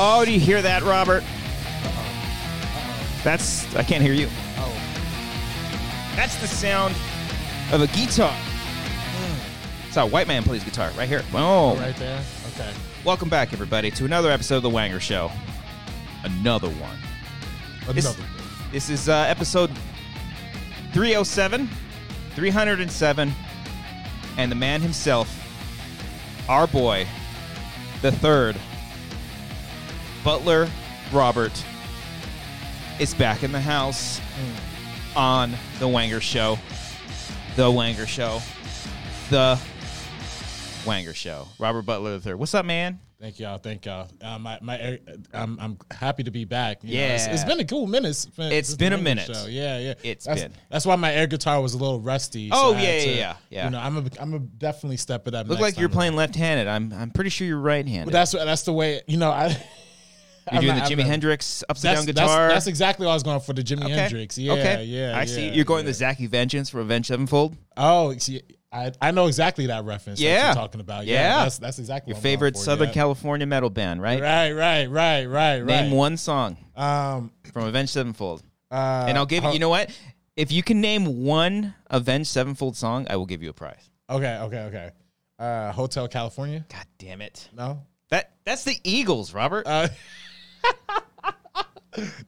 Oh, do you hear that, Robert? That's I can't hear you. Oh. That's the sound of a guitar. That's how a white man plays guitar, right here. Oh, Right there. Okay. welcome back, everybody, to another episode of the Wanger Show. Another one. Another. This, one. this is uh, episode 307, 307, and the man himself, our boy, the third, Butler Robert, is back in the house Mm. on The Wanger Show. The Wanger Show. The Wanger Show. Robert Butler the third. What's up, man? Thank y'all. Thank y'all. Uh, my, my, I'm, I'm happy to be back. you know. Yeah. It's- it's been a cool minute. It's been, It's since been a the minute. Show. Yeah, yeah. It's that's, been. That's why my air guitar was a little rusty. Oh, I yeah, had yeah, yeah, yeah. You know, I'm, a, I'm a definitely step it up. Look next like you're time. playing left-handed. I'm I'm pretty sure you're right-handed. But that's that's the way. You know, I. You're I'm doing not- the I'm Jimi not- Hendrix upside That's, down that's, guitar. that's exactly what I was going for the Jimi Okay. Hendrix. Yeah, okay. yeah. I yeah, see. You're going yeah. the Zachy Vengeance from Avenged Sevenfold. Oh, see, I, I know exactly that reference. that Yeah. you're talking about. Yeah. that's, that's exactly Your what I'm going favorite for, Southern yeah. California metal band, right? Right, right, right, right, right. Name one song Um, from Avenged Sevenfold, uh, and I'll give you. how- You know what? If you can name one Avenged Sevenfold song, I will give you a prize. Okay, okay, okay. Uh, Hotel California. God damn it! No. That that's the Eagles, Robert. Uh,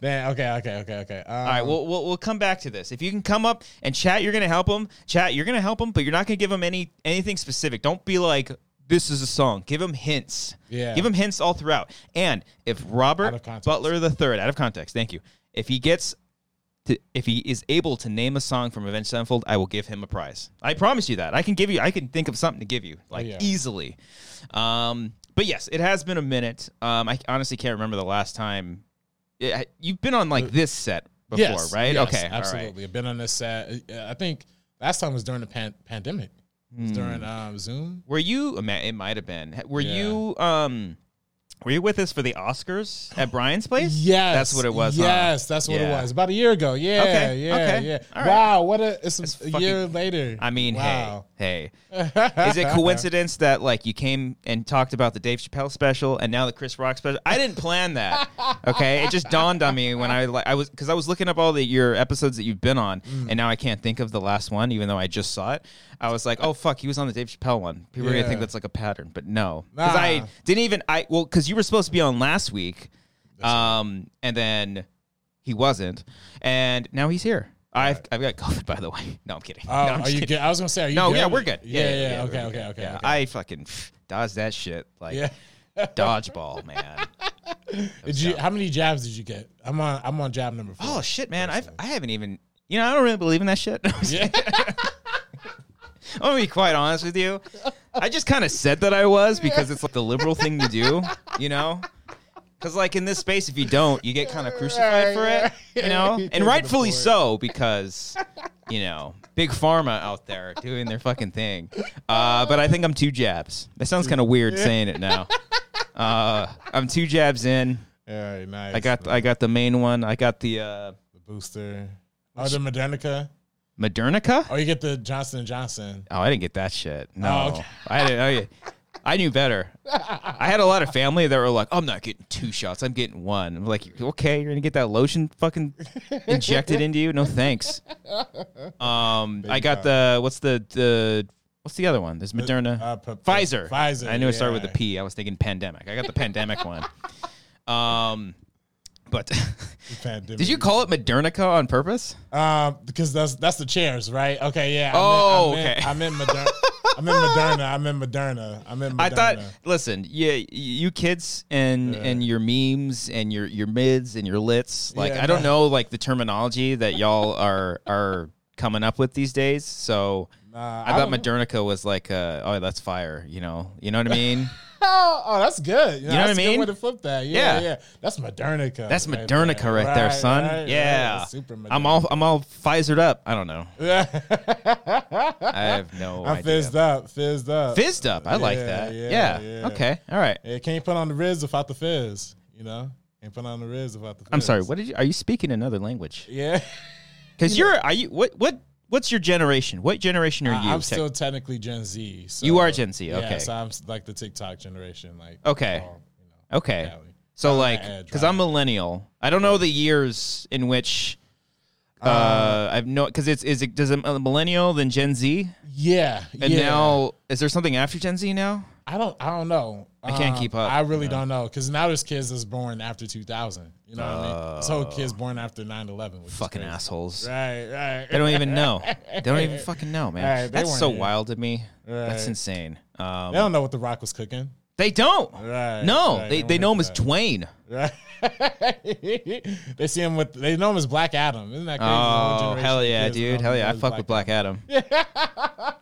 Damn. Okay. Okay. Okay. Okay. Um, All right, we'll, we'll we'll come back to this. If you can come up and chat, you're gonna help them. Chat, you're gonna help them, but you're not gonna give them any anything specific. Don't be like this is a song. Give them hints. Yeah. Give them hints all throughout. And if Out Robert of context. Butler the third, out of context, thank you. If he gets to, if he is able to name a song from Avenged Sevenfold, I will give him a prize. I promise you that. I can give you. I can think of something to give you like yeah. easily. Um, but yes, it has been a minute. Um, I honestly can't remember the last time. Yeah, you've been on like this set before, Uh, yes, right? yes, okay, Absolutely. all right. I've been on this set. Uh, I think last time was during the pan- pandemic. It was Hmm. during um, Zoom. Were you? oh, man, It might have been. Were Yeah. you? Um, were you with us for the Oscars at Brian's place? Yes, that's what it was. huh? Yes, that's what Yeah. it was. About a year ago. Yeah. Okay, Yeah. okay, Yeah. all right. Wow. What a it's, It's a fucking- year later. I mean, wow. hey, hey, is it coincidence that like you came and talked about the Dave Chappelle special and now the Chris Rock special? I didn't plan that. Okay, it just dawned on me when I like I was because I was looking up all the your episodes that you've been on, Mm. and now I can't think of the last one, even though I just saw it. I was like, oh fuck, he was on the Dave Chappelle one. People are gonna think Yeah. that's like a pattern, but no, because Nah. I didn't even I well because you were supposed to be on last week, um, and then he wasn't, and now he's here. I've, I've got COVID, by the way. No, I'm kidding. Oh, no, I'm are you kidding. good? I was gonna say, are you No, good? yeah, we're good. Yeah, yeah, we're okay, good. okay, okay, Yeah, okay. I fucking pff, dodged that shit like yeah. dodgeball, man. Did you, how many jabs did you get? I'm on. I'm on jab number four. Oh shit, man. I've, I haven't even. You know, I don't really believe in that shit. yeah. I'm gonna be quite honest with you. I just kind of said that I was because it's like the liberal thing to do, you know. Because like in this space, if you don't, you get kind of crucified Right, for it, right. you know, You and can't rightfully afford it. so because you know big pharma out there doing their fucking thing. Uh, but I think I'm two jabs. That sounds kind of weird saying it now. Uh, I'm two jabs in. All right. Nice. I got I got the main one. I got the uh, the booster. Oh, the Modernica. Modernica. Oh, you get the Johnson and Johnson. Oh, I didn't get that shit. No, Oh, okay. I didn't. I, I knew better. I had a lot of family that were like, "I'm not getting two shots. I'm getting one." I'm like, "Okay, you're gonna get that lotion fucking injected into you? No thanks." Um, I got the what's the the what's the other one? There's Moderna, uh, p- p- Pfizer. Pfizer, I knew it started with a yeah. P. I was thinking pandemic. I got the pandemic one. Um, but Pandemic. did you call it Modernica on purpose? Um, because that's that's the chairs, right? Okay. Yeah. I'm Oh, in, okay. I'm in, I'm in Moderna. I'm in Moderna. I'm in Moderna. I'm in Moderna. I thought. Listen, yeah, y- you kids and and your memes and your your mids and your lits. Like Yeah, I don't no. know like the terminology that y'all are are coming up with these days. So Nah, I, thought don't- Modernica was like, uh, oh, that's fire. You know, you know what I mean? Oh, oh, that's good. You know, know what that's I a good mean? way to flip that. Yeah, Yeah. yeah. That's Modernica. That's Modernica right, there, son. right, right. yeah, That's Super I'm Moderna. all I'm all Pfizered up. I don't know. I'm I have no I'm idea. fizzed up, fizzed up. Fizzed up. I like Yeah, that. yeah, Yeah, yeah. Okay. All right. Yeah, can't put on the riz without the fizz. You know, can't put on the riz without the. Fizz. I'm sorry. What did you? Are you speaking another language? Yeah, Because you're. Are you? What? What? What's your generation? What generation are you? I'm tech- still uh, technically Gen Z. So, You are Gen Z, Yeah, okay. so I'm s- like the TikTok generation. Like Okay. all, you know, Okay. Cali. So Oh, like, yeah, because I'm millennial, I don't know the years in which. Uh, I've no because it's is it does a millennial then Gen Z Yeah. and yeah. now is there something after Gen Z now? I don't. I don't know. I can't keep up, I really don't know because now there's kids that's born after 2000. You know what I mean? So kids born after 9/11. Which is Oh. Fucking crazy. assholes! Right. They Right. don't even know. They don't even fucking know, man. Right, they That's so weren't here. wild to me. That's Right. insane. Um, They don't know what the Rock was cooking. They don't. Right, no, right, they, no they one know him knows as Dwayne. Right. they see him with. They know him as Black Adam. Isn't that crazy? The whole Oh generation hell of yeah, kids know dude! him Hell yeah, I as fuck with Black Adam.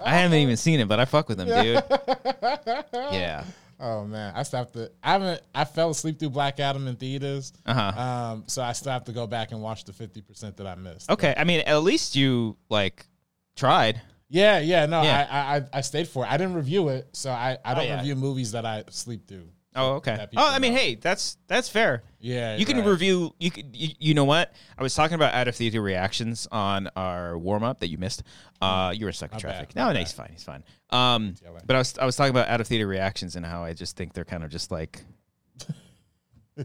I haven't even seen it, but I fuck with him, dude. Yeah. Oh man, I stopped to. I haven't. I fell asleep through Black Adam in theaters. Uh-huh. Um, so I still have to go back and watch the fifty percent that I missed. Okay. I mean, at least you like tried. Yeah, yeah, no, Yeah. Oh, I, I, I stayed for it. I didn't review it, so I, I don't yeah. review movies that I sleep through. Oh, okay. That people Oh, I mean, know. hey, that's that's fair. Yeah, You can right. review. You, can, you you know what? I was talking about out of theater reactions on our warm up that you missed. Uh, you were stuck in bad, traffic. Mm-hmm. my No, no, he's fine. He's fine. Um, Yeah, right. but I was I was talking about out of theater reactions and how I just think they're kind of just like,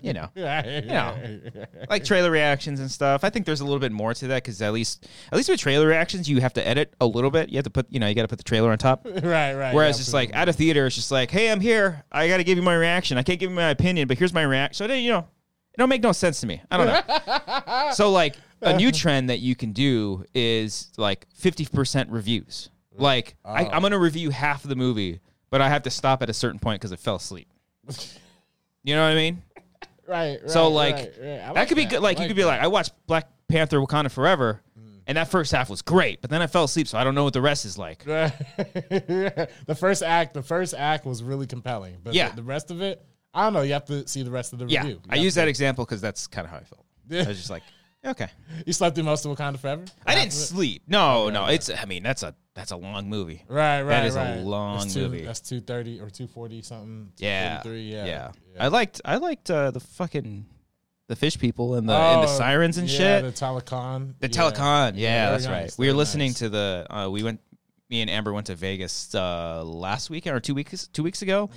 you know, Yeah, like trailer reactions and stuff. I think there's a little bit more to that because at least at least with trailer reactions, you have to edit a little bit. You have to put you know you got to put the trailer on top. right, right. Whereas yeah, it's like out of theater, it's just like, hey, I'm here. I got to give you my reaction. I can't give you my opinion, but here's my reaction. So, you know, it don't make no sense to me. I don't know. so, like, a new trend that you can do is like 50% reviews. Like, I, Oh. I'm going to review half of the movie, but I have to stop at a certain point because I fell asleep. You know what I mean? right, right. So, like, right, right. I that could be good. Like, I you could be that. Mm. like, I watched Black Panther Wakanda Forever, and that first half was great, but then I fell asleep, so I don't know what the rest is like. the first act, the first act was really compelling, but Yeah. the, the rest of it, I don't know. You have to see the rest of the Yeah, review. You I have use to- that example because that's kind of how I felt. I was just like, okay. You slept through most of Wakanda Forever. I didn't sleep. No, no. It's. I mean, that's a that's a long movie. Right, right. is a right. long That's two- movie. That's two thirty or two forty something. Yeah. 243, yeah, yeah. I liked. I liked uh, the fucking the fish people and the and Uh, the Oh, sirens and yeah, shit. The telecon. The yeah. telecon. Yeah, they're that's nice, right. We were they're listening nice. to the. Uh, we went. Me and Amber went to Vegas uh, last weekend or two weeks two weeks ago,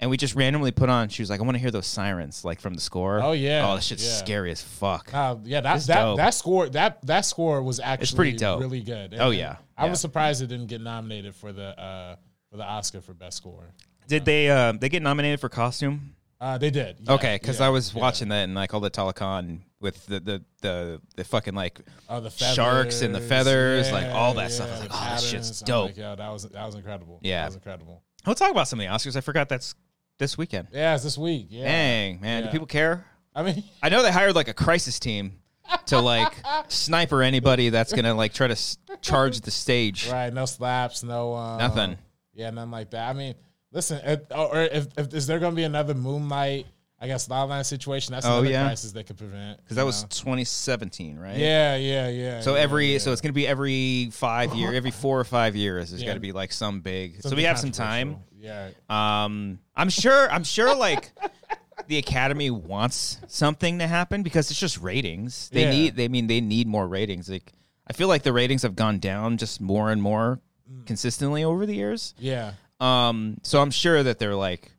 and we just randomly put on. She was like, "I want to hear those sirens like from the score." Oh, yeah, Oh, that shit's yeah. scary as fuck. Uh, yeah, that It's that, dope. that score that that score was actually pretty dope. really good. Oh, yeah, I yeah. was surprised it didn't get nominated for the uh, for the Oscar for best score. Did they uh, they get nominated for costume? Uh, they did. yeah, Okay, because yeah, I was yeah. watching that and like all the telecon with the the the, the fucking like Oh, the sharks and the feathers, like all that stuff. I was yeah, like, the oh, this shit's patterns. I'm dope. Like, Yo, that was that was incredible. Yeah. that was incredible. We'll talk about some of the Oscars. I forgot that's this weekend. Yeah, it's this week. Yeah, Dang man, do Yeah. people care? I mean, I know they hired like a crisis team to like sniper anybody that's gonna like try to s- charge the stage. Right. No slaps. No um, Nothing. Yeah, nothing like that. I mean, listen, if, oh, or if, if is there going to be another moonlight? I guess La La Land situation. That's Oh, another yeah. crisis they could prevent. Because that was 2017, right? Yeah, yeah, yeah. So yeah, every yeah. so it's gonna be every five year, every four or five years, there's Yeah. gonna be like some big. so Something we have some time. controversial. Yeah. Um, I'm sure. I'm sure. Like the Academy wants something to happen because it's just ratings. They Yeah. need. They I mean they need more ratings. Like I feel like the ratings have gone down just more and more consistently over the years. Yeah. Um, so I'm sure that they're like,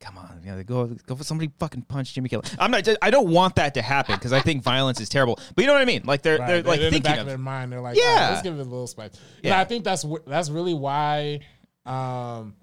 come on, you know, go go for somebody fucking punch Jimmy Kimmel. I'm not. I don't want that to happen because I think violence is terrible. But you know what I mean. Like they're Right. they're like in the thinking back of. of their mind, they're like, Yeah. yeah, let's give it a little spice. Yeah, Yeah. I think that's wh- that's really why, um,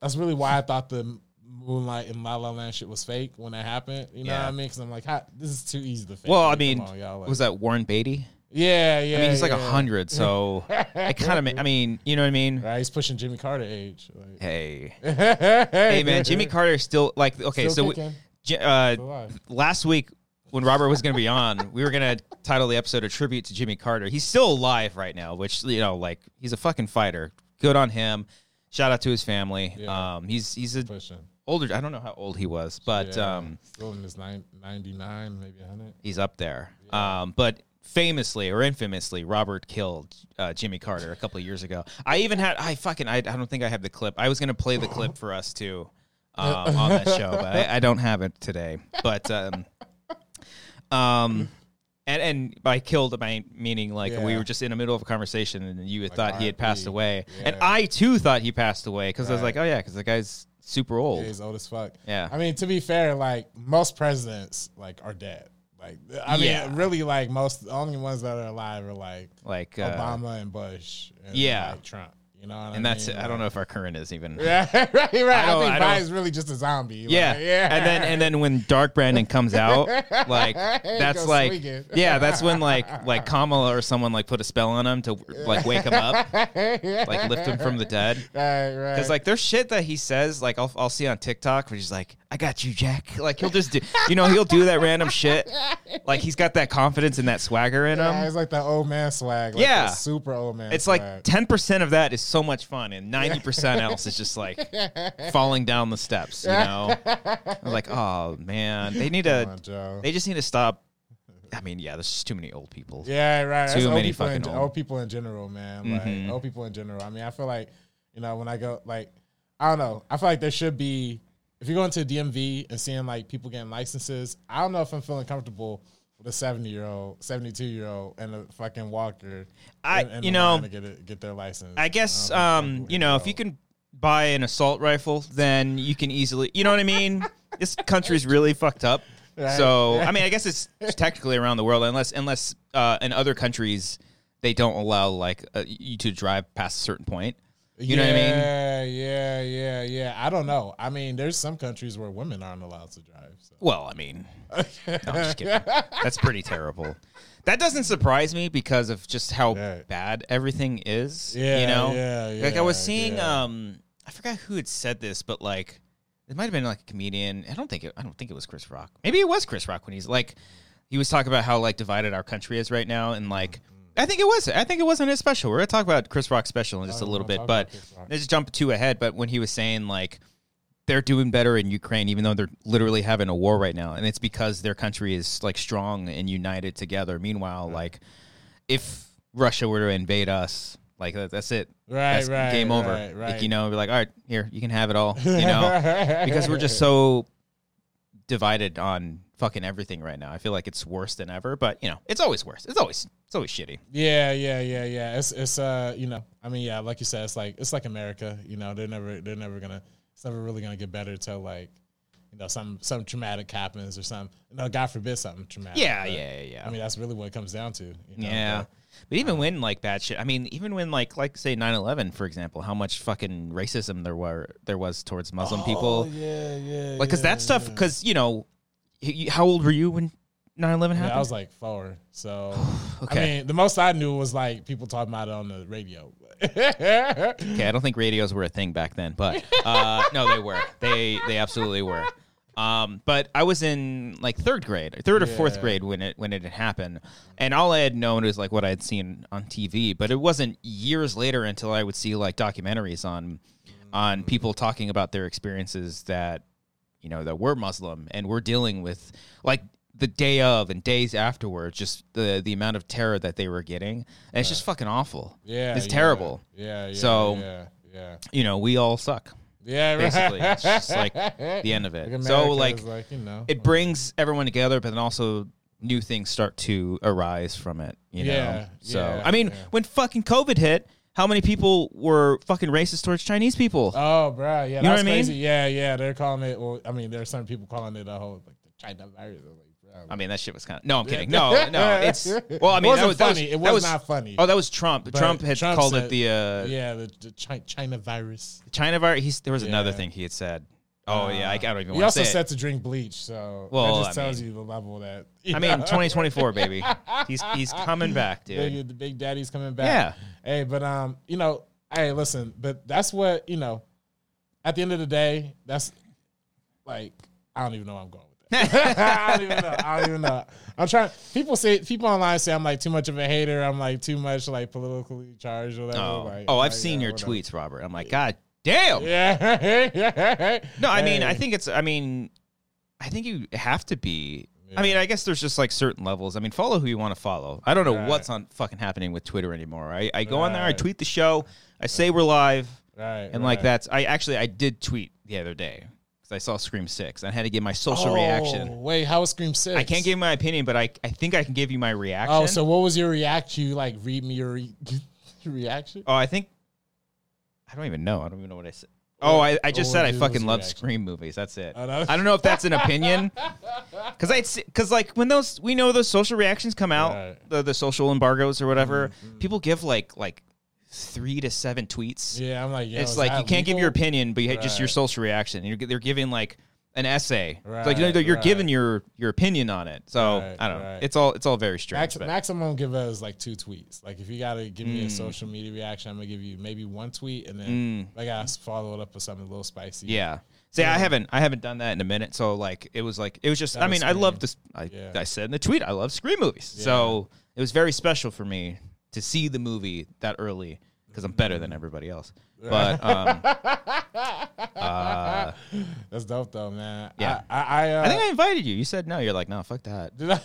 that's really why I thought the Moonlight and La La Land shit was fake when that happened. You know Yeah. what I mean? Because I'm like, how, this is too easy to fake. well, I Like, come mean, on, y'all, like- was that Warren Beatty? yeah, yeah. I mean, he's like a yeah. hundred, so I kind of. I mean, you know what I mean. Right, he's pushing Jimmy Carter age. Like, Hey. hey man, Jimmy Carter is still like okay. so Still we, kicking. Oh. J- uh, alive. last week when Robert was going to be on, we were going to title the episode a tribute to Jimmy Carter. He's still alive right now, which you know, like he's a fucking fighter. Good on him. Shout out to his family. Yeah. Um, he's he's a pushing. older. I don't know how old he was, but Yeah, um, still in his nine, 99, maybe 100. he's up there. Um, but famously or infamously, Robert killed uh, Jimmy Carter a couple of years ago. I even had I fucking I, I don't think I have the clip. I was gonna play the clip for us too um, on that show, but I, I don't have it today. But um, um. And, and by killed, by meaning like we Yeah. were just in the middle of a conversation, and you had thought he had passed R.I.P.. away, and Yeah. I too thought he passed away because I was like, oh yeah, because the guy's super Yeah, old. he's old as fuck. Yeah. I mean, to be fair, like most presidents, like are dead. Like I mean, Yeah. really, like most the only ones that are alive are like Like, uh, Obama and Bush. And, yeah. like, Trump. You know, what and I that's mean? I don't know if our current is even. Yeah. Yeah, right, right. I, don't- think I don't- Biden's really just a zombie. Like, yeah, and then and then when Dark Brandon comes out, like that's goes like, swinging. yeah, that's when like like Kamala or someone like put a spell on him to like wake him up, like lift him from the dead. right, right. Because like there's shit that he says like I'll, I'll see on TikTok where he's like I got you Jack like he'll just do you know he'll do that random shit like he's got that confidence and that swagger in Yeah, him it's like the old man swag. Like um, Yeah. the super old man. it's like swag. ten percent of that is so much fun and ninety percent else is just like falling down the steps you know I'm like oh man they need Come on, to Joe. they just need to stop I mean yeah there's just too many old people Yeah, right. That's Too old many people in, fucking old. old. Mm-hmm. people in general, man. Like old people in general. I mean, I feel like you know when I go like I don't know. I feel like there should be if you're going to a DMV and seeing like people getting licenses. I don't know if I'm feeling comfortable with a 70 year old, 72 year old, and a fucking walker. I- in- in you the know, line to get it, get their license. I guess Oh, don't think um, people you know if you can buy an assault rifle, then you can easily. You know what I mean? this country's really fucked up. Right. So I mean, I guess it's technically around the world, unless unless uh, in other countries they don't allow like uh, you to drive past a certain point. You know what I mean? Yeah, yeah, yeah, yeah. I don't know. I mean, there's some countries where women aren't allowed to drive. So. Well, I mean, no, I'm just kidding. That's pretty terrible. That doesn't surprise me because of just how Yeah. bad everything is. Yeah, you know, yeah, like I was yeah, seeing, yeah. um, I forgot who had said this, but like, it might have been like a comedian. I don't think it, I don't think it was Chris Rock. Maybe it was Chris Rock when he's like, he was talking about how like divided our country is right now, and like. I think it was. I think it wasn't his special. We're gonna talk about Chris Rock's special in just a Oh, little we'll bit, talk but about Chris Rock. let's jump two ahead. But when he was saying like, they're doing better in Ukraine, even though they're literally having a war right now, and it's because their country is like strong and united together. Meanwhile, like if Russia were to invade us, like that, that's it, Right, that's right, game over. right, Like, right. you know, we're like, all right, here, you can have it all, you know, because we're just so divided on fucking everything right now. I feel like it's worse than ever, but you know, it's always worse. It's always it's always shitty. Yeah, yeah, yeah, yeah. It's it's uh, you know, I mean, yeah, like you said, it's like it's like America. You know, they're never they're never gonna it's never really gonna get better till like, you know, some some traumatic happens or something. No, God forbid something traumatic. Yeah, but, yeah, yeah, yeah. I mean, Um, that's really what it comes down to. You know? Yeah. but- But even when like bad shit, I mean, even when like like say 9-11, for example, how much fucking racism there were there was towards Muslim Oh, people, yeah, yeah. like because yeah, that stuff, yeah. because you know, y- y- how old were you when 9-11 Yeah, happened? I was like four. So I Okay. mean, the most I knew was like people talking about it on the radio. okay, I don't think radios were a thing back then, but uh, no, they were. They they absolutely were. Um, but I was in like third grade, third or fourth Yeah. grade when it when it had happened, and all I had known was like what I had seen on TV. But it wasn't years later until I would see like documentaries on on people talking about their experiences that you know that were Muslim and were dealing with like the day of and days afterwards, just the the amount of terror that they were getting, and it's just fucking awful. yeah, it's yeah, terrible Yeah, yeah. So- yeah, yeah, you know, we all suck. yeah. right. Basically, it's just like the end of it. Like so America like is you know, it brings everyone together, but then also new things start to arise from it. You know. Yeah, So yeah, I mean, yeah. when fucking COVID hit, how many people were fucking racist towards Chinese people? oh, bro, yeah, know what that's I mean? crazy. Yeah, yeah, they're calling it. Well, I mean, there are some people calling it a whole like the China virus. I'm Like, bro, I mean, that shit was kind of. No, I'm kidding. No, no, it's. Well, I mean, it wasn't that was that funny. was- it that was, not funny. Oh, that was Trump. Trump had Trump called said- it the uh, yeah, the, the Chi- China virus. China virus. He's, there was another Yeah. Ah. thing he had said. Oh yeah, I, I don't even He want to also say. it. said to drink bleach, so Well, that just I tells you the level that. I mean, 2024, baby. He's he's coming back, dude. Big, the big daddy's coming back. Yeah. Hey, but um, you know, hey, listen, but that's what you know. At the end of the day, that's like I don't even know where I'm going with that. I don't even know. I don't even know. I'm trying. People say people online say I'm like too much of a hater. I'm like too much like politically charged or whatever. Oh, like, oh like, I've seen yeah, your whatever. tweets, Robert. I'm like, God damn. Yeah, yeah. No, I mean, Hey. I think it's, I mean, I think you have to be. I mean, I guess there's just like certain levels. I mean, follow who you want to follow. I don't know Right. what's on fucking happening with Twitter anymore. I, I go on there, I Right. tweet the show, I say we're live, Right, and like right. that's. I actually I did tweet the other day because I saw Scream Six. I had to give my social Oh, reaction. Wait, how was Scream Six? I can't give my opinion, but I I think I can give you my reaction. Oh, so what was your reaction? You like read me your re- reaction? Oh, I think I don't even know. I don't even know what I said. Oh, I, I just or said I Jules' fucking love reaction. Scream movies. That's it. I know. I don't know if that's an opinion. Cause I, cause like when those we know those social reactions come out, Right. Mm-hmm, the, the social embargoes or whatever, people give like like three to seven tweets. Yeah, I'm like, yo, it's is like you that can't give legal? your opinion, but you ha just your Right. social reaction. You're, they're giving like an essay. It's like you know, Right, you're right. giving your your opinion on it. So Right, I don't know. right. It's all it's all very strange. Max, but- maximum give us like two tweets. Like if you gotta give me Mm. a social media reaction, I'm gonna give you maybe one tweet, and then I gotta follow it up with something a little spicy. Mm. Yeah. See, I haven't I haven't done that in a minute. So like it was like it was just I was mean, I love Scream. this I, Yeah. I said in the tweet, I love scream movies. So it was very special for me to see the movie that early because I'm better Mm-hmm. than everybody else. But um, that's dope though, man. Yeah. I I, I, uh, I think I invited you. You said no. You're like, no, fuck that. did I.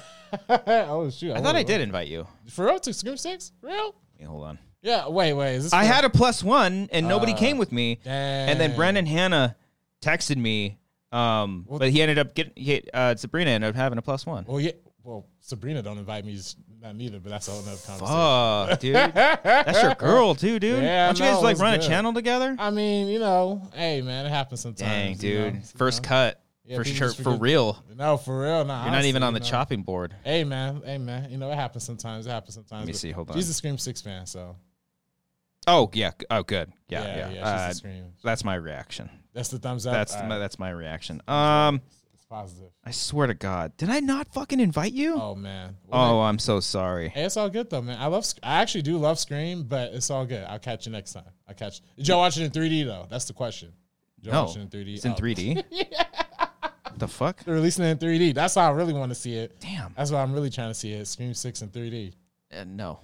oh shoot! I thought I did invite you. For real to Scream Six, real? Wait, Hold on. Yeah. Wait, wait. Is this I for- had a plus one and nobody came with me. And then Dang. Brandon Hannah texted me. Um, but he ended up getting he, uh, Sabrina ended up having a plus one. Well, yeah. Well, Sabrina don't invite me. s- Not neither, but that's a whole nother conversation. Fuck, dude. That's your girl too, dude. Yeah, I Don't you guys know, like it's run a good. channel together? I mean, you know, hey man, it happens sometimes. Dang, you know, dude. you First know. cut Yeah, for people sure, just for forget- real. No, for real. Nah, You're not even on the chop. chopping board. Hey man, hey man. You know it happens sometimes. It happens sometimes. Let me but see, hold on. She's a Scream Six fan, so Oh yeah. Oh good. Yeah, yeah, yeah. yeah. she's Uh, a Scream. that's my reaction. That's the thumbs up. That's All my, right, that's my reaction. Um, it's positive. I swear to God, did I not fucking invite you? Oh man. Well, Oh, I'm so sorry. Hey, it's all good though, man. I love. Sc- I actually do love Scream, but it's all good. I'll catch you next time. I will catch. Did y'all watch it in 3D though? That's the question. Did y'all No, watch it in 3D. it's in Oh, 3D. What The fuck? They're releasing it in 3D. That's how I really want to see it. Damn. That's what I'm really trying to see it. Scream Six in 3D. Uh, no.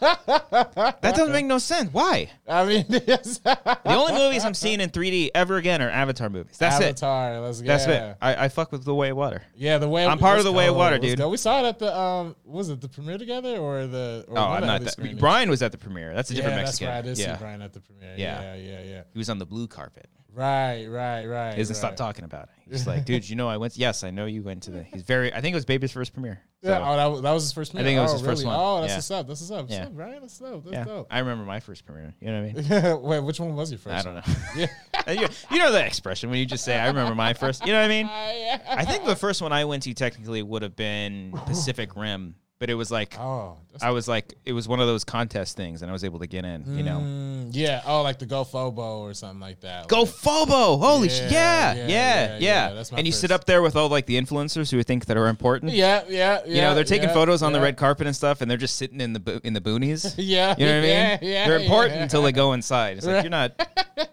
That doesn't make no sense. Why? I mean, it's The only movies I'm seeing in 3D ever again are Avatar movies. That's it. Avatar. Let's go. That's it. I, I fuck with the way of water. Yeah, the way I'm part of the let's Way of go, Water, let's dude. go. We saw it at the um, was it the premiere together or the? Or Oh, one I'm of not the that. screenings? Brian was at the premiere. That's a Yeah, different that's Mexican. right. I did yeah, see Brian at the premiere. Yeah. Yeah, yeah, yeah. he was on the blue carpet. Right, right, right. He doesn't right. stop talking about it. He's like, dude, you know, I went. Yes, I know you went to the. He's very. I think it was Baby's first premiere. So, Yeah, oh, that was, that was his first. Premiere. think it was oh, his first one. really? Oh, that's Yeah. what's up. That's what's up. What's Yeah. up, Brian? That's dope. That's yeah, dope. I remember my first premiere. You know what I mean? Wait, which one was your first? I don't know. Yeah. you, you know that expression when you just say, "I remember my first. You know what I mean? I think the first one I went to technically would have been Pacific Rim, but it was like Oh, that's, I was like it was one of those contest things, and I was able to get in. You know. Mm, yeah. Oh, like the GoFobo or something like that. Go Like, Fobo! Holy Yeah, shit! Yeah, yeah, yeah, yeah. yeah, yeah, that's my and you sit first. up there with all like the influencers who think that are important. yeah, yeah, yeah. You know, they're taking yeah, photos on the yeah. red carpet and stuff, and they're just sitting in the bo- in the boonies. Yeah, You know what yeah, I mean? yeah, they're important yeah. until they go inside. It's like you're not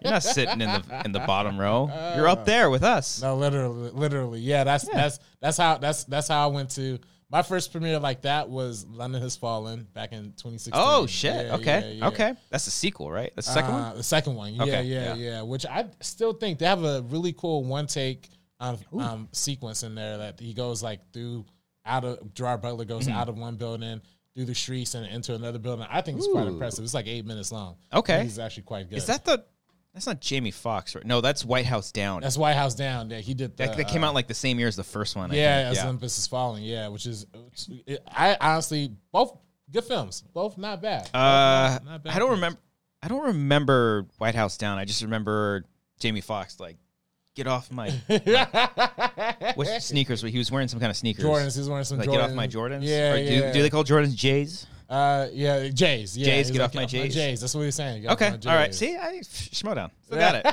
you're not sitting in the in the bottom row. You're up there with us. Oh. No, literally, literally, yeah. That's that's that's how that's that's how I went to my first premiere like that was London Has Fallen back in 2016. Oh shit! Yeah, okay, yeah, yeah. okay. That's the sequel, right? That's the second Uh, one. the second one, yeah, Okay, yeah. yeah, yeah, Which I still think they have a really cool one take um, um sequence in there that he goes like through out of Gerard Butler goes Mm-hmm. out of one building through the streets and into another building. I think it's quite Ooh. impressive. It's like eight minutes long. Okay. I think it's actually quite good. Is that the? That's not Jamie Foxx, right? No, that's White House Down. that's White House Down? Yeah, he did. The, that, that came out like the same year as the first one. I Yeah, think. as Olympus is falling. Yeah, which is I honestly both good films, both not bad. Both Uh, not- not bad I don't films. remember. I don't remember White House Down. I just remember Jamie Foxx like, get off my, what sneakers? He was wearing some kind of sneakers. Jordans. He's wearing some Like Jordans. get off my Jordans. Yeah, Or do, yeah. do they call Jordans Jays? uh, yeah, Jays. Yeah, Jays, he's get off my Jays. Jays. That's what he's saying. Get off Okay. my All right. Jays. See, I schmo down. Still got it.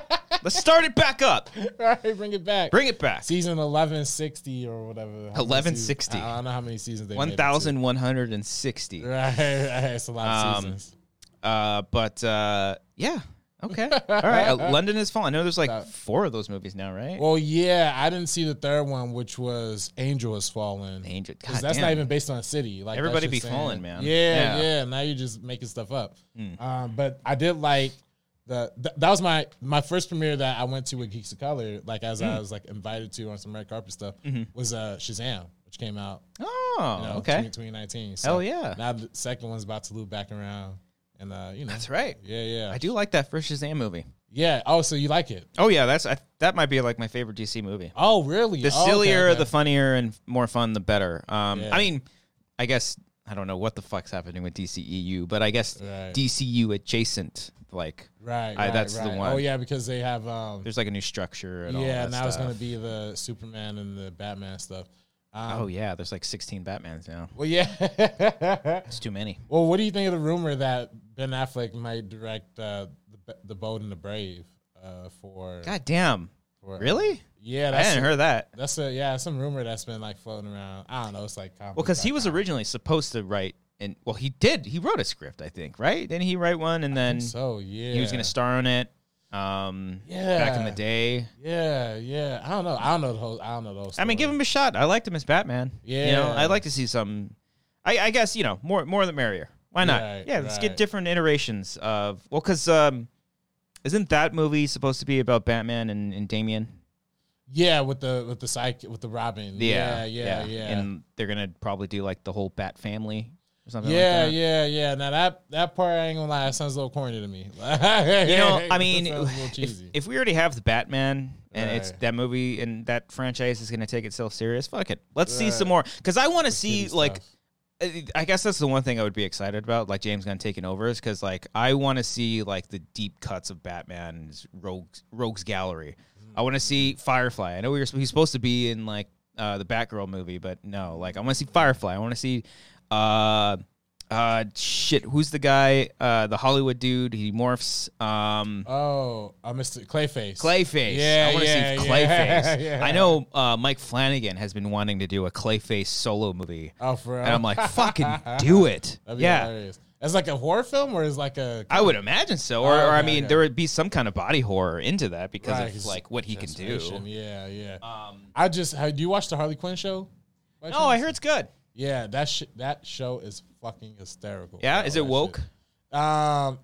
Let's start it back up. All right, bring it back. Bring it back. season eleven sixty or whatever. How many 1160. seasons- I I don't know how many seasons they. made it One to. thousand one hundred and sixty. Right, right, it's a lot of Um, seasons. Uh, but uh, yeah. Okay. All right. Uh, London is falling. I know there's like four of those movies now, right? Well, yeah, I didn't see the third one, which was Angel Has Fallen. Angel. Because God that's damn. not even based on city. Like that's Everybody just be saying- falling, man. Mm. Yeah, Yeah. yeah, Now you're just making stuff up. Um, but I did like the th- that was my my first premiere that I went to with Geeks of Color. Like as Mm. I was like invited to on some red carpet stuff was uh, Shazam, which came out Mm-hmm. Oh. you know, okay. 2019. So Hell yeah. Now the second one's about to loop back around, and uh, you know That's right. Yeah, yeah, I do like that first Shazam movie. yeah. Oh, so you like it? Oh yeah, that's I, that might be like my favorite DC movie. Oh, really? The Oh, okay, sillier, okay. the funnier, and more fun, the better. Um, Yeah. I mean, I guess I don't know what the fuck's happening with DCEU, but I guess Right. DCU adjacent, like Right, I- right, that's the right. one. Oh yeah, because they have um, there's like a new structure and all yeah, that now it's stuff. gonna be the Superman and the Batman stuff. Um, Oh yeah, there's like 16 Batmans now. well, yeah. It's too many. well, what do you think of the rumor that Ben Affleck might direct uh, the B- the Bold and the Brave uh, for? God damn. for- uh, Really? Yeah, I that's hadn't heard that. that's a yeah some rumor that's been like floating around. I don't know. It's like Well, because he was originally supposed to write, and well, he did. He wrote a script, I think, right? Didn't he write one? And then so yeah he was going to star on it. Um, back in the Yeah. day. yeah yeah I don't know I don't know the whole I don't know those. I mean, give him a shot. I liked him as Batman. you know, Yeah. I'd like to see some. I, I guess you know more more the merrier. Why not? Right, yeah, let's get right. different iterations of well, because um, isn't that movie supposed to be about Batman and, and Damien? yeah with the with the psychic with the Robin yeah yeah yeah And they're gonna probably do like the whole Bat family or something. yeah, like that. yeah, yeah. Now that that part I ain't gonna lie, that sounds a little corny to me. You know, I mean, a little if, cheesy. if we already have the Batman and it's Right. that movie and that franchise is going to take itself serious, fuck it. Let's see Right. some more because I want to see Cheesy like stuff. I I guess that's the one thing I would be excited about, like James Gunn taking over, is because like I want to see like the deep cuts of Batman's rogues rogues gallery. I want to see Firefly. I know we were he's supposed to be in like uh, the Batgirl movie, but no, like I want to see Firefly. I want to see uh uh shit. Who's the guy? Uh, the Hollywood dude. He morphs. Um, oh, uh, Mr. Clayface, Clayface. Yeah, I want to yeah, see Clayface. yeah, yeah. I know uh, Mike Flanagan has been wanting to do a Clayface solo movie. Oh, for real? And I'm like, fucking do it. That'd be yeah. hilarious. It's like a horror film, or is like a I would imagine so. Or, Oh, or I okay, mean, okay. there would be some kind of body horror into that because Right, of 'cause like what he can do. transformation. Yeah, yeah. Um, I just how, do you watch the Harley Quinn show? by no, I chance? heard it's good. Yeah, that sh- that show is fucking hysterical. Yeah, bro, is that it shit. woke? Um,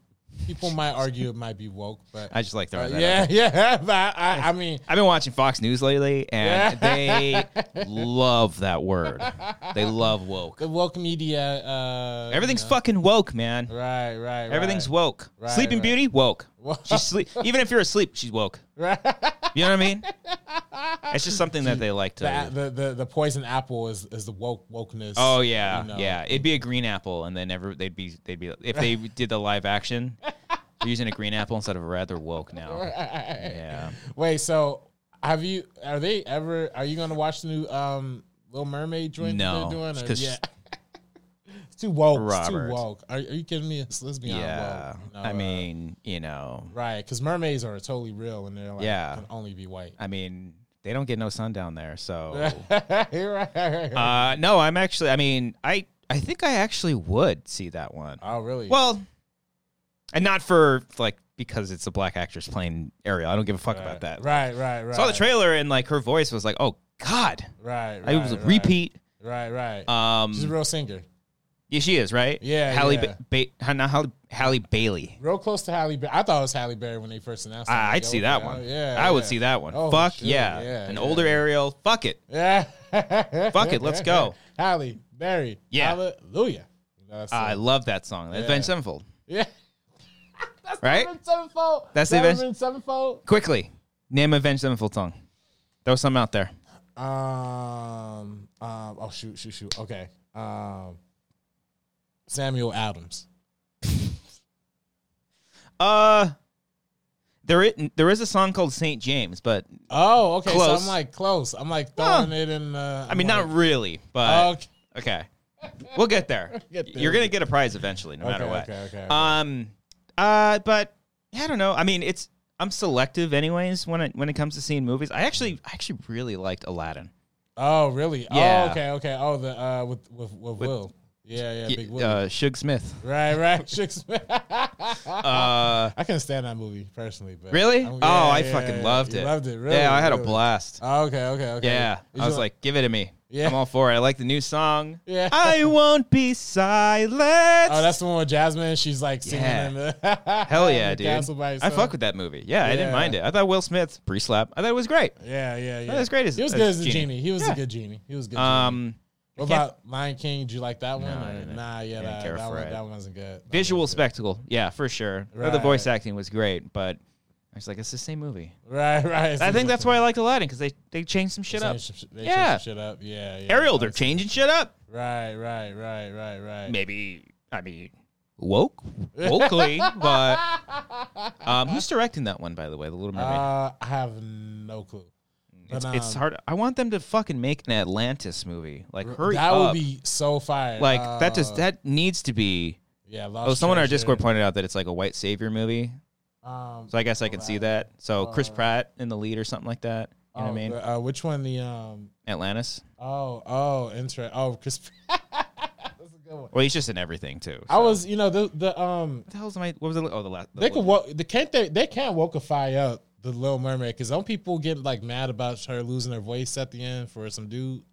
people might argue it might be woke, but I just like uh, throwing that. out. yeah, yeah. But I, I mean, I've been watching Fox News lately, and they love that word. They love woke. the woke media. Uh, Everything's you know. fucking woke, man. Right, right, right. Everything's woke. Right, Sleeping right. Beauty, woke. Wow. She's sleep. Even if you're asleep, she's woke. right. You know what I mean? It's just something that they like to. The, the the the poison apple is is the woke wokeness. Oh yeah, you know. yeah. It'd be a green apple, and then every they'd be they'd be if they did the live action, they're using a green apple instead of a rather woke now. Yeah, Wait, so have you? Are they ever? Are you gonna watch the new um Little Mermaid joint No, they're doing? it's Or- 'cause- yeah. it's too woke. It's Robert. too woke. Are, are you kidding me? It's lesbian. yeah. Woke, you know, I uh, mean, you know, right? Because mermaids are totally real, and they're like Yeah. can only be white. I mean, they don't get no sun down there. So, You're right. Oh. uh, no, I'm actually. I mean, I I think I actually would see that one. oh really? Well, and not for like because it's a black actress playing Ariel. I don't give a fuck about that. Right, right, right. Saw the trailer and like her voice was like, oh god, Right, right. I was right, repeat. Right, right. Um, She's a real singer. Yeah, she is right. Yeah, Halle, yeah. Ba- ba- not Halle, Halle Bailey. Real close to Halle Berry. I thought it was Halle Berry when they first announced it. I, I'd Like, see oh, that yeah, one. Yeah. I would yeah. see that one. Oh, Fuck sure, yeah. yeah, an yeah. older Ariel. Fuck it. Yeah. Fuck it, let's go. Halle Berry. Yeah. Hallelujah. You know, that's I it. love that song. That's Yeah. Avenged Sevenfold. yeah. Right? Seven sevenfold. That's the Seven event- sevenfold. Quickly, name Avenged Sevenfold song. Throw some out there. Um. Um. Oh shoot. Shoot. Shoot. Okay. Um. Samuel Adams. Uh, there is, there is a song called Saint James, but Oh, okay. Close. So I'm like close. I'm like throwing it in. Uh, I mean I'm not really. like, But okay. okay, we'll get there. Get there. You're gonna get a prize eventually, no matter Okay, what. okay, okay, okay. Um, uh, but I don't know. I mean, it's I'm selective, anyways. When it when it comes to seeing movies, I actually I actually really liked Aladdin. Oh, really? Yeah. Oh, okay, okay. Oh, the uh, with with, with, Will. Yeah, yeah, Y- Big Will. Uh, Suge Smith. right, right. Shakespeare. Uh, I couldn't stand that movie personally. But really? I'm- oh, yeah, I yeah, fucking yeah. loved You it. Loved it. Really? Yeah, I had a really. blast. Oh, okay, okay, okay. Yeah, Did I you was like- like, give it to me. Yeah. I'm all for it. I like the new song. Yeah. I won't be silent. Oh, oh, that's the one with Jasmine. She's like singing Yeah. in the hell in yeah, the dude. Castle by I herself. fuck with that movie. Yeah, I didn't Yeah. mind it. I thought Will Smith pre-slap. I thought it was great. Yeah, yeah, yeah. that's great as- He was as good as a genie. genie. He was Yeah. a good genie. He was a good. genie. Um, What can't- about Lion King? Did you like that one? I or- didn't. Nah, yeah, Didn't that, care that, for one, it. that one wasn't good. That visual wasn't spectacle. Yeah, for sure. Or The voice acting was great, but I was like, it's the same movie. good. Right, right. I think that's why I liked Aladdin because they they changed some shit up. Change some sh- they Yeah. change some shit up. Yeah, yeah. Ariel, That they're was- changing shit up. Right, right, right, right, right. Maybe I mean woke wokely, but um, who's directing that one by the way? The Little Mermaid. Uh, I have no clue. it's, but, it's um, hard. I want them to fucking make an Atlantis movie. Like hurry that up. would be so fire. like that just Uh, that needs to be. yeah. Oh, someone in in our Discord pointed out that it's like a white savior movie. Um, So I guess I can see that. So Chris Pratt in the lead or something like that. You know what I Uh, oh, mean? the- uh, which one? The um. Atlantis. Oh, oh, interesting. Oh, Chris. Pratt. That's a good one. Well, he's just in everything too. I so. was, you know, the the um. What the hell's my? What was the? Oh, the last. They could wo- the can't they they can't wokeify up the Little Mermaid because some people get like mad about her losing her voice at the end for some dude.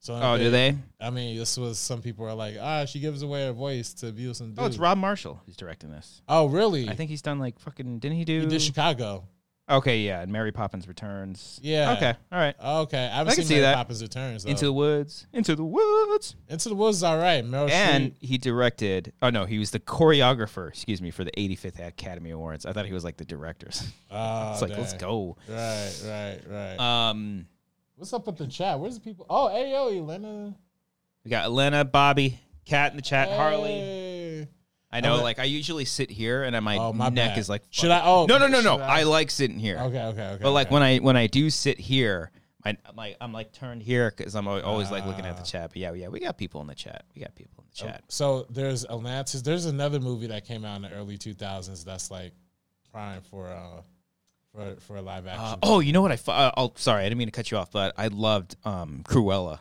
So Oh, do they? I mean, this was some people are like, ah, she gives away her voice to abuse some dude. Oh, it's Rob Marshall who's directing this. Oh, really? I think he's done like fucking. Didn't he he do? did Chicago. okay, yeah, and Mary Poppins Returns. Yeah. Okay, all right. Okay, I haven't I can seen see Mary that. Poppins Returns. Though. Into Into the woods. Into the woods. Into the Woods, is all right. Meryl And Streep. he directed. Oh no, he was the choreographer. Excuse me for the 85th Academy Awards. I thought he was like the directors. Oh, it's like let's dang. go. Right, right, right. Um, What's up with the chat? Where's the people? Oh, hey yo, Elena. we got Elena, Bobby, Cat in the chat, Harley. Hey. I know, I'm a- like I usually sit here, and I, my, Oh, my neck bad. is like. Should I- oh, no, no, no, no! should I- I like sitting here, Okay, okay, okay. but like okay. when I when I do sit here, my my I'm like turned here because I'm al- always like looking at the Ah. Oh, chat. But yeah, yeah, we got people in the chat. We got people in the chat. So there's Atlantis. There's another movie that came out in the early 2000s that's like prime for uh for for a live action. Uh, oh, you know what? I fu- uh, oh, sorry, I didn't mean to cut you off, but I loved um Cruella.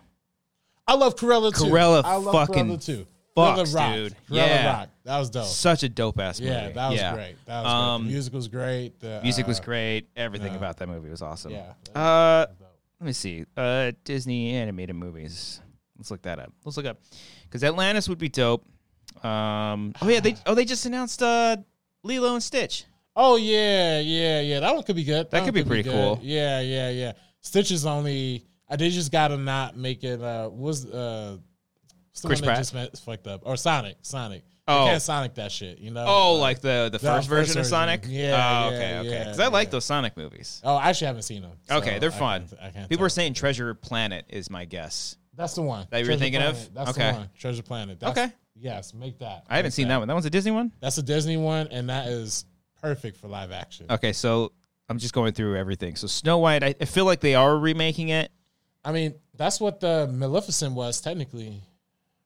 I love Cruella too. Cruella I love fucking Cruella too. fucks, Cruella rocked. dude. Cruella Yeah. rocked. That was dope. Such a dope ass movie. Oh. yeah, that was great. That was Um, great. The music was great. The Music uh, was great. Everything yeah. about that movie was awesome. Yeah. Uh, that was dope. let me see. Uh, Disney animated movies. Let's look that up. Let's look up because Atlantis would be dope. Um, oh yeah, they oh they just announced uh, Lilo and Stitch. Oh yeah, yeah, yeah. That one could be good. That one could be pretty good. cool. Yeah, yeah, yeah. Stitch is only. I did just gotta not make it. Uh, was uh, what's the Chris one Pratt? that just met, fucked up or Sonic? Sonic. Oh. Oh, can't Sonic that shit. You know. Oh, like the the The first first version of version. Sonic. Yeah, Oh, yeah, okay, okay. yeah, Because I like yeah. those Sonic movies. Oh, I actually haven't seen them. Okay, they're fun. I can't, I can't People are tell. saying Treasure Planet is my guess. that's the one That you were Treasure thinking of? Planet. That's Okay. the one. Treasure Planet. That's, Okay. Yes, make that. I haven't Make seen that one. That one's a Disney one. That's a Disney one, and that is perfect for live action. Okay, so I'm just going through everything. So Snow White, I, I feel like they are remaking it. I mean, that's what the Maleficent was technically,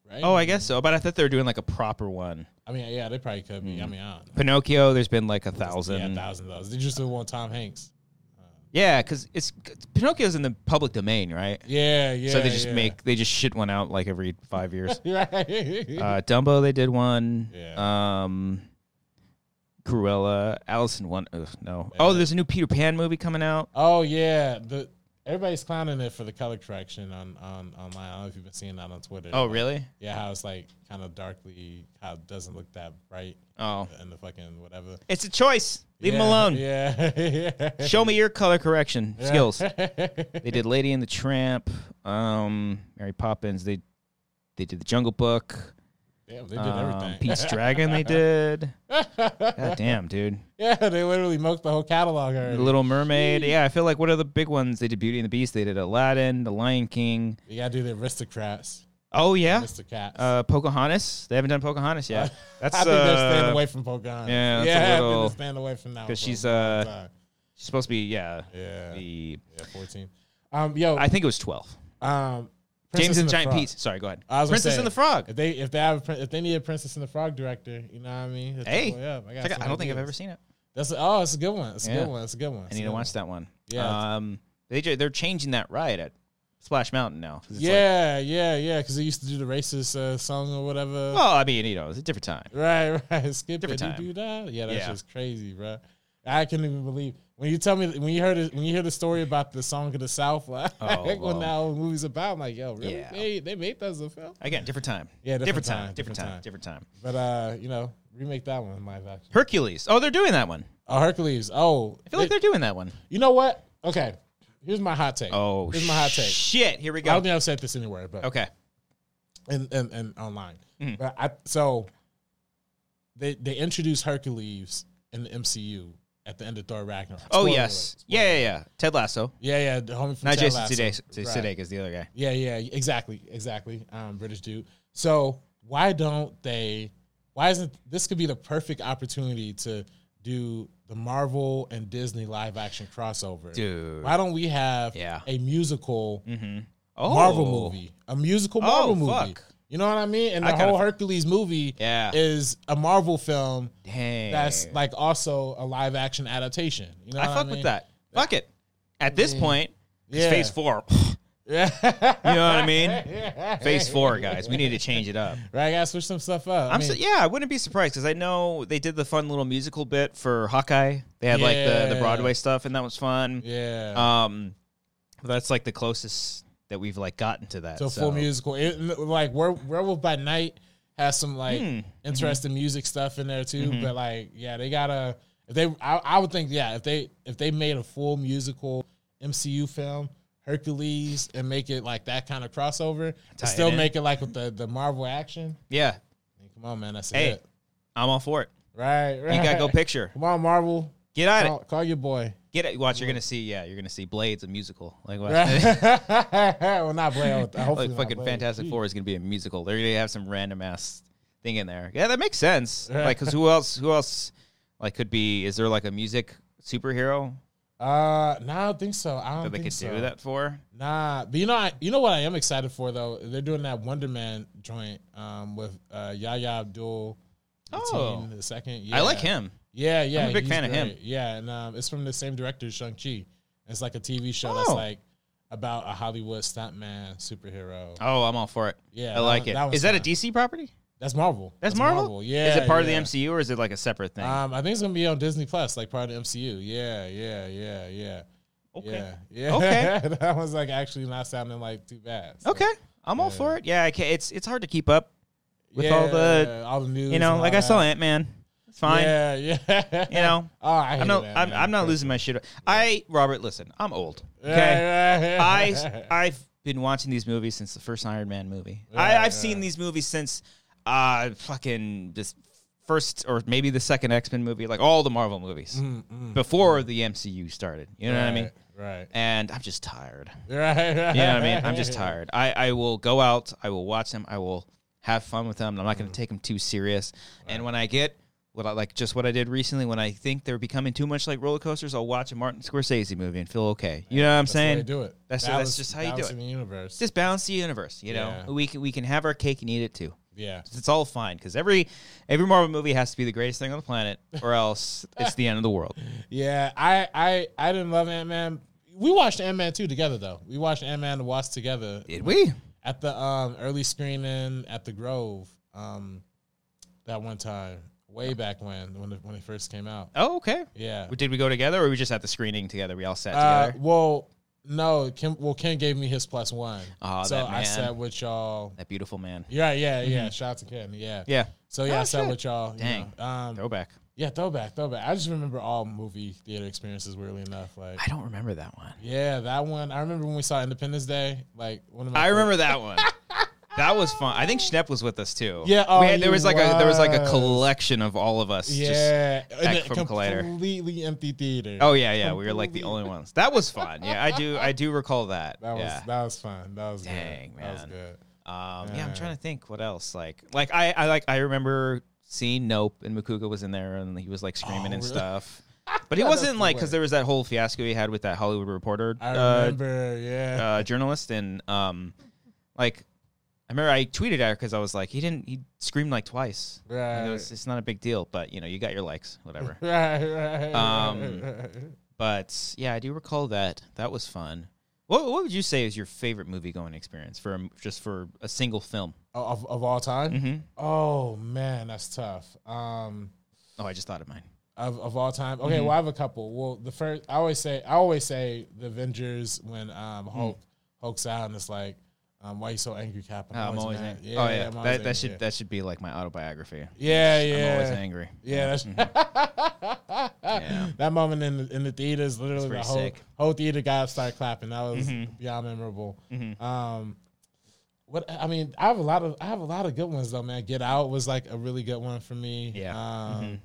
right? Oh, I guess so. But I thought they were doing like a proper one. I mean, yeah, they probably could Mm. be. I mean, I don't know. Pinocchio, there's been like a thousand. Yeah, thousand dollars. They just want Tom Hanks. Yeah, because it's Pinocchio's in the public domain, right? Yeah, yeah. so they just yeah. make they just shit one out like every five years. right. uh, Dumbo, they did one. Yeah. Um, Cruella, Allison one. Ugh, no. Oh, there's a new Peter Pan movie coming out. oh yeah, the everybody's clowning it for the color correction on on online. I don't know if you've been seeing that on Twitter. Oh, really? yeah, how it's like kind of darkly, how it doesn't look that bright, Oh, and the fucking whatever. it's a choice. Leave yeah, them alone. Yeah, yeah. Show me your color correction skills. yeah, They did Lady and the Tramp, um, Mary Poppins. They they did The Jungle Book. they did Um, everything. Pete's Dragon. They did. God damn, dude. yeah, they literally milked the whole catalog already. The Little Mermaid. Yeah, I feel like what are the big ones? They did Beauty and the Beast. They did Aladdin, The Lion King. you gotta do the aristocrats, Oh yeah, aristocrats. uh, Pocahontas. They haven't done Pocahontas yet. That's I think they're staying uh, away from Pocahontas. yeah, that's a yeah, I little- think they're staying away from that 'cause one she's, for a long uh, time. she's supposed to be yeah. yeah, The yeah, fourteen. Um, yo, I think it was twelve. um, James Princess and the the Giant Frog. Peach. Sorry, go ahead. I was gonna Princess say, and the Frog. If they if they have a, prin- if they need a Princess and the Frog director, you know what I mean? Hit the Hey, boy up. I, got Check some out- I don't think I've ideas. ever seen it. That's oh, it's a good one. It's a Yeah. good one. It's a good one. I need to watch that one. Yeah. Um, they ju- they're changing that ride at Splash Mountain now. 'cause it's like- yeah, yeah, yeah. Because they used to do the racist uh, song or whatever. well, I mean, you know, it's a different time. Right, right. Skip Different it. time. Do that. Yeah, that's Yeah. just crazy, bro. I couldn't even believe when you tell me when you heard it, when you hear the story about the song of the South, like Oh, well. when that whole movie's about, I'm like, yo, really? Yeah. They they made that as a film? Again, different time. Yeah, different time, Different time, different time. time. Different time. But uh, you know, remake that one live action. Hercules. Oh, they're doing that one. Oh, Hercules. Oh, I feel like they- they're doing that one. you know what? Okay, here's my hot take. Oh, here's my hot take. Shit, here we I don't go. think I've said this anywhere, but Okay. Mm-hmm. and and, and online. But I so they they introduced Hercules in the MCU at the end of Thor Ragnarok. Oh Spoiler yes, alert. yeah, yeah, yeah. Ted Lasso, yeah, yeah. The homie from not Ted Jason Lasso. Sudeikis. Right. Sudeikis, the other guy. Yeah, yeah, exactly, exactly. Um, British dude. So why don't they? Why isn't this could be the perfect opportunity to do the Marvel and Disney live action crossover? Dude. why don't we have Yeah. a musical Oh, Marvel movie, a musical Marvel Oh, movie? fuck. You know what I mean? And the I kinda whole f- Hercules movie Yeah. is a Marvel film Dang. that's like also a live action adaptation. You know, I what fuck I with mean? that. Fuck it. At this point, it's Yeah. phase four. you Yeah, know what I mean? phase four, guys. We need to change it up. right. I gotta switch some stuff up. I I'm mean, so, yeah, I wouldn't be surprised because I know they did the fun little musical bit for Hawkeye. They had like the, the Yeah. Broadway stuff, and that was fun. yeah. Um, that's like the closest that we've like gotten to that. So, full musical, it, like Were, Werewolf by Night has some like Hmm, mm-hmm. interesting music stuff in there too. But like, yeah, they gotta. If they, I, I would think, yeah, if they if they made a full musical MCU film, Hercules, and make it like that kind of crossover, Tie and still it in. make it like with the the Marvel action. Yeah, I mean, come on, man, that's Hey. it. I'm all for it. Right, right. You gotta go picture. Come on, Marvel, Get at call, it. call your boy. Get it. Watch, you're gonna see. Yeah, you're gonna see Blades a musical. Like, watch. well, not Blair. Hopefully, like not fucking Blade. Fantastic Jeez. Four is gonna be a musical. They're gonna have some random ass thing in there. Yeah, that makes sense. Right. Like, cause who else? Who else? Like, could be? Is there like a music superhero Uh, no, I don't think so. I don't that they think could so. do that for? Nah, but you know, I, you know what I am excited for though. They're doing that Wonder Man joint um, with uh, Yahya Abdul. Oh. the second. I like him. Yeah, yeah, I'm a big he's fan of him. Yeah, and um, it's from the same director, Shang Chi. It's like a TV show that's Oh. like about a Hollywood stuntman superhero. Oh, I'm all for it. Yeah, I that like one- it. Is that one's that a fine. DC property? That's Marvel. That's, Marvel? Yeah, Is it part yeah. of the MCU or is it like a separate thing? Um, I think it's gonna be on Disney Plus, like part of the MCU. Yeah, yeah, yeah, yeah. Yeah, yeah. Okay. that was like actually not sounding like too bad. So, Okay. I'm all for it. Yeah, I ca it's it's hard to keep up with all the yeah, all the news. you know, and like all I saw that. Ant Man. It's fine. Yeah, yeah. You know. oh, I I'm hate not that, I'm, man. I'm not losing my shit. I Robert, listen, I'm old. Yeah, Okay. yeah, yeah. I I've been watching these movies since the first Iron Man movie. Right, I, I've right. seen these movies since uh fucking this first or maybe the second X Men movie, like all the Marvel movies. Before the MCU started. You know what I mean? Mm-hmm. Right, And I'm just tired. right, right. right. You know what I mean? I'm just tired. I, I will go out. I will watch them. I will have fun with them. I'm not going Mm. to take them too serious. And when I get what I like, just what I did recently, when I think they're becoming too much like roller coasters, I'll watch a Martin Scorsese movie and feel okay. You know what I'm That's the way saying? to do it. That's- that's just how you do balancing it. The universe. Just balance the universe. You know, Yeah. we can we can have our cake and eat it too. yeah, It's all fine because every every Marvel movie has to be the greatest thing on the planet, or else it's the end of the world. yeah. I, I, I didn't love Ant Man. We watched Ant Man two together though. We watched Ant Man and Wasp together Did we? at the um early screening at the Grove. Um, that one time, way back when, when it, when it first came out. Oh, okay. Yeah. Did we go together, or were we just at the screening together? We all sat Uh, together. well, no. Kim, well, Ken gave me his plus one. Aw, so Oh, that I man. sat with y'all. That beautiful man. Yeah, yeah, yeah. Shout out to Ken. Yeah. Yeah. So yeah, Oh, I sat shit. with y'all. you Dang. know. Um, Throwback. yeah, throwback, throwback. I just remember all movie theater experiences. Weirdly enough, like I don't remember that one. yeah, that one. I remember when we saw Independence Day. Like one of my. I remember that one. That was fun. I think Schnepp was with us too. Yeah, oh, we had, he there was like a there was like a was. collection of all of us. Just, Yeah, in back a from Collider. completely empty theater. oh yeah, yeah. We were like the only ones. That was fun. Yeah, I do I do recall that. that was yeah. that was fun. That was Dang, good. That was man. good. um, yeah, I'm trying to think what else. Like like I, I like I remember seeing Nope and Makuga was in there and he was like screaming and Oh, really? stuff. But he Yeah, that's wasn't the like way. because there was that whole fiasco he had with that Hollywood reporter I uh, remember. yeah. uh, journalist and um, like I remember I tweeted at her because I was like, he didn't he screamed like twice. And right. it was- it's not a big deal, but you know, you got your likes, whatever. right. Right. Um, right, right. but yeah, I do recall that. That was fun. What What would you say is your favorite movie going experience for a, just for a single film? of of all time. hmm Oh man, that's tough. Um, Oh, I just thought of mine. of of all time. Okay, Mm-hmm. well I have a couple. Well, the first I always say I always say the Avengers when um Mm. Hulk Hulk's out and it's like, um, why you so angry, Cap? Oh, I'm always mad. angry. oh yeah, I'm that, always that angry, should yeah. that should be like my autobiography. yeah, I'm yeah. always angry. Yeah, that's Yeah. that moment in the in the theaters. Literally, the pretty whole sick. whole theater guy started clapping. That was beyond memorable. Mm-hmm. Um, what I mean, I have a lot of I have a lot of good ones though, man. Get Out was like a really good one for me. Yeah. Um,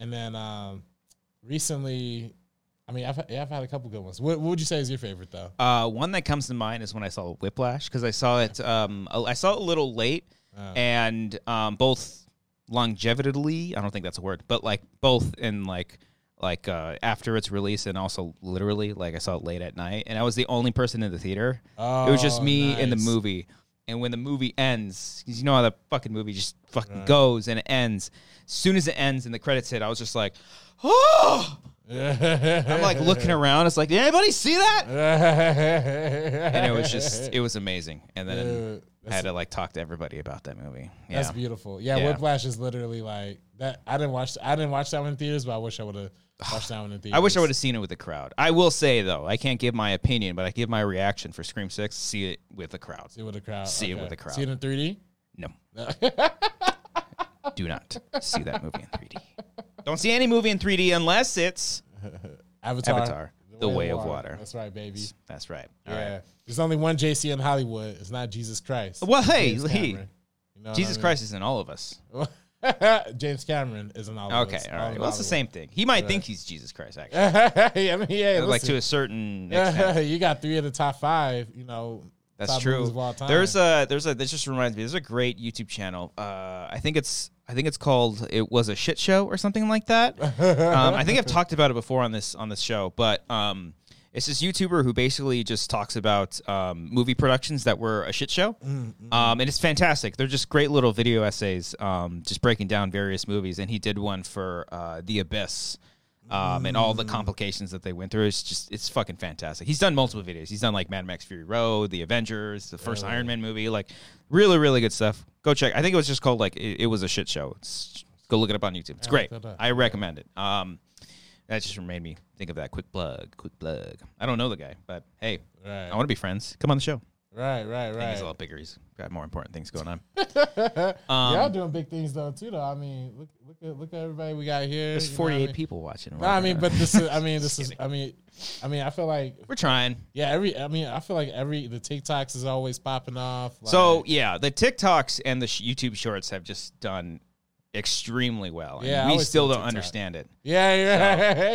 and then um, recently, I mean, I've, yeah, I've had a couple good ones. What, what would you say is your favorite though? Uh, one that comes to mind is when I saw Whiplash because I saw it. Um, a- I saw it a little late, Oh. and um, both longevitily. I don't think that's a word, but like both in like like uh, after its release and also literally like I saw it late at night, and I was the only person in the theater. it was just Oh, me and the nice. movie. And when the movie ends, 'cause you know how the fucking movie just fucking goes and it ends. As soon as it ends and the credits hit, I was just like, oh! I'm like looking around. It's like, did anybody see that? and and it was just it was amazing. And then Dude, I had to like talk to everybody about that movie. Yeah, That's beautiful. Yeah, Yeah. Whiplash is literally like that. I didn't watch. I didn't watch that one in theaters, but I wish I would have watched that one in theaters. I wish I would have seen it with a crowd. I will say though, I can't give my opinion, but I give my reaction for Scream Six. See it with a crowd. see it with a crowd. See it with a crowd. See it in 3D. No, do not see that movie in 3D. Don't see any movie in 3D unless it's Avatar. Avatar, The Way of Water. That's right, baby. that's right. All right. yeah. There's only one JC in Hollywood. It's not Jesus Christ. Well, hey, James he- Cameron. You know what Jesus I Christ is in all of us. mean? James Cameron is an Hollywood. Okay, all right. Well, it's the same thing. He might think he's Jesus Christ, actually, I mean, yeah, like to listen. a certain extent. you got three of the top five. You know, That's top movies true. Of all time. There's a there's a this just reminds me. There's a great YouTube channel. Uh, I think it's I think it's called it was a shit show or something like that. um, I think I've talked about it before on this on this show, but um, it's this YouTuber who basically just talks about um, movie productions that were a shit show, Mm, um, and it's fantastic. They're just great little video essays, um, just breaking down various movies. And he did one for uh, The Abyss um, and all the Mm. complications that they went through. It's just it's fucking fantastic. He's done multiple videos. He's done like Mad Max Fury Road, The Avengers, the first Iron Man movie, like really really good stuff. Go check. I think it was just called like it, it was a shit show. It's, go look it up on YouTube. It's great. look that up. I recommend it. Um, that just made me think of that. Quick plug. Quick plug. I don't know the guy, but hey, Right. I want to be friends. Come on the show. right, right, I think He's a right. lot bigger. He's got more important things going on. Um, Y'all doing big things though too. Though I mean, look, look at look at everybody we got here. There's you know what I 48 mean? people watching. No, I mean, but this is. I mean, this is. I mean, I mean, I feel like we're trying. yeah. Every. I mean, I feel like every the TikToks is always popping off. Like, So yeah, the TikToks and the sh- YouTube Shorts have just done extremely well. and Yeah, I we always still love don't TikTok. understand it. yeah,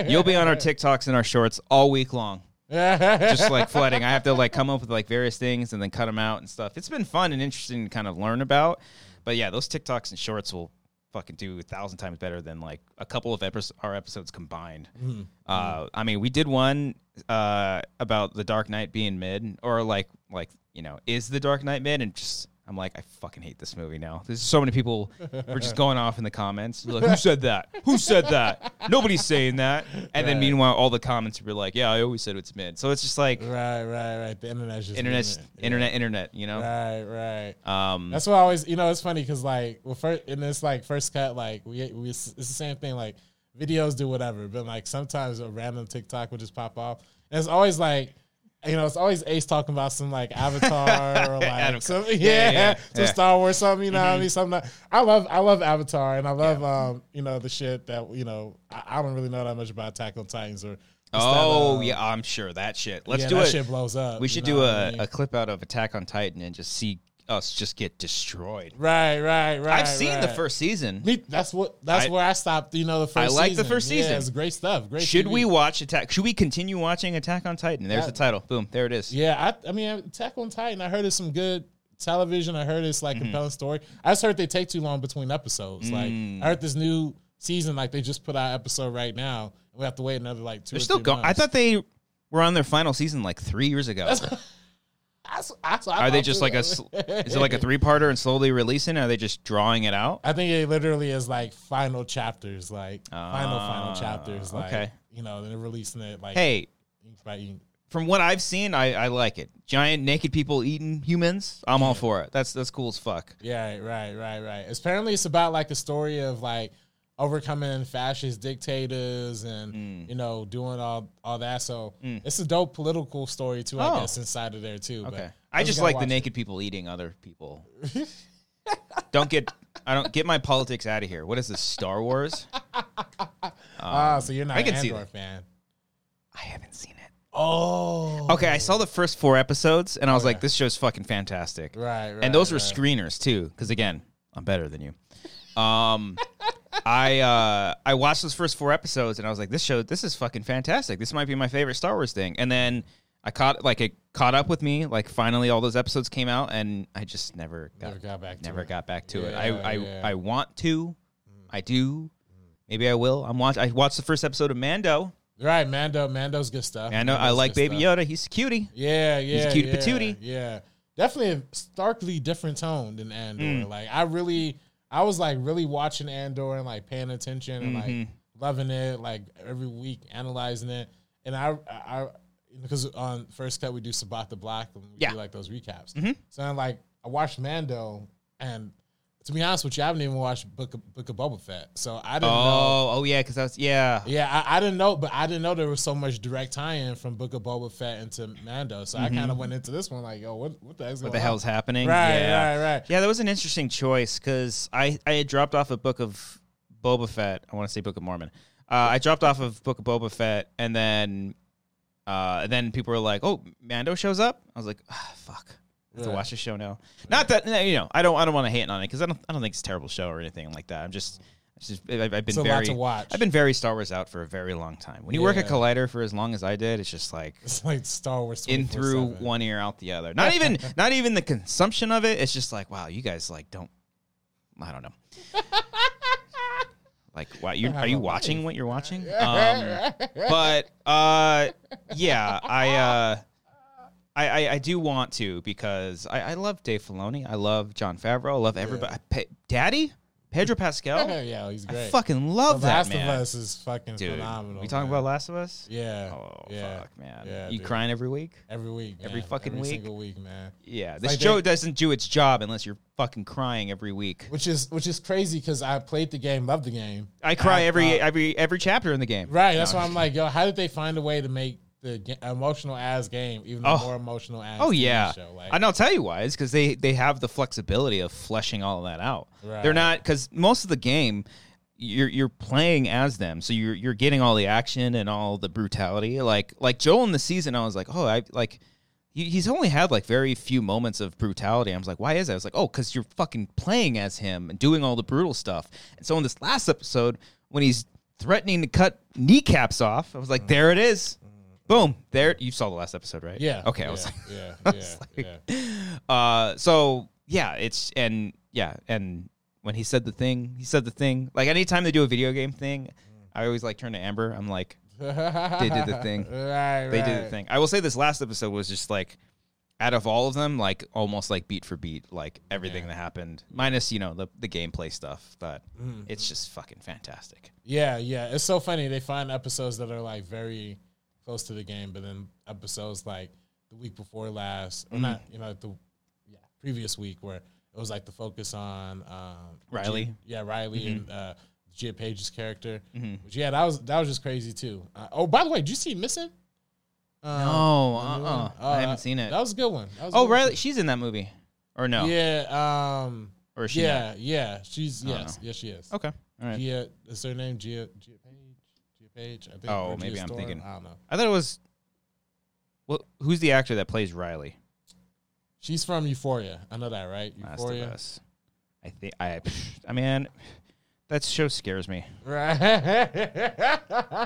yeah. You'll be on our TikToks and our Shorts all week long, yeah. just like flooding. I have to like come up with like various things and then cut them out and stuff. It's been fun and interesting to kind of learn about. But yeah, those TikToks and Shorts will fucking do a thousand times better than like a couple of epis our episodes combined. Uh, I mean, we did one uh, about the Dark Knight being mid, or like like you know, is the Dark Knight mid? And just I'm like, I fucking hate this movie now. There's so many people were just going off in the comments. Like, who said that? Who said that? Nobody's saying that. And then meanwhile, all the comments were like, yeah, I always said it's mid. So it's just like right, right, right. The internet's just internet's doing it. internet, internet. You know. Right, right. Um, That's why I always, you know, it's funny because like, well, first in this like first cut, like we, we it's the same thing. Like videos do whatever, but like sometimes a random TikTok will just pop off, and it's always like. You know, it's always Ace talking about some like Avatar or Adam- like some, yeah, yeah, yeah, Mm-hmm. some yeah. Star Wars something. You know what I mean? Something that- I love. I love Avatar, and I love um, you know, the shit that you know. I, I don't really know that much about Attack on Titans or. um, oh yeah, I'm sure that shit. Let's uh, yeah, do that it. shit blows up. we you should know do what a, I mean? a clip out of Attack on Titan and just see us just get destroyed. right, right, right. I've seen the right. first season. Me, that's what. That's I- where I stopped. You know, the first. I like the season. first Yeah, season. it's great stuff. Great. Should TV. we watch Attack? Should we continue watching Attack on Titan? There's the title. Boom. There it is. Yeah, I, I mean, Attack on Titan. I heard it's some good television. I heard it's like Mm-hmm. compelling story. I just heard they take too long between episodes. Like I Mm. heard this new season, like they just put out an episode right now. We have to wait another like two. They're or still three going. I months. thought they were on their final season like three years ago. That's, that's what I Are they thought, just too. like a? sl- Is it like a three-parter and slowly releasing? Are they just drawing it out? I think it literally is like final chapters, like final final Ah, chapters. Like okay. you know, they're releasing it like Hey, ink by ink. from what I've seen, I, I like it. Giant naked people eating humans. I'm all for it. That's that's cool as fuck. Yeah, right, right, right. It's, apparently, it's about like a story of like overcoming fascist dictators and Mm. you know doing all all that. So it's a dope political story too, I Oh. guess, inside of there too. Okay. But I was just gonna like the watch naked people eating other people. don't get I don't get my politics out of here. What is this Star Wars? Ah, so you're um, not I an can see Andor fan. I haven't seen it. Oh, Okay, I saw the first 4 episodes and I was like this show's fucking fantastic. right, right. and those were right. screeners too cuz again, I'm better than you. Um I uh, I watched those first four episodes and I was like, this show, this is fucking fantastic. This might be my favorite Star Wars thing. And then I caught like it caught up with me. Like finally, all those episodes came out, and I just never got Never got back to never it. got back to it. Yeah, I I, yeah. Mm. I want to, I do. Maybe I will. I'm watch. I watched the first episode of Mando. Right, Mando. Mando's good stuff. And I know I Mando's like good Baby stuff. Yoda. He's a cutie. Yeah, yeah, cutie yeah, patootie. Yeah, definitely a starkly different tone than Andor. Hmm. Like I really, I was like really watching Andor and like paying attention and Mm-hmm. like loving it. Like every week analyzing it, and I, I, because on first cut we do Sabat the Black and we Yeah. Mm-hmm. do like those recaps. So I'm like, I watched Mando, and to be honest with you, I haven't even watched Book of, Book of Boba Fett, so I didn't know. Oh, oh yeah, because that's yeah. Yeah, I, I didn't know, but I didn't know there was so much direct tie-in from Book of Boba Fett into Mando. So I kind of went into this one like, yo, what, what the hell's Mm-hmm. What going the on? hell's happening? Right, yeah. right, right. Yeah, that was an interesting choice because I, I had dropped off a book of Boba Fett. I want to say Book of Mormon. Uh, I dropped off of Book of Boba Fett, and then uh, and then people were like, "Oh, Mando shows up." I was like, ah, "Fuck." I have to Yeah. watch the show now. Not that no, you know, I don't. I don't want to hate on it because I don't. I don't think it's a terrible show or anything like that. I'm just, it's just. I- I've, I've been It's a lot very. to watch. I've been very Star Wars out for a very long time. When you work at Yeah. Collider for as long as I did, it's just like It's like Star Wars in through 24/7. one ear out the other. Not even not even the consumption of it. It's just like wow, you guys like don't. I don't know. like wow, you are you watching what you're watching? Um, but uh, yeah, I. Uh, I, I, I do want to because I, I love Dave Filoni. I love John Favreau. I love everybody. Pe- Daddy? Pedro Pascal? yeah, he's I great. fucking the love that Last man. of Us is fucking Dude, phenomenal. we talking man. about Last of Us? Yeah. Oh, yeah. fuck, man. Yeah, you dude. crying every week? every week, Every man. fucking every week. single week, man. Yeah, this Like they- show doesn't do its job unless you're fucking crying every week. Which is which is crazy because I played the game, loved the game. I cry I- every uh, every every chapter in the game. Right, that's why I'm like, yo, how did they find a way to make the ga- emotional ass game even Oh. more emotional ass? Oh TV yeah, show? Like, and I'll tell you why. It's because they they have the flexibility of fleshing all of that out. They're Right. not because most of the game you're you're playing as them, so you're you're getting all the action and all the brutality. Like like Joel in the season, I was like, oh, I like. he- He's only had like very few moments of brutality. I was like, why is that? I was like, oh, because you're fucking playing as him and doing all the brutal stuff. And so in this last episode, when he's threatening to cut kneecaps off, I was Mm. like, there it is. Boom. There. You saw the last episode, right? Yeah. Okay. Yeah. I was like, yeah. yeah, yeah. uh, so yeah, it's and yeah, and when he said the thing, he said the thing. Like anytime they do a video game thing, I always like turn to Amber. I'm like, they did the thing. Right, they right. did the thing. I will say this last episode was just like, out of all of them, like almost like beat for beat, like everything that happened, minus you know the the gameplay stuff. But Mm-hmm. it's just fucking fantastic. Yeah, yeah. It's so funny. They find episodes that are like very close to the game, but then episodes like the week before last, Mm-hmm. or not, you know, the yeah, previous week where it was like the focus on um, Riley. Mm-hmm. Gia- yeah, Riley and uh, Gia Page's character. Which, yeah, that was that was just crazy too. Uh, oh, by the way, did you see Missing? Um, Oh, the new uh-uh. one? I haven't that- seen it. That was a good one. That was a Oh, good one, Riley, she's in that movie, or no? too. Yeah. Um. Or is she? yeah. Yeah. She's I don't yes. Yes, she is. not? Okay. All right. Gia, is her name Gia, Gia Page? Gia Page? I think. Oh, or maybe I'm Storm? thinking- I don't know. I thought it was. Well, who's the actor that plays Riley? She's from Euphoria. I know that, right? Last of Euphoria. Us. I think I. I mean, that show scares me. Right.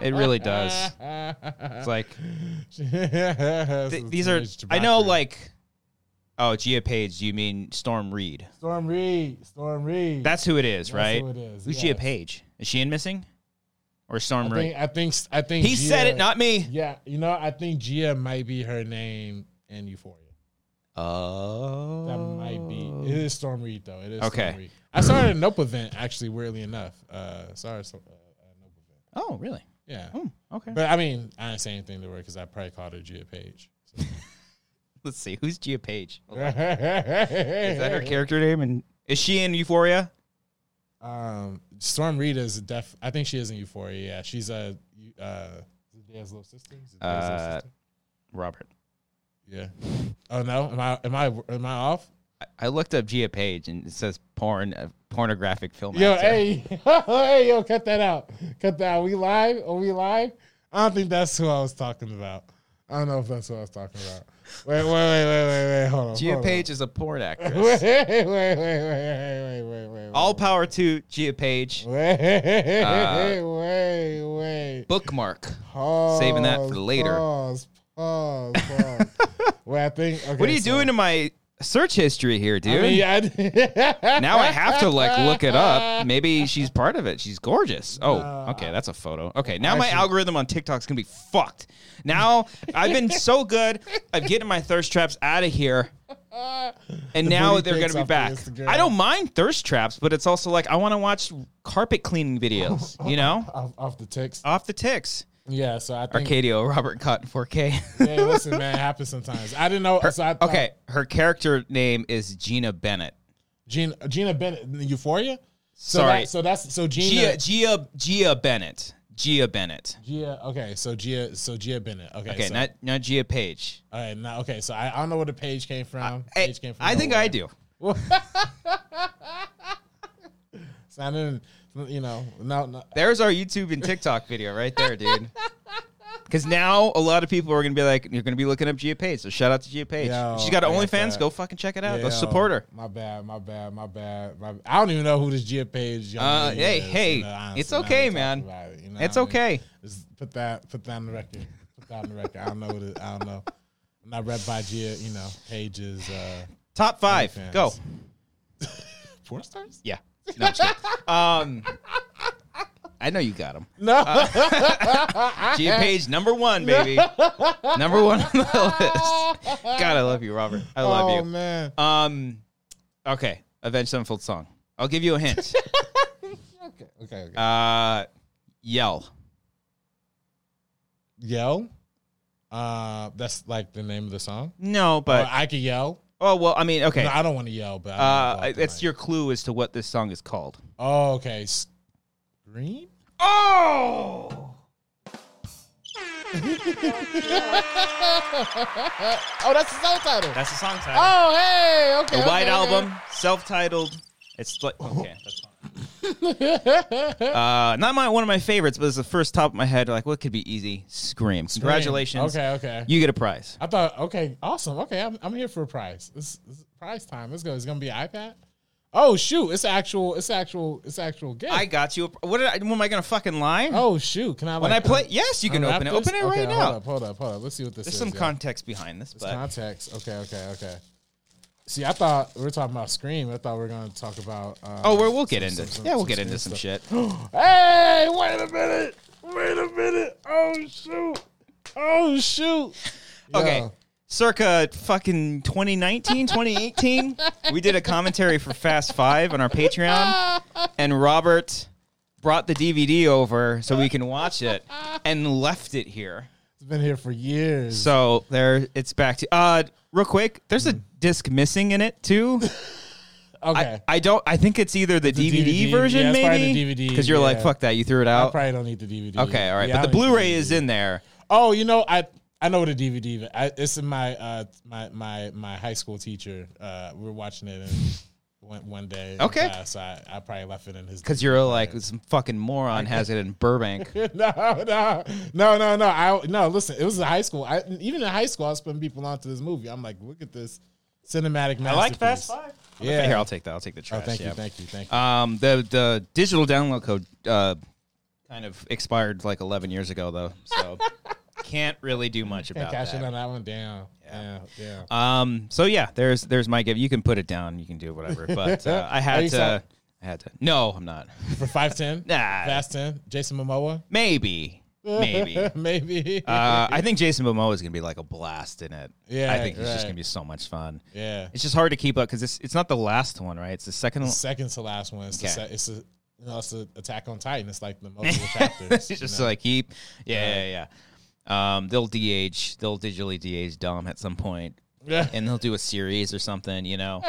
It really does. It's like th- these are. I know, like. Oh, Gia Page. You mean Storm Reed? Storm Reed. Storm Reed. That's who it is, That's right? who it is, Who's Gia yes. Page? Is she in Missing? Or I Storm Reed? think. I think. I think He said Gia- it, not me. Yeah, you know, I think Gia might be her name in Euphoria. Oh. That might be. It is Storm Reed though. It is. Okay. Storm Reed. I saw her at a Nope event actually. Weirdly enough, uh, sorry, so, uh, a Nope event. Oh, really? Yeah, Hmm, okay. but I mean, I didn't say anything to her because I probably called her Gia Page. So. Let's see. Who's Gia Page? Is is that her character name? And is she in Euphoria? Um, Storm Reed is def. I think she is in Euphoria. Yeah, she's a uh, Zida's little sister. Zida's Uh, little sister. Robert. Yeah. Oh no, am I am I am I off? I looked up Gia Page and it says porn, uh, pornographic film. Yo, actor. hey, hey, yo, cut that out. Cut that out. We live? Are we live? I don't think that's who I was talking about. I don't know if that's what I was talking about. Wait, wait, wait, wait, wait, wait. Hold on. Gia hold Page is a porn on. actress. Wait, wait, wait, wait, wait, wait, wait, wait. All power to Gia Page. Wait, wait, wait, wait. Bookmark. Pause, Uh, Saving that for later. Pause, pause, pause. Wait, I think. Okay, What are you so- doing to my search history here, dude? I mean, I- now I have to like look it up. Maybe she's part of it. She's gorgeous. Oh, Nah. okay, that's a photo. Okay, now my Actually- algorithm on TikTok's gonna be fucked. Now I've been so good at getting my thirst traps out of here, and The now booty they're pics gonna be off the back. Instagram. I don't mind thirst traps, but it's also like I want to watch carpet cleaning videos. You know, off, off the text. off the ticks. Yeah, so I think. Arcadio Robert Cotton 4K. Hey, listen, man, it happens sometimes. I didn't know. so I thought, okay, her character name is Gina Bennett. Gina, Gina Bennett, Euphoria. So Sorry. that, so that's so Gia Gina. Gia Gia Bennett. Gia Bennett. Gia, okay, so Gia, so Gia Bennett. Okay, Okay, so, not not Gia Page. all right, now, okay. So I, I don't know where the page came from. Hey, page came from I think nowhere. I do. So I didn't, you know, no, no. There's our YouTube and TikTok video right there, dude. Because now a lot of people are gonna be like, you're gonna be looking up Gia Page. So shout out to Gia Page. Yo, She's got I an got OnlyFans. that. Go fucking check it out. Go Yeah, support her. My bad, my bad, my bad. My, I don't even know who this Gia Page. Young Uh, lady hey, is, hey, honestly, it's now okay, we talking man. about it, you know It's what I mean? okay. Just put that, put that on the record. Put that on the record. I don't know. What it, I don't know. I'm not read by Gia. You know, Page is uh, Top five. OnlyFans. Go. porn stars. Yeah. No, I'm just kidding. um, I know you got them. No, Gia Page, number one, baby. number one on the list. God, I love you, Robert. I love oh you. man. Um, okay, Avenged Sevenfold song. I'll give you a hint. Okay, okay. okay. uh, yell. yell. Uh, that's like the name of the song. No, But but I could yell. oh well. I mean, okay. No, I don't want to yell, but I don't wanna Uh, block the that's mic. your clue as to what this song is called. Oh, okay. Scream. Oh, oh, that's the song title. that's the song title. oh, hey, okay. the okay, White okay. Album, self-titled. It's like Oh. okay, that's fine. uh, not my one of my favorites, but it's the first top of my head. Like, what could be easy? Scream! Congratulations, Okay, okay. you get a prize. I thought, okay, awesome. Okay, I'm, I'm here for a prize. It's, it's prize time. Let's go. It's gonna be an iPad. Oh shoot! It's actual. It's actual. It's actual gift. I got you. A, what, did I, what am I gonna fucking lie? oh shoot! Can I? when I like, play, un- yes, you can unwrap open it. this? Open it Okay, right Hold now. up. Hold up. Hold up. Let's see what this There's is. some yeah. context behind this, It's but context. Okay. Okay. Okay. See, I thought we were talking about Scream. I thought we were gonna talk about. Uh, oh, we're, we'll get some- into some- yeah, we'll some get into some Scream shit. stuff. Hey! Wait a minute! Wait a minute! Oh shoot! Oh shoot! Okay, Yeah. circa fucking 2019, 2018, we did a commentary for Fast Five on our Patreon, and Robert brought the DVD over so we can watch it and left it here. It's been here for years. So there, it's back to uh, real quick. There's Hmm. a disc missing in it too. okay. I don't. I think it's either the, DVD, DVD. version, Yeah, it's probably the maybe, DVD, because you're like, yeah. fuck that, you threw it I out. probably don't need the DVD. Okay, all right, Yeah, I but the don't need Blu-ray DVD. is in there. Oh, you know, I I know the DVD. I, it's in my uh my my my high school teacher. Uh, we we're watching it in one, one day. in Okay. class. I I probably left it in his. Because you're like some fucking moron has it in Burbank. no, no, no, no, no. I no. Listen, it was in high school. I even in high school, I was putting people onto this movie. I'm like, look at this cinematic masterpiece. Yeah. Here, Yeah. I'll take that. I'll take the Oh, trash. thank yeah. you, thank you, thank you. Um, the the digital download code uh, kind of expired like 11 years ago though, so can't really do much Can't about cash in that. on that one. Down. Yeah. Yeah. Um, so yeah, there's there's my gift. You can put it down. You can do whatever. But uh, I Are had you to. sorry? I had to. No, I'm not. For five ten. Nah. Fast ten. Jason Momoa. Maybe. Maybe. Uh, Maybe. I think Jason Momoa is gonna be like a blast in it. Yeah, I think it's just right. gonna be so much fun. yeah. It's just hard to keep up because it's it's not the last one, right? It's the second one. Second to last one. It's, the Oh. Okay. se- it's a you know, it's the Attack on Titan. It's like the multiple chapters. it's just you know? like keep, yeah, yeah, yeah. Um, they'll DH, they'll digitally DH Dom at some point, Yeah. and they'll do a series or something, you know.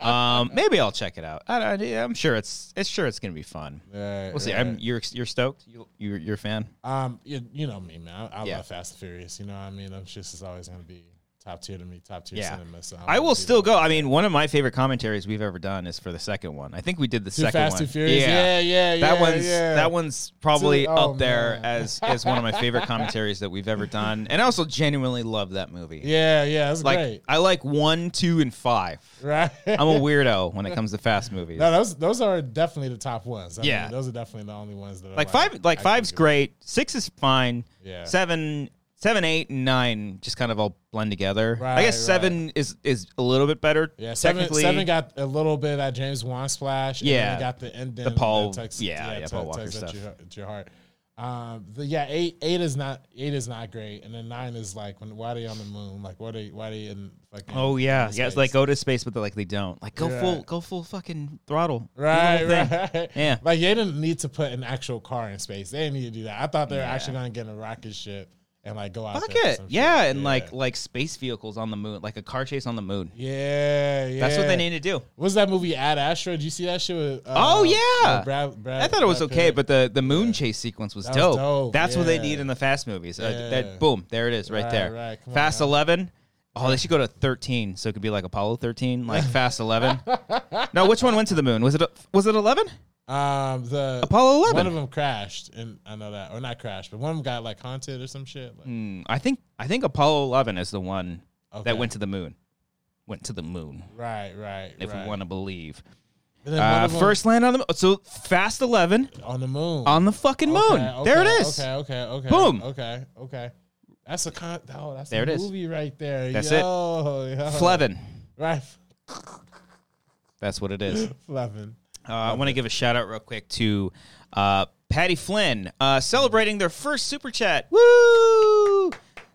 Um, maybe I'll check it out. I, I, I'm sure it's, it's sure it's gonna be fun. Right, We'll see. right. I'm, you're, you're stoked. You, you're, you're a fan. Um, you, you know me, man. I, I Yeah. love Fast and Furious. You know what I mean? I'm just it's always gonna be top tier to me, top tier Yeah. cinema. So I will still go. I mean, one of my favorite commentaries we've ever done is for the second one. I think we did the Too second Fast, one. Too Furious. Yeah, yeah, yeah. that one's yeah. that one's probably oh, up there man. as as one of my favorite commentaries that we've ever done. And I also genuinely love that movie. Yeah, yeah, that's like great. I like one, two, and five. Right? I'm a weirdo when it comes to fast movies. no, those those are definitely the top ones. I mean, Yeah. those are definitely the only ones that are like five, like I can five's do. great. Six is fine. Yeah. Seven, seven, eight, and nine just kind of all blend together. I Right, guess seven is is a little bit better. Yeah, seven, technically. seven got a little bit of that James Wan splash. and Yeah. then got the ending. The Paul- that tucks- yeah, yeah, Paul tu- Walker tugs stuff. At your, at your heart. Um, the, yeah, eight eight is not eight is not great, and then nine is like when why are they on the moon? Like what are they why are they in fucking? Oh yeah, outer yeah. It's space? like go to space, but they like they don't. Like go Yeah. full, go full fucking throttle. Do the Right, whole thing. right. Yeah. Like they didn't need to put an actual car in space. They didn't need to do that. I thought they were Yeah. actually gonna get in a rocket ship and like go out. Fuck there for it. some shit. Yeah, and like like space vehicles on the moon, like a car chase on the moon. Yeah, yeah. That's what they need to do. What was that movie Ad Astra? Did you see that shit with uh, Oh, yeah. with Brad, Brad, I thought it was Brad okay, Pitt? but the, the moon chase sequence was That dope. was dope, That's what they yeah. need in the fast movies. Uh, Yeah. that boom, there it is, right, Right, there. right, come on fast now. eleven. Oh, they should go to thirteen, so it could be like Apollo thirteen, like Fast Eleven. no, which one went to the moon? Was it was it eleven? Um, the Apollo 11. One of them crashed, and I know that, or not crashed, but one of them got like haunted or some shit. Like, Mm, I think I think Apollo eleven is the one Okay. that went to the moon. Went to the moon, Right, right. if right. we want to believe. And then one Uh, of them first land on the moon. So Fast Eleven on the moon, on the fucking moon. Okay, there it okay, is. Okay, okay, okay. Boom. Okay, okay. That's a con. Oh, that's There a it is. movie right there. That's it. yo, it. Yo. Flevin. Right, That's what it is. Flevin. Uh, I want to give a shout out real quick to uh, Patty Flynn uh, celebrating their first super chat. Woo!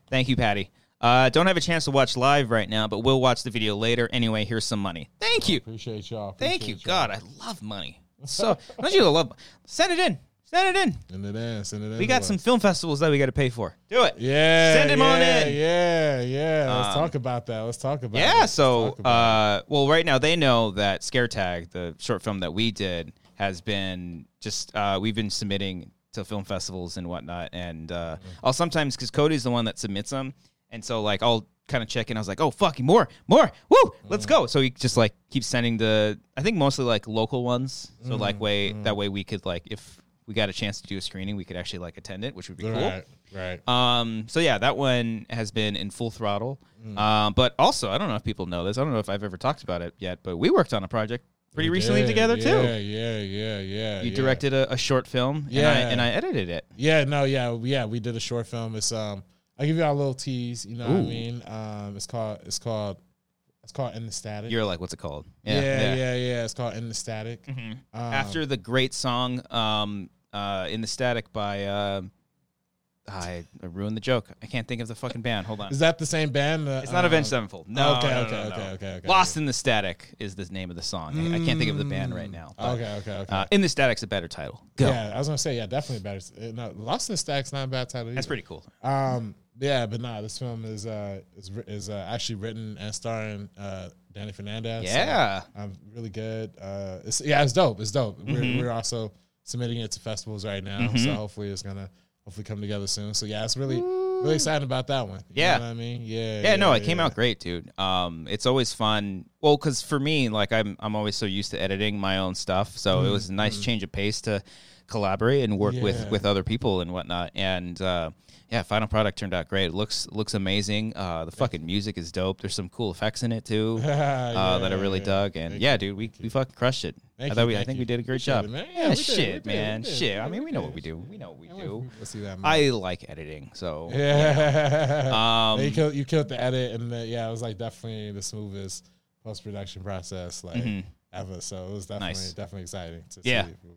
Thank you, Patty. Uh, don't have a chance to watch live right now, but we'll watch the video later. Anyway, here's some money. Thank you. Appreciate y'all. Thank you. appreciate God, I love money. So, don't you love Send it in. Send it in. y'all. Send it in. Send it in. We to got us. some film festivals that we got to pay for. Do it. Yeah. Send 'em on yeah, in. Yeah, yeah. Let's Um, talk about that. Let's talk about. it. Yeah, Let's so talk about uh, well, right now they know that Scare Tag, the short film that we did, has been just uh, we've been submitting to film festivals and whatnot, and uh, Mm-hmm. I'll sometimes because Cody's the one that submits them, and so like I'll kind of check in. I was like, oh fucking more, more, woo, let's Mm-hmm. go. So he just like keeps sending the I think mostly like local ones, so Mm-hmm. like way that way we could like if we got a chance to do a screening, we could actually like attend it, which would be it. uh, cool. right, right. Um, so yeah, that one has been in full throttle. Mm. Um, but also, I don't know if people know this. I don't know if I've ever talked about it yet, but we worked on a project pretty recently Yeah, together Yeah, too. yeah, yeah, yeah. You yeah. directed a, a short film, Yeah. and I and I edited it. Yeah, no, yeah, yeah. We did a short film. It's um, I'll give you all a little tease. You know what I Ooh. mean? Um, it's called it's called it's called in the static. You're like, what's it called? yeah, yeah, yeah, It's called in the static. Mhm. Um, After the great song, um, uh, in the static by, um, I I ruined the joke. I can't think of the fucking band. Hold on. is that the same band? The, It's not um, Avenged Sevenfold. No, okay, no, no, okay, no, okay, no. okay, okay. Lost in the Static is the name of the song. I, I can't think of the band right now. but, Okay, okay, okay. Uh, in the Static's a better title. Go. Mm. Yeah, I was gonna say yeah, definitely better. Uh, No, Lost in the Stack's not a bad title. That's either. pretty cool. Um, yeah, but nah, this film is uh is wri- is uh, actually written and starring uh Danny Fernandez. so- Yeah. um, really good. Uh, it's, yeah, it's dope. It's dope. Mm-hmm. We're, we're also submitting it to festivals right now, so hopefully it's gonna hopefully come together soon. So yeah, it's really really excited about that one. You Yeah. know what I mean, yeah, Yeah, no, it came out great, dude. Um, it's always fun. Well, because for me, like I'm, I'm always so used to editing my own stuff, so it was a nice change of pace to collaborate and work with Mm-hmm. Yeah. with other people and whatnot. And uh, yeah, final product turned out great. It looks looks amazing. Uh, the fucking music is dope. There's some cool effects in it too. Uh, Yeah, that I really yeah. dug, and yeah, dude, we, we fucking crushed it. Thank I thought you, we, I thank think you. we did a great Appreciate job. it, man. Yeah, Yeah, we did, shit, we did, we man, did. shit. I Yeah, mean, we we know did. what we do. We know what we do. Let's see that. Movie. I like editing, so yeah, um, you killed you killed the edit, and the, yeah, it was like definitely the smoothest post production process like ever. So it was definitely Mm-hmm. Nice. definitely exciting to Yeah. see. You know.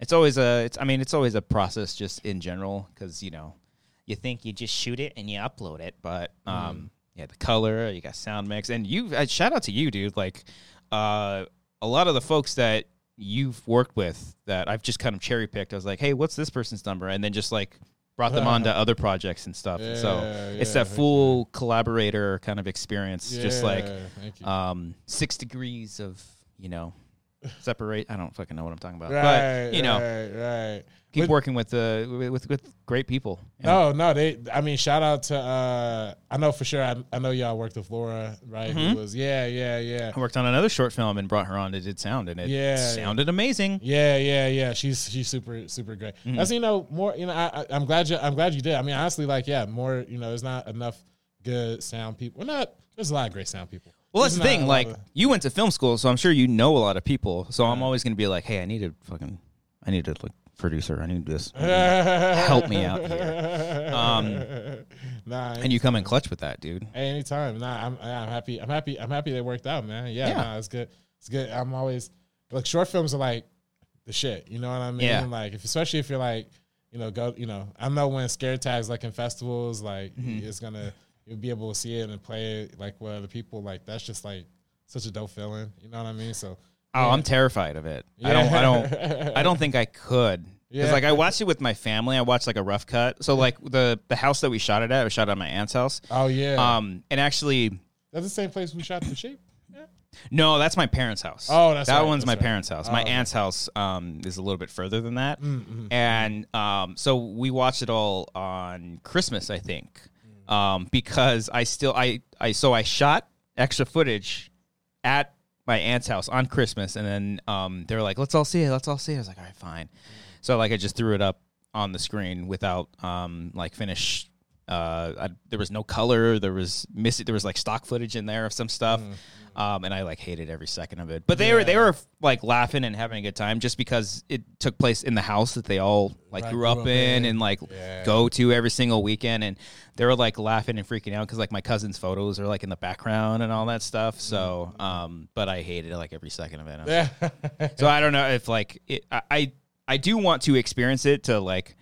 It's always a. It's. I mean, it's always a process, just in general, because you know, you think you just shoot it and you upload it, but Mm-hmm. um, yeah, the color, you got sound mix, and you. Uh, shout out to you, dude. Like, uh, a lot of the folks that you've worked with that I've just kind of cherry picked. I was like, hey, what's this person's number, and then just like brought them on to other projects and stuff. and so Yeah, it's yeah, that full collaborator kind of experience, just like uh, Yeah, thank you. um, six degrees of you know separate. I don't fucking know what I'm talking about. Right. but you know, Right. right. keep But- working with Oh. uh, with with- with great people. And No, no, they. I mean, shout out to. uh I know for sure. I, I know y'all worked with Laura, right? Mm-hmm. Who was yeah, yeah, yeah, I worked on another short film and brought her on to did sound, and it Yeah. sounded amazing. yeah, yeah, yeah. She's she's super super great. Mm-hmm. That's you know more. You know, I, I, I'm glad you. I'm glad you did. I mean, honestly, like yeah, more. You know, there's not enough good sound people. Well, not. There's a lot of great sound people. Well, that's the There's not thing. a lot Like, of- you went to film school, so I'm sure you know a lot of people. So I'm always going to be like, hey, I need a fucking, I need a like producer. I need this. Help me out here. Um, nah. and you come in clutch with that, dude. Hey, anytime. Nah, I'm, I'm happy. I'm happy. I'm happy they worked out, man. Yeah, Yeah. Nah, it's good. It's good. I'm always like short films are like the shit. You know what I mean? Yeah. Like if, especially if you're like, you know, go. You know, I know when scare tags like in festivals, like Mm-hmm. it's gonna you'll be able to see it and play it like with other people. Like that's just like such a dope feeling. You know what I mean? So Oh, I'm terrified of it. I don't. I don't. I don't think I could. Because Yeah. like I watched it with my family. I watched like a rough cut. So like the the house that we shot it at was shot at my aunt's house. oh yeah, Um, and actually, that's the same place we shot the sheep. Yeah. no, that's my parents' house. Oh, that's that right, one's that's my right. Oh, parents' house. my aunt's house um, is a little bit further than that, Mm, and um, so we watched it all on Christmas, I think, Mm. um, because I still I I so I shot extra footage at my aunt's house on Christmas, and then um, they were like, "Let's all see it. Let's all see it." I was like, "All right, fine." Mm. So like I just threw it up on the screen without um, like finish. Uh, I, there was no color. There was miss. There was like stock footage in there of some stuff, um, and I like hated every second of it. But they were they were like laughing and having a good time just because it took place in the house that they all like Right, grew up, in, and like Yeah. go to every single weekend. And they were like laughing and freaking out because like my cousin's photos are like in the background and all that stuff. So, um, but I hated like every second of it. I was Yeah. so I don't know if like it, I, I I do want to experience it to like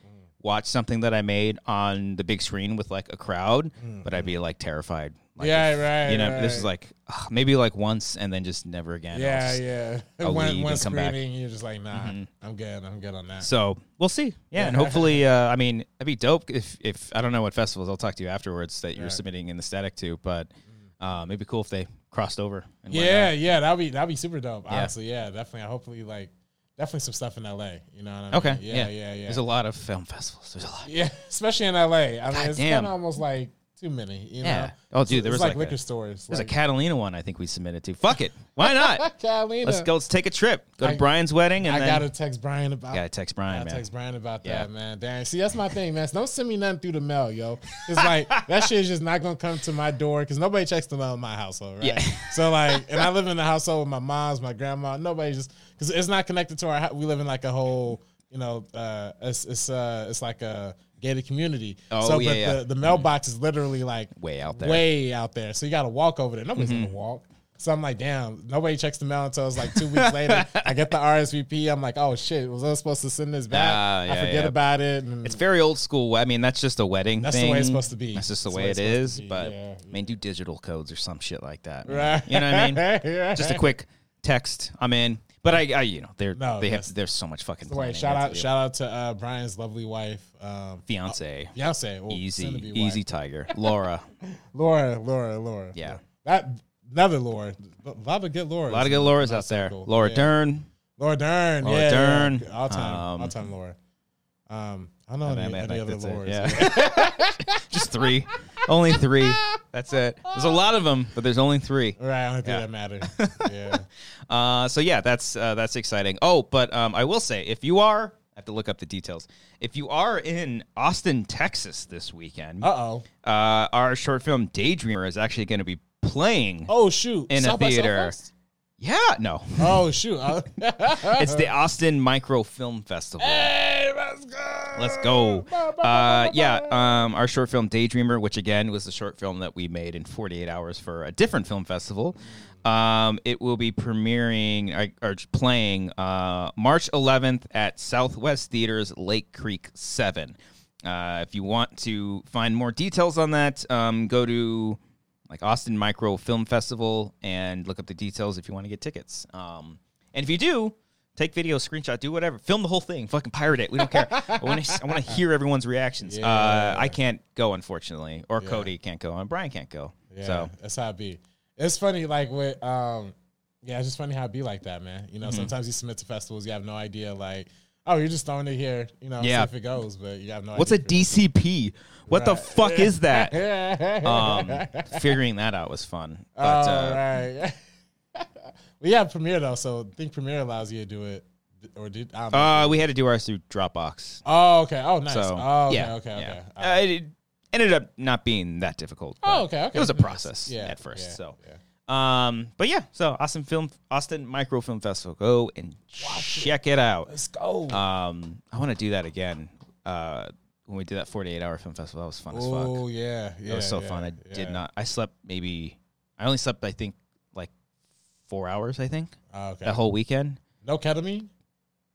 watch something that I made on the big screen with like a crowd, but I'd be like terrified. Like, Yeah, if- right, You know, this is right. like ugh, maybe like once and then just never again. I'll yeah, just- yeah. I'll One, leave one and come back. Mm-hmm. screening, you're just like, nah, I'm good. I'm good on that. So we'll see. Yeah, and hopefully, uh, I mean, that'd be dope if if I don't know what festivals. I'll talk to you afterwards that you're Right. submitting in the static to, but um, it'd be cool if they crossed over. And whatnot. Yeah, yeah, that'd be that'd be super dope. Honestly, yeah, definitely. Hopefully, like definitely some stuff in LA. You know what I mean? Okay. Yeah, yeah, yeah. There's a lot of film festivals. There's a lot. yeah, especially in LA. I mean, it's damn. kind of almost like too many. You Yeah. know? Oh, dude, there It's was like, like a- liquor stores. There's a like, Catalina one I think we submitted to. Fuck it. Why not? Catalina. Let's go. Let's take a trip. Go to I- Brian's wedding, and I then gotta text Brian about. gotta text Brian, I man. text Brian about Yeah. that, man. Dang. See, that's my thing, man. Don't send me nothing through the mail, yo. It's like that shit is just not gonna come to my door because nobody checks the mail in my household, right? Yeah. So like, and I live in a household with my mom's, my grandma. Nobody just because it's not connected to our. hou- We live in like a whole, you know, uh, it's it's uh, it's like a gated community. Oh, so, yeah, but yeah. The, the mailbox is literally like Way out there. Mm-hmm. way out there. So you got to walk over there. Nobody's gonna walk. So I'm like, damn, nobody checks the mail until it's like two weeks later. I get the RSVP. I'm like, oh shit, was I supposed to send this back? Ah, I yeah, forget yeah. about it. And It's very old school. we- I mean, that's just a wedding. That's the way thing. it's supposed to be. That's just the That's way it the way it's is. supposed to But be. Yeah, I mean, do digital codes or some shit like that. man. Right. You know what I mean? Right. Just a quick text. I'm in. But I, I you know, they're No, they that's- have there's so much fucking. wait, planning shout they have out, to do. shout out to uh, Brian's lovely wife, um, fiance. fiance, well, soon to Easy, be wife. easy tiger. Laura. Laura, Laura, Laura. Yeah. that another Laura. A lot of good A Laura. lot of good Laura's out there. Laura Dern. Laura Dern. Laura yeah, Dern. yeah. all time, Um, all time Laura. Um, I don't know And any, I any think other that's it. Laura's. Yeah. just three. Only three. That's it. There's a lot of them, but there's only three. Right, I don't think Yeah. that matters. Yeah. Uh, so yeah, that's uh, that's exciting. Oh, but um, I will say, if you are, I have to look up the details. If you are in Austin, Texas this weekend, uh, Uh oh. our short film Daydreamer is actually going to be playing. Oh shoot. In a by theater. Southwest? Yeah, no, Oh shoot. Oh. it's the Austin Micro Film Festival. hey, let's go. Let's go. Ba, ba, ba, Uh, ba, yeah, ba. um, our short film Daydreamer, which again was the short film that we made in 48 hours for a different film festival. Um, it will be premiering or, or playing uh, March 11th at Southwest Theaters Lake Creek 7. Uh, if you want to find more details on that, um, go to like Austin Micro Film Festival and look up the details if you want to get tickets. Um, and if you do, take video, screenshot, do whatever, film the whole thing, fucking pirate it. We don't care. I want to I want to hear everyone's reactions. Uh, Yeah. I can't go unfortunately, or Cody can't go, and Brian can't go. Yeah, So that's how it be. It's funny, like with um Yeah, it's just funny how it be like that, man. You Mm-hmm. know, sometimes you submit to festivals, you have no idea, like, oh, you're just throwing it here, you know, Yeah. see if it goes, but you have no What's a idea. DCP? What the Right. fuck is that? a D? Um, figuring that out was fun. But All uh, Oh, right. we have Premiere though, so I think Premiere allows you to do it, or did I don't know. uh, we had to do ours through Dropbox. oh, okay. Oh, nice. So oh, okay, yeah, okay, yeah. okay. All Uh, it ended up not being that difficult. but Oh, okay, okay. It was a Nice. process Yeah, at first. yeah, so, yeah. um, but yeah, so Austin Film Austin Micro Film Festival, go and check it out. Let's go. Um, I want to do that again. Uh, when we did that 48 hour film festival, that was fun as fuck. oh yeah, yeah. It was so yeah, fun. I did yeah. not. I slept maybe. I only slept. I think like four hours. I think Oh, okay. that whole weekend. no ketamine.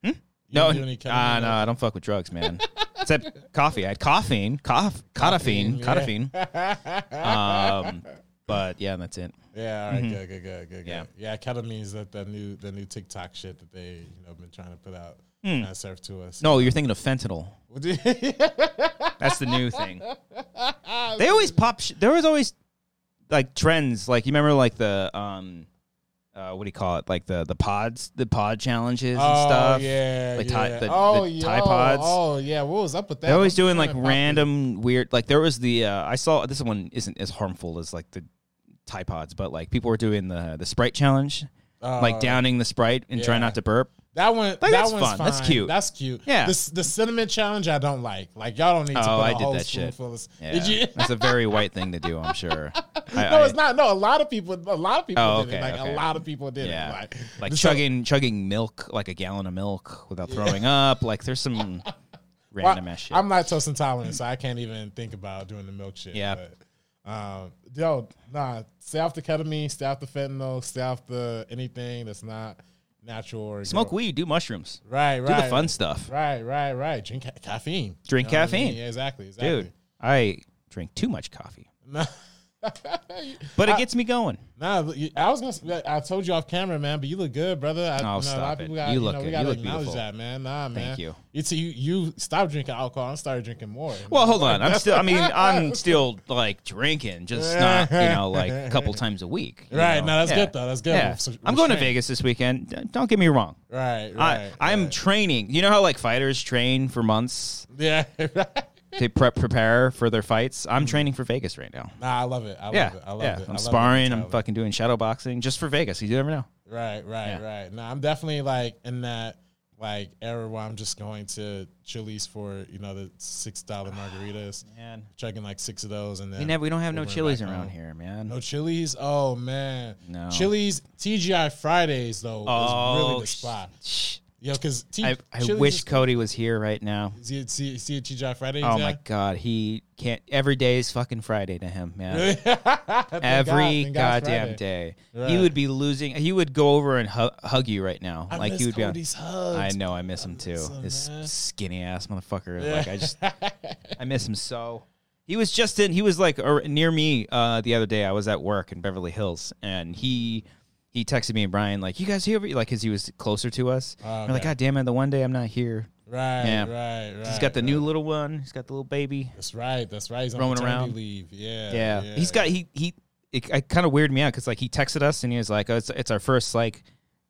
You Hmm? No, didn't do any ah, ketamine, no, I don't fuck with drugs, man. Except coffee. I had caffeine, cough, Caffeine, coffee, caffeine. yeah. Um, but yeah, that's it. Yeah, all right, good, good, good, good, good. Yeah, Mm-hmm. Yeah. ketamine's that the new the new TikTok shit that they you know been trying to put out and serve to us. Hmm. No, you're thinking of fentanyl. That's the new thing. They always pop. Sh- there was always like trends. Like you remember, like the um, uh, what do you call it? Like the the pods, the pod challenges and oh, stuff. Yeah, Like yeah. Tide- the- the oh, Tide yeah. Pods. Oh, yeah. What was up with that? They're always That was doing like kinda popular. random weird. Like there was the uh, I saw this one isn't as harmful as like the Tide pods, but like people were doing the the Sprite challenge, like Oh, downing the Sprite and trying yeah. not to burp. That one. that that's one's fun. That's fine. cute. That's cute. Yeah. The, s- the cinnamon challenge. I don't like. Like y'all don't need to Oh, put I a did whole that shit. spoonful of. Yeah, Did you? that's a very white thing to do. I'm sure. I- No, I- it's not. No, a lot of people. A lot of people Oh, did it. okay, Like a okay. lot of people did Yeah, it. like, Like, so- chugging chugging milk, like a gallon of milk without throwing up. Like there's some Well, random ass shit. I'm lactose intolerant, so I can't even think about doing the milk shit. Yeah. But, um, yo, nah, stay off the ketamine, stay off the fentanyl, stay off the anything that's not natural or Smoke weed, do mushrooms, Right, do right. the fun stuff, Right, right, right. Drink ca- caffeine. Drink what I mean? caffeine. Yeah, exactly, exactly. dude. I drink too much coffee, Nah, but it gets me going. nah, but you- I was gonna. say- I told you off camera, man, but you look good, brother. I, Oh, a lot stop of it. people gotta- You look know, We good. gotta You look acknowledge beautiful. that, man. Nah, man. you. It's, you you stopped drinking alcohol and started drinking more. Well, hold on. I'm still. I mean, I'm still like drinking, just not you know like a couple times a week. you Right, know? no, that's Yeah. good though. That's good. Yeah. Res- I'm going to restraint. Vegas this weekend. D- Don't get me wrong. Right, right. I, I'm training. You know how like fighters train for months yeah. right. to prep prepare for their fights. I'm Mm-hmm. training for Vegas right now. Nah, I love it. I love Yeah, it. I love yeah. it. I I'm love it sparring. I'm entirely. fucking doing shadow boxing just for Vegas. You never know. Right, right, right. Nah, I'm definitely like in that like era where I'm just going to Chili's for you know the six dollar margaritas, Man, chugging like six of those, and then we, never, we don't have no Ubering chilies back around home. here, man. No Chili's. Oh man, No. Oh, Chili's TGI Fridays though is really the sh- spot. sh- Yo, because T- I, I Chili's wish is- Cody was here right now. see see see TGI Fridays. Oh yeah? my god, he can't. Every day is fucking Friday to him, man. Thank God, Every thank God it's goddamn Friday. day, Right. he would be losing. He would go over and hug, hug you right now, I like miss he would Cody's be. hugs. On, I know, I miss him too. him, This man. skinny ass motherfucker. Like I Oh, just, I miss him so. He was just in. He was like ar- near me uh, the other day. I was at work in Beverly Hills, and he he texted me and Brian like, "You guys here?" Like, cause he was closer to us. Oh, We're like, okay. "God damn it! The one day I'm not here." Right, Yeah. right, right. He's got the right. new little one. He's got the little baby. That's right. That's right. He's on Roaming maternity around. leave. Yeah, Yeah. He's got he he it, it kind of weirded me out cuz like he texted us and he was like, "Oh, it's it's our first like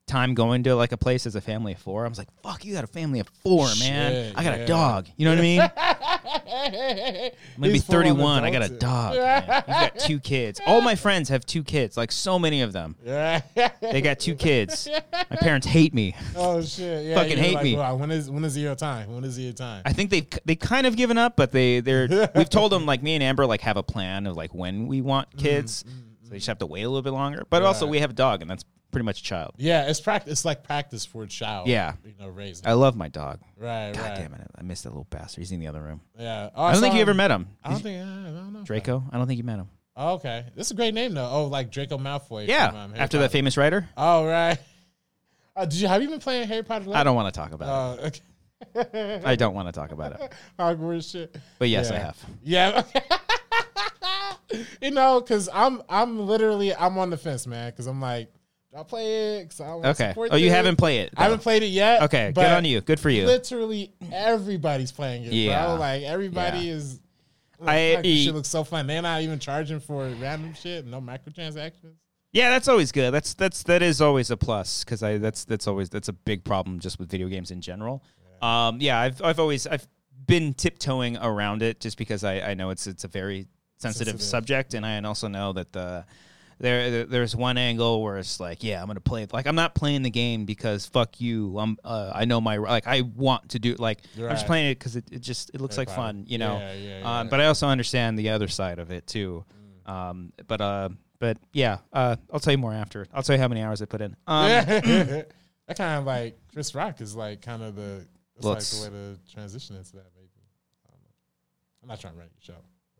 time going to like a place as a family of four. I was like, "Fuck, you got a family of four, man. Shit, I got yeah. a dog." You know what I mean? I'm gonna going to be 31. I got a dog. man. He's got two kids. All my friends have two kids, like so many of them. Yeah. They got two kids. My parents hate me. oh shit. Yeah. Fucking you're hate like, me. Wow, when is when is your time? When is your time? I think they've they kind of given up, but they they're we've told them like me and Amber like have a plan of like when we want Mm, kids, so they just have to wait a little bit longer. But also we have a dog, and that's pretty much a child. yeah, it's practice. It's like practice for a child. Yeah. You know, raising. I love my dog. right. God right. damn it, I missed that little bastard. He's in the other room. Yeah. Oh, I don't think saw you ever him. met him. I don't think. I don't know. Draco. I don't think you met him. Oh, okay. That's a great name though. Oh, like Draco Malfoy. Yeah, from, um, Harry after that Potter. famous writer. Oh right. Uh, did you have you been playing Harry Potter? I don't want to talk about Uh, okay. it. I don't want to talk about it. Awkward shit. But yes, Uh, Yeah. I have. Yeah. you know, because I'm I'm literally I'm on the fence, man. Because I'm like, do I play it? 'Cause I want Okay. Oh, you haven't played it. I haven't though. played it yet. Okay, but good on you. Good for you. Literally everybody's playing it, Yeah. bro. Like everybody Yeah. is. I- Like, this shit looks so fun. They're not even charging for random shit. No microtransactions. Yeah, that's always good. That's that's that is always a plus because I that's that's always that's a big problem just with video games in general. Yeah. Um, yeah, I've I've always I've been tiptoeing around it just because I, I know it's it's a very sensitive, Sensitive. subject and I and also know that the there there- there's one angle where it's like yeah I'm gonna play it like I'm not playing the game because fuck you I'm uh, I know my like I want to do like I'm just Right. playing it because it, it just it looks No like problem. fun you know Yeah, yeah, Um, yeah. but I also understand the other side of it too. Mm. Um, but uh, but yeah, uh, I'll tell you more after. I'll tell you how many hours I put in. Um, that kind of like Chris Rock is like kind of the it's like Let's- the way to transition into that maybe. I don't know. I'm not trying to run your show.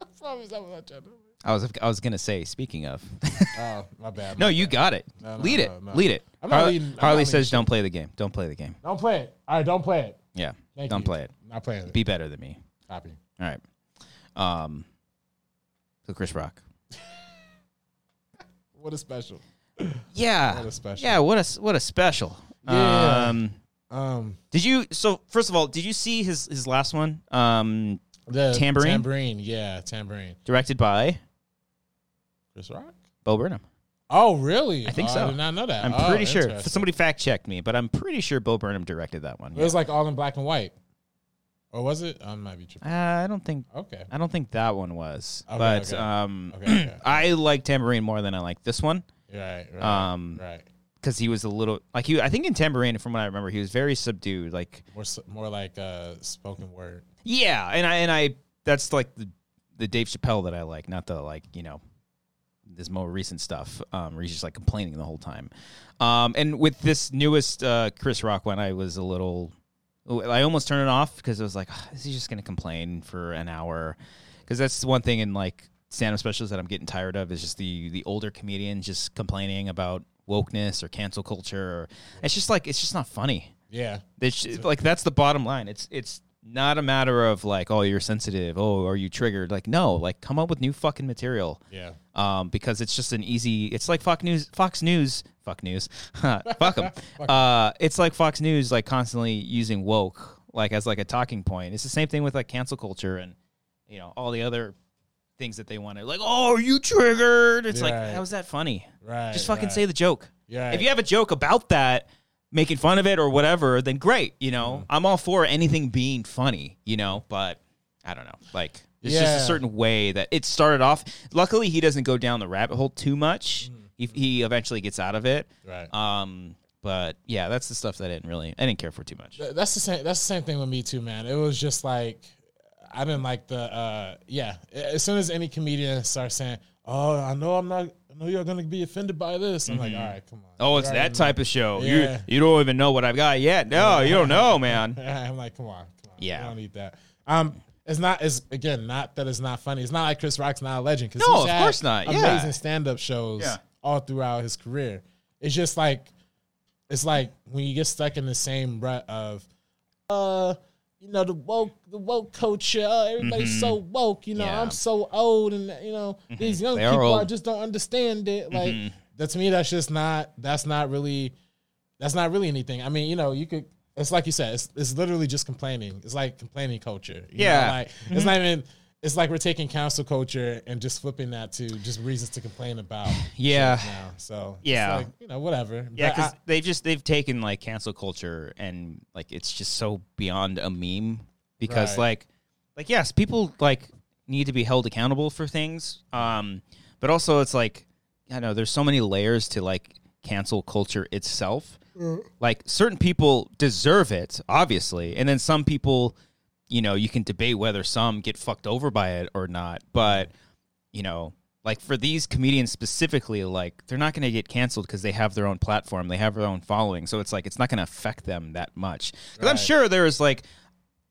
That's always that was trying to. I was I was gonna say. Speaking of, Oh, my bad. no, my you bad. got it. No, no, lead it. no, no. Lead it. I'm not Harley, leading- I'm Harley not says, "Don't play the game. Don't play the game. Don't play it. All right, don't play it. Yeah, Thank don't you. play it. Not playing it. Be better than me." Copy. All right. Um. So Chris Rock. What a special. Yeah. What a special. Yeah. What a s- what a special. Yeah. Um. Um, Did you? So first of all, did you see his his last one? Um. the Tambourine? Tambourine. Yeah, tambourine. Directed by Chris Rock. Bo Burnham. Oh, really? I think Oh, so. I did not know that. I'm Oh, pretty sure interesting. somebody fact checked me, but I'm pretty sure Bo Burnham directed that one. It was like all in black and white, or was it? I might be tripping. Uh, I don't think Okay. I don't think that one was, Okay, but okay. um, Okay, okay. I like Tambourine more than I like this one Right. Right. Um, right. because he was a little like he. I think in Tambourine, from what I remember, he was very subdued. Like More s- more like uh, spoken word. yeah, and I and I that's like the the Dave Chappelle that I like, not the like you know this more recent stuff um, where he's just like complaining the whole time. Um, and with this newest uh, Chris Rock one, I was a little, I almost turned it off because I was like, "Ugh, is he just going to complain for an hour? Because that's the one thing in like stand-up specials that I'm getting tired of is just the the older comedians just complaining about wokeness or cancel culture. Or, it's just like it's just not funny. Yeah. It's, like that's the bottom line. It's it's not a matter of like, oh, you're sensitive. Oh, are you triggered? Like, no. Like, come up with new fucking material Yeah. um, because it's just an easy. It's like Fox News. Fox News. Fuck News. fuck 'em. Uh, it's like Fox News, like constantly using woke, like as like a talking point. It's the same thing with like cancel culture and you know all the other things that they want to like. Oh, are you triggered? It's like Right. how's that funny? Right. Just fucking say the joke. Yeah. If you have a joke about that, making fun of it or whatever, then great. You Mm-hmm. know, I'm all for anything being funny. You know, but I don't know. Like, there's just a Yeah. certain way that it started off. Luckily, he doesn't go down the rabbit hole too much. Mm-hmm. He, he eventually gets out of it. Right. Um, but yeah, that's the stuff that I didn't really, I didn't care for too much. Th- that's the same. That's the same thing with me too, man. It was just like I didn't like the. uh Yeah. A- As soon as any comedian starts saying, "Oh, I know I'm not. I know you're gonna be offended by this," I'm like, "All right, come on." Oh, You it's already that type of show. Yeah. You you don't even know what I've got yet. No, you don't know, man. I'm like, come on, come on. Yeah. I don't need that. Um, it's not as again, not that it's not funny. It's not like Chris Rock's not a legend because No, he's of had course not. Yeah. Amazing stand-up shows Yeah. all throughout his career. It's just like, it's like when you get stuck in the same rut of, uh, you know, the woke, the woke culture. Uh, everybody's so woke. You know, Mm-hmm. Yeah. Mm-hmm. I'm so old, and you know, these young They are people, I old. Mm-hmm. just don't understand it. Like, that to me, that's just not. That's not really that's not really anything. I mean, you know, you could. It's like you said. It's, it's literally just complaining. It's like complaining culture. you know, Yeah. like it's not even. It's like we're taking council culture and just flipping that to just reasons to complain about. Yeah. shit now. So it's Yeah. like, you know, whatever. Yeah, But because I- they've just they've taken like cancel culture and like it's just so beyond a meme because Right. like like yes, people like need to be held accountable for things, um, but also it's like I know there's so many layers to like cancel culture itself. Like certain people deserve it, obviously, and then some people, you know, you can debate whether some get fucked over by it or not, but you know, like for these comedians specifically, like they're not going to get canceled because they have their own platform, they have their own following. So it's like it's not going to affect them that much. 'Cause I'm Right. sure there is like,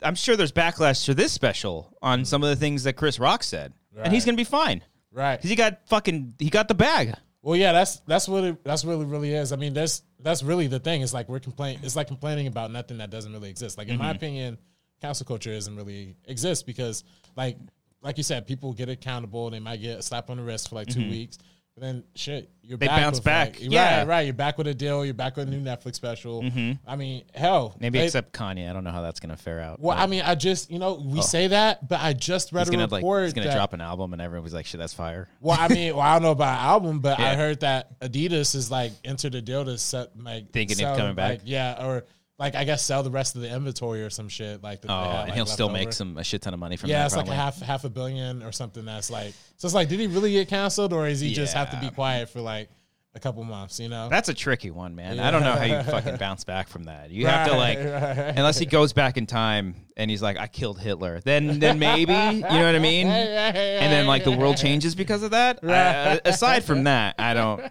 I'm sure there's backlash to this special on some of the things that Chris Rock said, and he's Right. going to be fine right. because he got fucking he got the bag. Well, yeah. That's that's what it, that's really really is. I mean, that's that's really the thing. It's like we're complaining. It's like complaining about nothing that doesn't really exist. Like in Mm-hmm. my opinion, council culture doesn't really exist because like like you said, people get accountable. They might get a slap on the wrist for like two weeks. But then shit, you're Mm-hmm. They back bounce with, back. like- Yeah. Mm-hmm. right, right. You're back with a deal. You're back with a new Netflix special. I mean, hell, Maybe they- except Kanye. I don't know how that's gonna fare out. Well, but I mean, I just you know we say that, but I just Oh. read he's a gonna like report he's gonna that- drop an album, and everyone was like, "Shit, that's fire." Well, I mean, well, I don't know about album, but I Yeah. heard that Adidas is like entered a deal to set like Thinking of sell, coming back. like, yeah, or like I guess sell the rest of the inventory or some shit like. That Oh, they had, and like, he'll left still over. make some a shit ton of money from Yeah, that. it's like a probably. half half a billion or something. That's like so. It's like, did he really get canceled, or is he just have to be Yeah. quiet for like a couple months? You know, That's a tricky one, man. I don't know how you fucking bounce back from that. You have to Right, like, right. unless he goes back in time and he's like, "I killed Hitler," then then maybe you know what I mean. And then like the world changes because of that. I- uh, aside from that, I don't,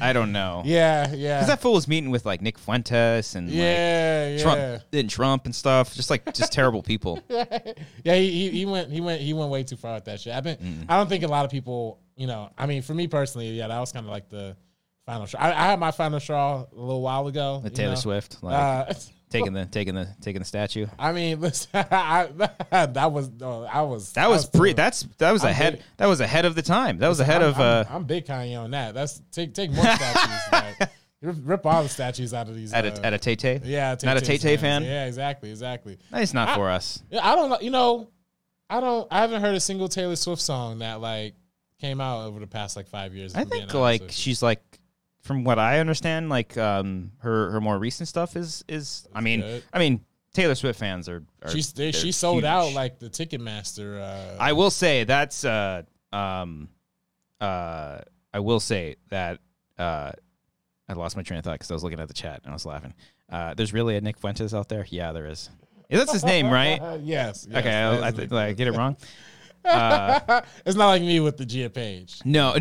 I don't know. Yeah, yeah, Because that fool was meeting with like Nick Fuentes and yeah, yeah. like Trump, then Trump and stuff. Just like just terrible people. yeah, he, he he went he went he went way too far with that shit. I've been I don't think a lot of people, you know, I mean, for me personally, yeah, that was kind of like the final straw. I, I had my final straw a little while ago. With you Taylor know. Swift, like Uh, taking the taking the taking the statue. I mean, listen, I, that was no, I was That was pre. too- That's that was I'm ahead. big. That was ahead of the time. That was ahead I'm, of. I'm- uh I'm, big Kanye on that. That's take take more statues. like, rip, rip all the statues out of these. at uh, a at a Tay Tay. yeah, not a Tay-Tay's Tay Tay fan. Yeah, exactly, exactly. It's not I- for us. Yeah, I don't know. You know, I don't. I haven't heard a single Taylor Swift song that like came out over the past like five years. if I I'm being think honest like with you. she's like, from what I understand, like um her her more recent stuff is is. I mean, good. I mean Taylor Swift fans are. are she's they, they're she sold huge. out like the Ticketmaster. Uh, I will say that's uh um uh I will say that uh I lost my train of thought because I was looking at the chat and I was laughing. Uh, there's really a Nick Fuentes out there. Yeah, there is. Yeah, that's his name, right? uh, yes, yes, okay, that I, I, is th- me. like, get it wrong. Uh, it's not like me with the Gia Page. No.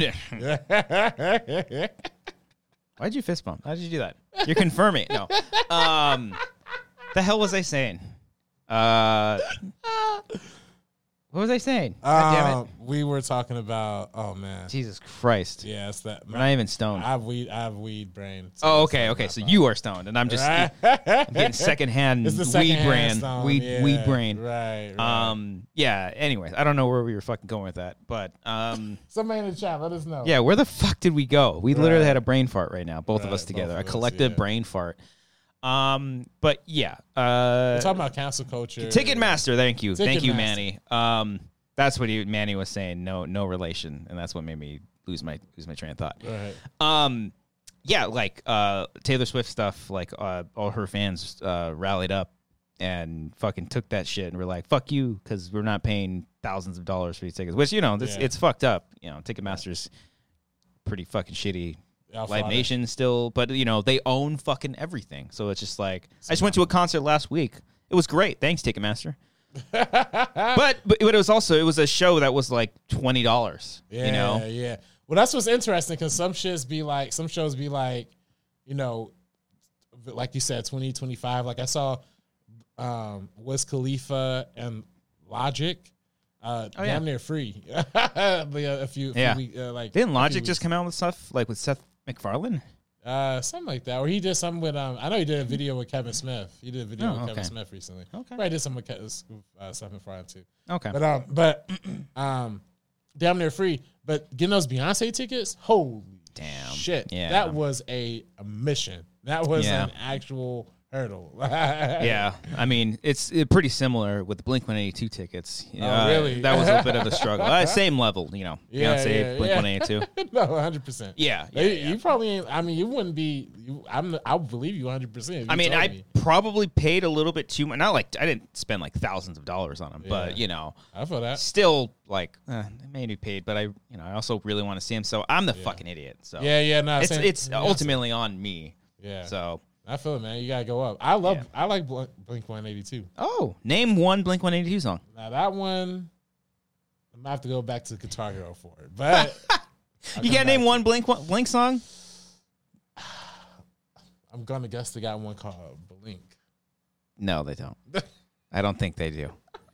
Why'd you fist bump? How did you do that? You're confirming. No. Um, the hell was I saying? Uh, what was I saying? God damn it. Um, we were talking about oh man, Jesus Christ. yeah, it's that. We're not even stoned. I have weed. I have weed brain. so Oh, it's okay, not okay. my So fault. you are stoned, and I'm just I'm getting secondhand It's the weed secondhand brain, stone, weed, weed yeah, brain. Right. right. Um, yeah. Anyways, I don't know where we were fucking going with that, but um, Somebody in the chat, let us know. yeah, where the fuck did we go? We literally Right. had a brain fart right now, both of Right, us both together, of a us, collective yeah. brain fart. Um, but yeah, uh, We're talking about cancel culture. Ticketmaster, thank you, thank you, Ticketmaster. Manny. Um, that's what he, Manny was saying. No, no relation, and that's what made me lose my lose my train of thought. Right. Um, yeah, like uh, Taylor Swift stuff. Like uh, all her fans uh, rallied up and fucking took that shit and were like, "Fuck you," because we're not paying thousands of dollars for these tickets. Which you know, this, Yeah. it's fucked up. You know, Ticketmaster's pretty fucking shitty. I'll Live follow. Nation still, but you know they own fucking everything. So it's just like I just went to a concert last week. It was great. Thanks, Ticketmaster. but, but it was also it was a show that was like twenty dollars. Yeah, you know, yeah. Well, that's what's interesting because some shits be like, some shows be like, you know, like you said, 20, 25. Like I saw um Wiz Khalifa and Logic uh Oh, yeah. damn near free. yeah, a few, few Yeah. week- uh, like Didn't a Logic few just come out with stuff like with Seth MacFarlane? weeks. uh something like that. Or he did something with um I know he did a video with Kevin Smith. He did a video Oh, with okay. Kevin Smith recently. Okay. Right, did something with Kevin uh Stephen Fry too. Okay. But um, but um, damn near free. But getting those Beyonce tickets, holy Damn. shit! Yeah. that was a, a mission. That was Yeah. an actual hurdle. uh, yeah, I mean it's uh pretty similar with the Blink One Eighty Two tickets. Uh, Oh, really? That was a bit of a struggle. Uh, same level, you know. Yeah, Beyonce, yeah, Blink yeah. One Eighty Two. no, hundred percent. Yeah, yeah, They- yeah. you probably. Ain't, I mean, you wouldn't be. You, I'm. I would believe you hundred percent. I mean, I probably paid a little bit too much. Not like I didn't spend like thousands of dollars on them, but Yeah. Uh, you know, I feel that. still like uh, I may be paid, but I you know I also really want to see him. So I'm the fucking idiot. So Yeah, yeah. No, it's same- it's yeah, ultimately on me. Yeah. So I feel it, man. You gotta go up. I love. I like Blink One Eighty Two. oh, name one Blink One Eighty Two song. Now that one, I'm gonna have to go back to Guitar Hero for it, but. I'll You come got to name back. one Blink one, Blink song? I'm gonna guess they got one called Blink. No, they don't. I don't think they do.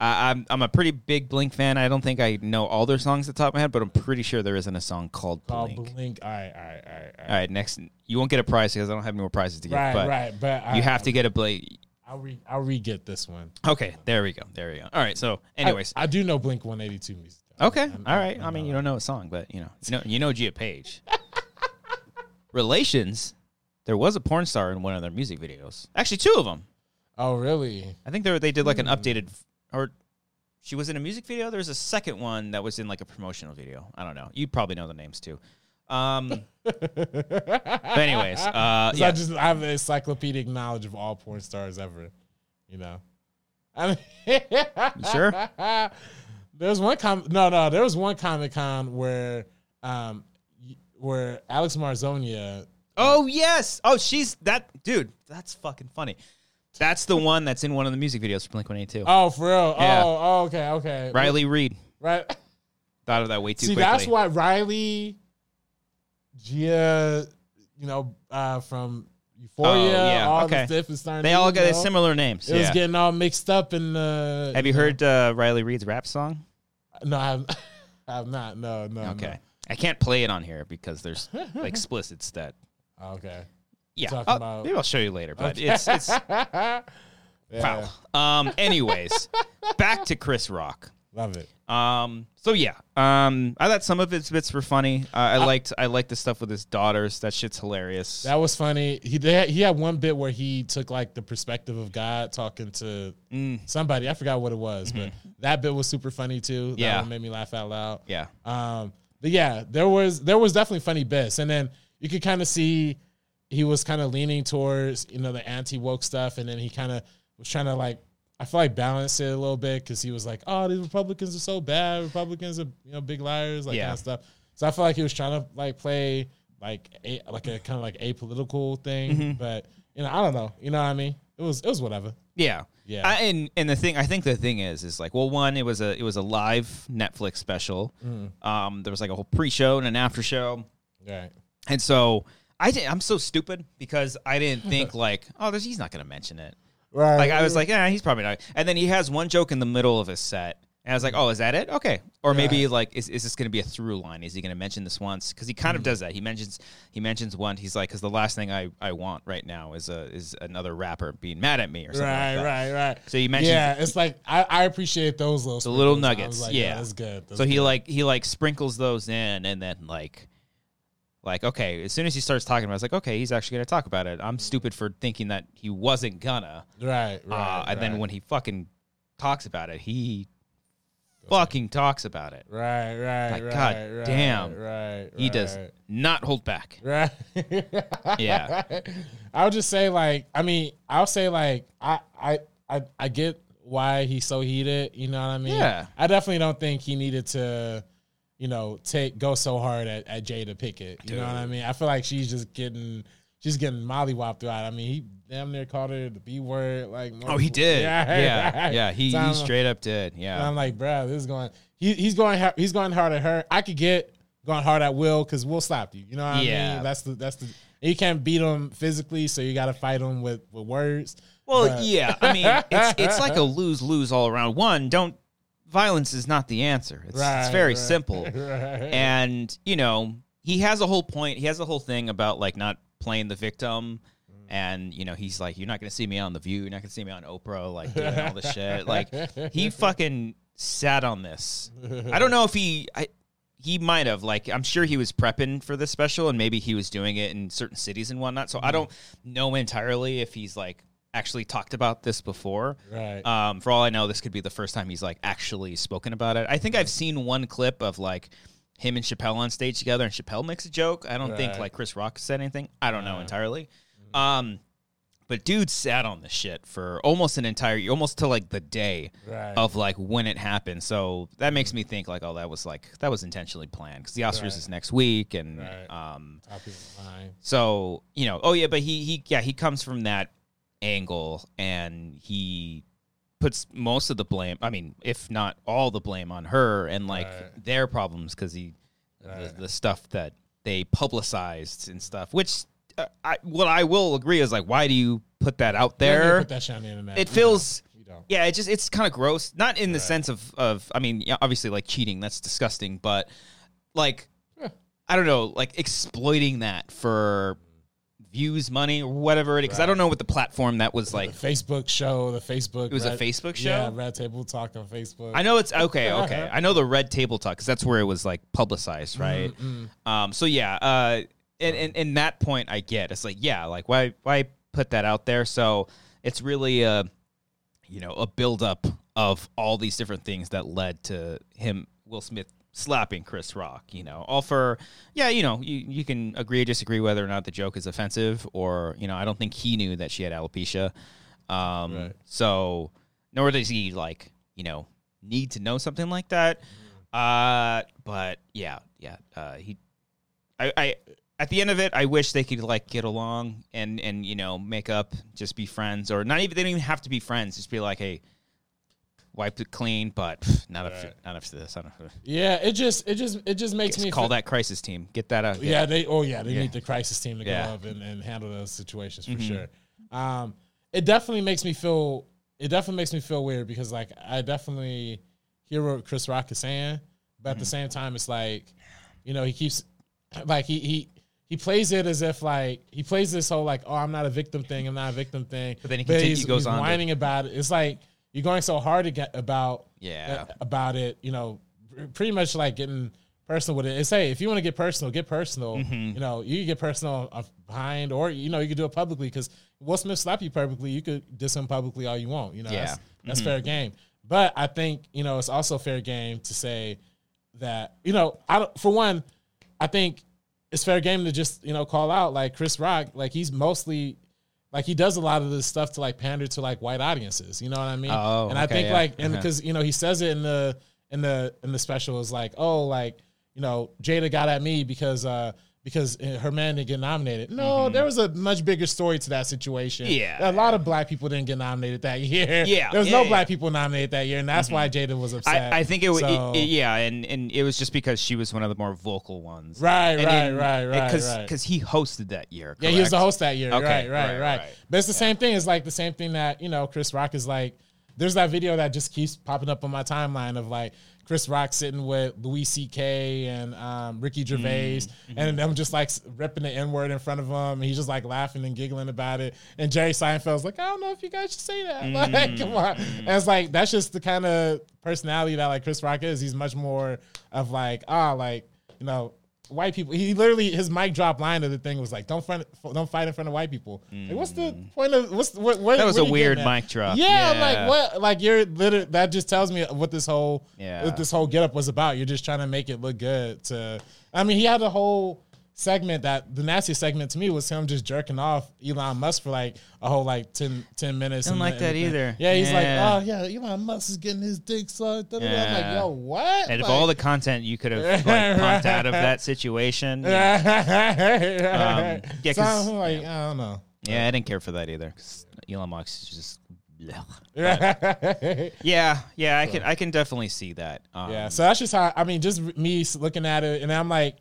I, I'm I'm a pretty big Blink fan. I don't think I know all their songs at the top of my head, but I'm pretty sure there isn't a song called Called Blink. Blink. All right, all right, all right, all All right, next you won't get a prize because I don't have any more prizes to give. right, but right. But I, you have to get a Blink. I'll re, I'll re get this one. Okay, there we go. There we go. All right, so anyways, Uh, I, I do know Blink 182 music. though. Okay. All right. I mean, you don't know a song, but you know, you know, you know Gia Page. Relations. There was a porn star in one of their music videos. Actually, two of them. Oh, really? I think they were- they did like Hmm. an updated, or she was in a music video. There was a second one that was in like a promotional video. I don't know. You probably know the names too. Um, but anyways, uh, 'Cause I yeah. just I have an encyclopedic knowledge of all porn stars ever. You know, I mean, sure? There was one com. No, no, there was one Comic Con where, um, y- where Alex Marzonia. Oh yes. Oh, she's that dude. That's fucking funny. That's the one that's in one of the music videos for Blink One Eight Two. Oh, for real? Yeah. Oh, oh, okay, okay. Riley Reed right. thought of that way too See, quickly. that's why Riley, Gia, you know, uh, from Euphoria, Oh, yeah, all okay. the stuff is starting. they to, all you got know, similar names. It was yeah. getting all mixed up in the. Have you heard uh, Riley Reed's rap song? No, I have, I have not. No, no. Okay. I can't play it on here because there's explicits that. no. Okay. Yeah. Talking Oh, about- Maybe I'll show you later, but it's it's yeah, foul. Um. Anyways, back to Chris Rock. Love it. Um. So yeah. Um. I thought some of his bits were funny. Uh, I liked I liked the stuff with his daughters. That shit's hilarious. That was funny. He they had, he had one bit where he took like the perspective of God talking to Mm. somebody. I forgot what it was, but that bit was super funny too. That Mm-hmm. Yeah. one made me laugh out loud. yeah. Um, but yeah, there was there was definitely funny bits, and then you could kind of see he was kind of leaning towards you know the anti woke stuff, and then he kind of was trying to like I feel like balance it a little bit because he was like, oh, these Republicans are so bad, Republicans are you know big liars, like Yeah. kind of stuff. So I feel like he was trying to like play like a, like a kind of like apolitical thing, Mm-hmm. but you know I don't know, you know what I mean? It was it was whatever. Yeah. Yeah. I, and and the thing I think the thing is is like well one it was a it was a live Netflix special. Mm. Um there was like a whole pre-show and an after show. Right. And so I did, I'm so stupid because I didn't think like oh there's, he's not going to mention it. Right. Like I was like yeah he's probably not. And then he has one joke in the middle of his set. And I was like, "Oh, is that it? Okay." Or maybe like, is, is this going to be a through line? Is he going to mention this once? Because he kind Mm. of does that. He mentions he mentions one. He's like, "Because the last thing I, I want right now is a is another rapper being mad at me or something." Right, like that. right, right. So you mentioned- yeah. It's like I, I appreciate those little the little nuggets, yeah. that's good. That's so he like he like sprinkles those in and then like like okay as soon as he starts talking about it, it's like okay he's actually gonna talk about it i'm stupid for thinking that he wasn't gonna good. right, right, uh, and then right. when he fucking talks about it he fucking talks about it right, right, Like, right, God right, damn. right, he does right, not hold back right. Yeah. I would just say like I mean I'll say like I I I, I get why he's so heated. You know what I mean? Yeah. I definitely don't think he needed to. You know, take go so hard at, at Jada Pickett. You know what I mean? I feel like she's just getting she's getting mollywopped throughout. I mean, he damn near called her the B word. Like, oh he did yeah yeah, right. he, So he I'm- straight up did and yeah I'm like, bruh, this is going. He, he's going. ha- He's going hard at her. I could get going hard at Will because Will slapped you. You know what I Yeah. mean? That's the that's the. You can't beat him physically, so you got to fight him with with words. well But- yeah i mean it's, it's like a lose-lose all around one don't violence is not the answer it's, it's Right, very right. simple Right. and you know he has a whole point he has a whole thing about like not playing the victim and you know he's like you're not gonna see me on the view you're not gonna see me on oprah like doing all this shit like he fucking sat on this i don't know if he i he might have like i'm sure he was prepping for this special and maybe he was doing it in certain cities and whatnot so i don't know entirely if he's like actually talked about this before right. um, for all I know, this could be the first time he's like actually spoken about it. I think I've seen one clip of like him and Chappelle on stage together, and Chappelle makes a joke. I don't think Right. Mm-hmm. like Chris Rock said anything. I don't know entirely. Um, but dude sat on the shit for almost an entire year, almost to like the day Right. Mm-hmm. of like when it happened. So that makes me think like, oh, that was like that was intentionally planned because the Oscars Right. is next week, and Right. um, Top of the line. so you know, oh yeah, but he he yeah he comes from that angle and he puts most of the blame. I mean, if not all the blame on her and like Right. their problems because he Right. the, the stuff that they publicized and stuff. Which uh, I what I will agree is like, why do you put that out You don't need to there? put that shit on the internet. It You feels. don't. You don't. Yeah, it just it's kind of gross. Not in the sense of of I mean, yeah, obviously like cheating, that's disgusting, but like I don't know, like exploiting that for views, money, or whatever it is. Because I don't know what the platform that was like. Facebook show, the Facebook. It was a Facebook show? Yeah, Red Table Talk on Facebook. I know it's okay, okay. I know the red table talk because that's where it was like publicized, right? Um, so yeah, uh, and, and and that point I get. It's like yeah, like why why put that out there? So it's really uh, a you know a buildup of all these different things that led to him Will Smith slapping Chris Rock. You know, all for yeah, you know you you can agree or disagree whether or not the joke is offensive or you know I don't think he knew that she had alopecia. Um, Right. so nor does he like you know need to know something like that. Uh, but yeah, yeah, uh, he, I, I, at the end of it, I wish they could like get along and and you know make up, just be friends, or not even they don't even have to be friends. Just be like, hey, wipe it clean, but pff, not after Right. not after this. I don't know. yeah, it just it just it just makes me call feel- that crisis team. Get that out. Yeah, they. Oh yeah, they need the crisis team to Yeah. Mm-hmm. go up and, and handle those situations for sure. Um, it definitely makes me feel. It definitely makes me feel weird because like I definitely hear what Chris Rock is saying, but Mm-hmm. at the same time, it's like, you know, he keeps like he he. He plays it as if like he plays this whole like oh I'm not a victim thing I'm not a victim thing But then he continue- he's, he goes he's on to- whining about it it's like you're going so hard to get about Yeah. a- about it, you know, pr- pretty much like getting personal with it. It's hey, if you want to get personal, get personal. Mm-hmm. You know, you can get personal uh, behind, or you know, you could do it publicly because Will Smith slap you publicly, you could diss him publicly all you want. You know, that's, Yeah. Mm-hmm. that's fair game. But I think you know it's also fair game to say that you know I don't, for one, I think it's fair game to just you know call out like Chris Rock, like he's mostly. Like he does a lot of this stuff to like pander to like white audiences, you know what I mean? Oh, and I okay, think yeah. like and Uh-huh. because you know he says it in the in the in the special is like oh like you know Jada got at me because uh because her man didn't get nominated. No, there was a much bigger story to that situation. Mm-hmm. Yeah. a lot of black people didn't get nominated that year. Yeah, there was yeah, no yeah. Mm-hmm. black people nominated that year, and that's why Jada was upset. I, I think it, was So- yeah, and, and it was just because she was one of the more vocal ones, Right, And right, in- right, right, Because right. because he hosted that year. Yeah, he was the correct? host that year. Okay, right, right, right, right, right. But it's the same thing. It's like the same thing that, you know, Chris Rock is like, there's that video that just keeps popping up on my timeline of like Chris Rock sitting with Louis C.K. and um, Mm, Ricky Gervais, mm-hmm. and them just like ripping the N word in front of him. And he's just like laughing and giggling about it. And Jerry Seinfeld's like, I don't know if you guys should say that. Mm. Like, come on. And it's like, that's just the kind of personality that like Chris Rock is. He's much more of like, ah, like, you know, white people. He literally his mic drop line of the thing was like, "Don't front, don't fight in front of white people." Like, what's the point of what's what? what Mm. That was a what are you weird getting at? mic drop. Yeah, Yeah. like what? Like you're literally that just tells me what this whole Yeah. what this whole getup was about. You're just trying to make it look good. To I mean, he had a whole segment that the nastiest segment to me was him just jerking off Elon Musk for like a whole like 10, 10 minutes. Don't and like the- that and the thing. either. Yeah, he's Yeah. like, oh yeah, Elon Musk is getting his dick sucked. da, da, da." I'm Yeah. like, yo, what? And of Like- all the content you could have like, pumped out of that situation, yeah, yeah, Um, yeah, yeah 'cause- so I'm like, I don't know. I didn't care for that either. 'cause Elon Musk is just. Yeah, yeah, I can I can definitely see that. Um, yeah, so that's just how I mean, just me looking at it, and I'm like,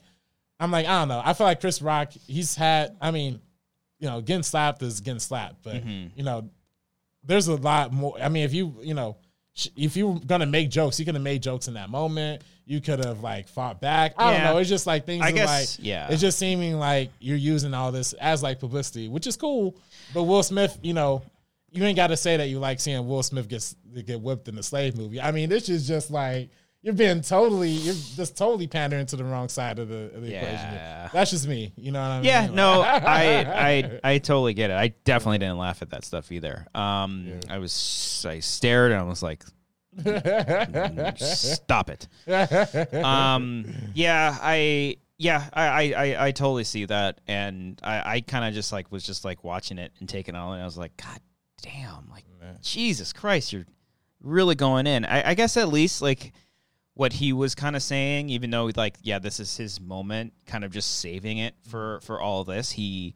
I'm like, I don't know. I feel like Chris Rock, he's had, I mean, you know, getting slapped is getting slapped, but Mm-hmm. you know, there's a lot more. I mean, if you, you know, sh- if you were gonna make jokes, you could have made jokes in that moment. You could have like fought back. I Yeah. don't know. It's just like things. I are guess- like, yeah. It's just seeming like you're using all this as like publicity, which is cool. But Will Smith, you know, you ain't got to say that you like seeing Will Smith get get whipped in the slave movie. I mean, this is just like you're being totally, you're just totally pandering to the wrong side of the, of the Yeah. equation. That's just me. You know what I mean? Yeah, Like- no, I, I I totally get it. I definitely didn't laugh at that stuff either. Um, I was I stared and I was like, stop it. Um, yeah, I yeah I I, I, I totally see that, and I, I kind of just like was just like watching it and taking it all, and I was like, God damn, like Jesus Christ, you're really going in. I, I guess at least like what he was kind of saying, even though like yeah, this is his moment, kind of just saving it for for all this. He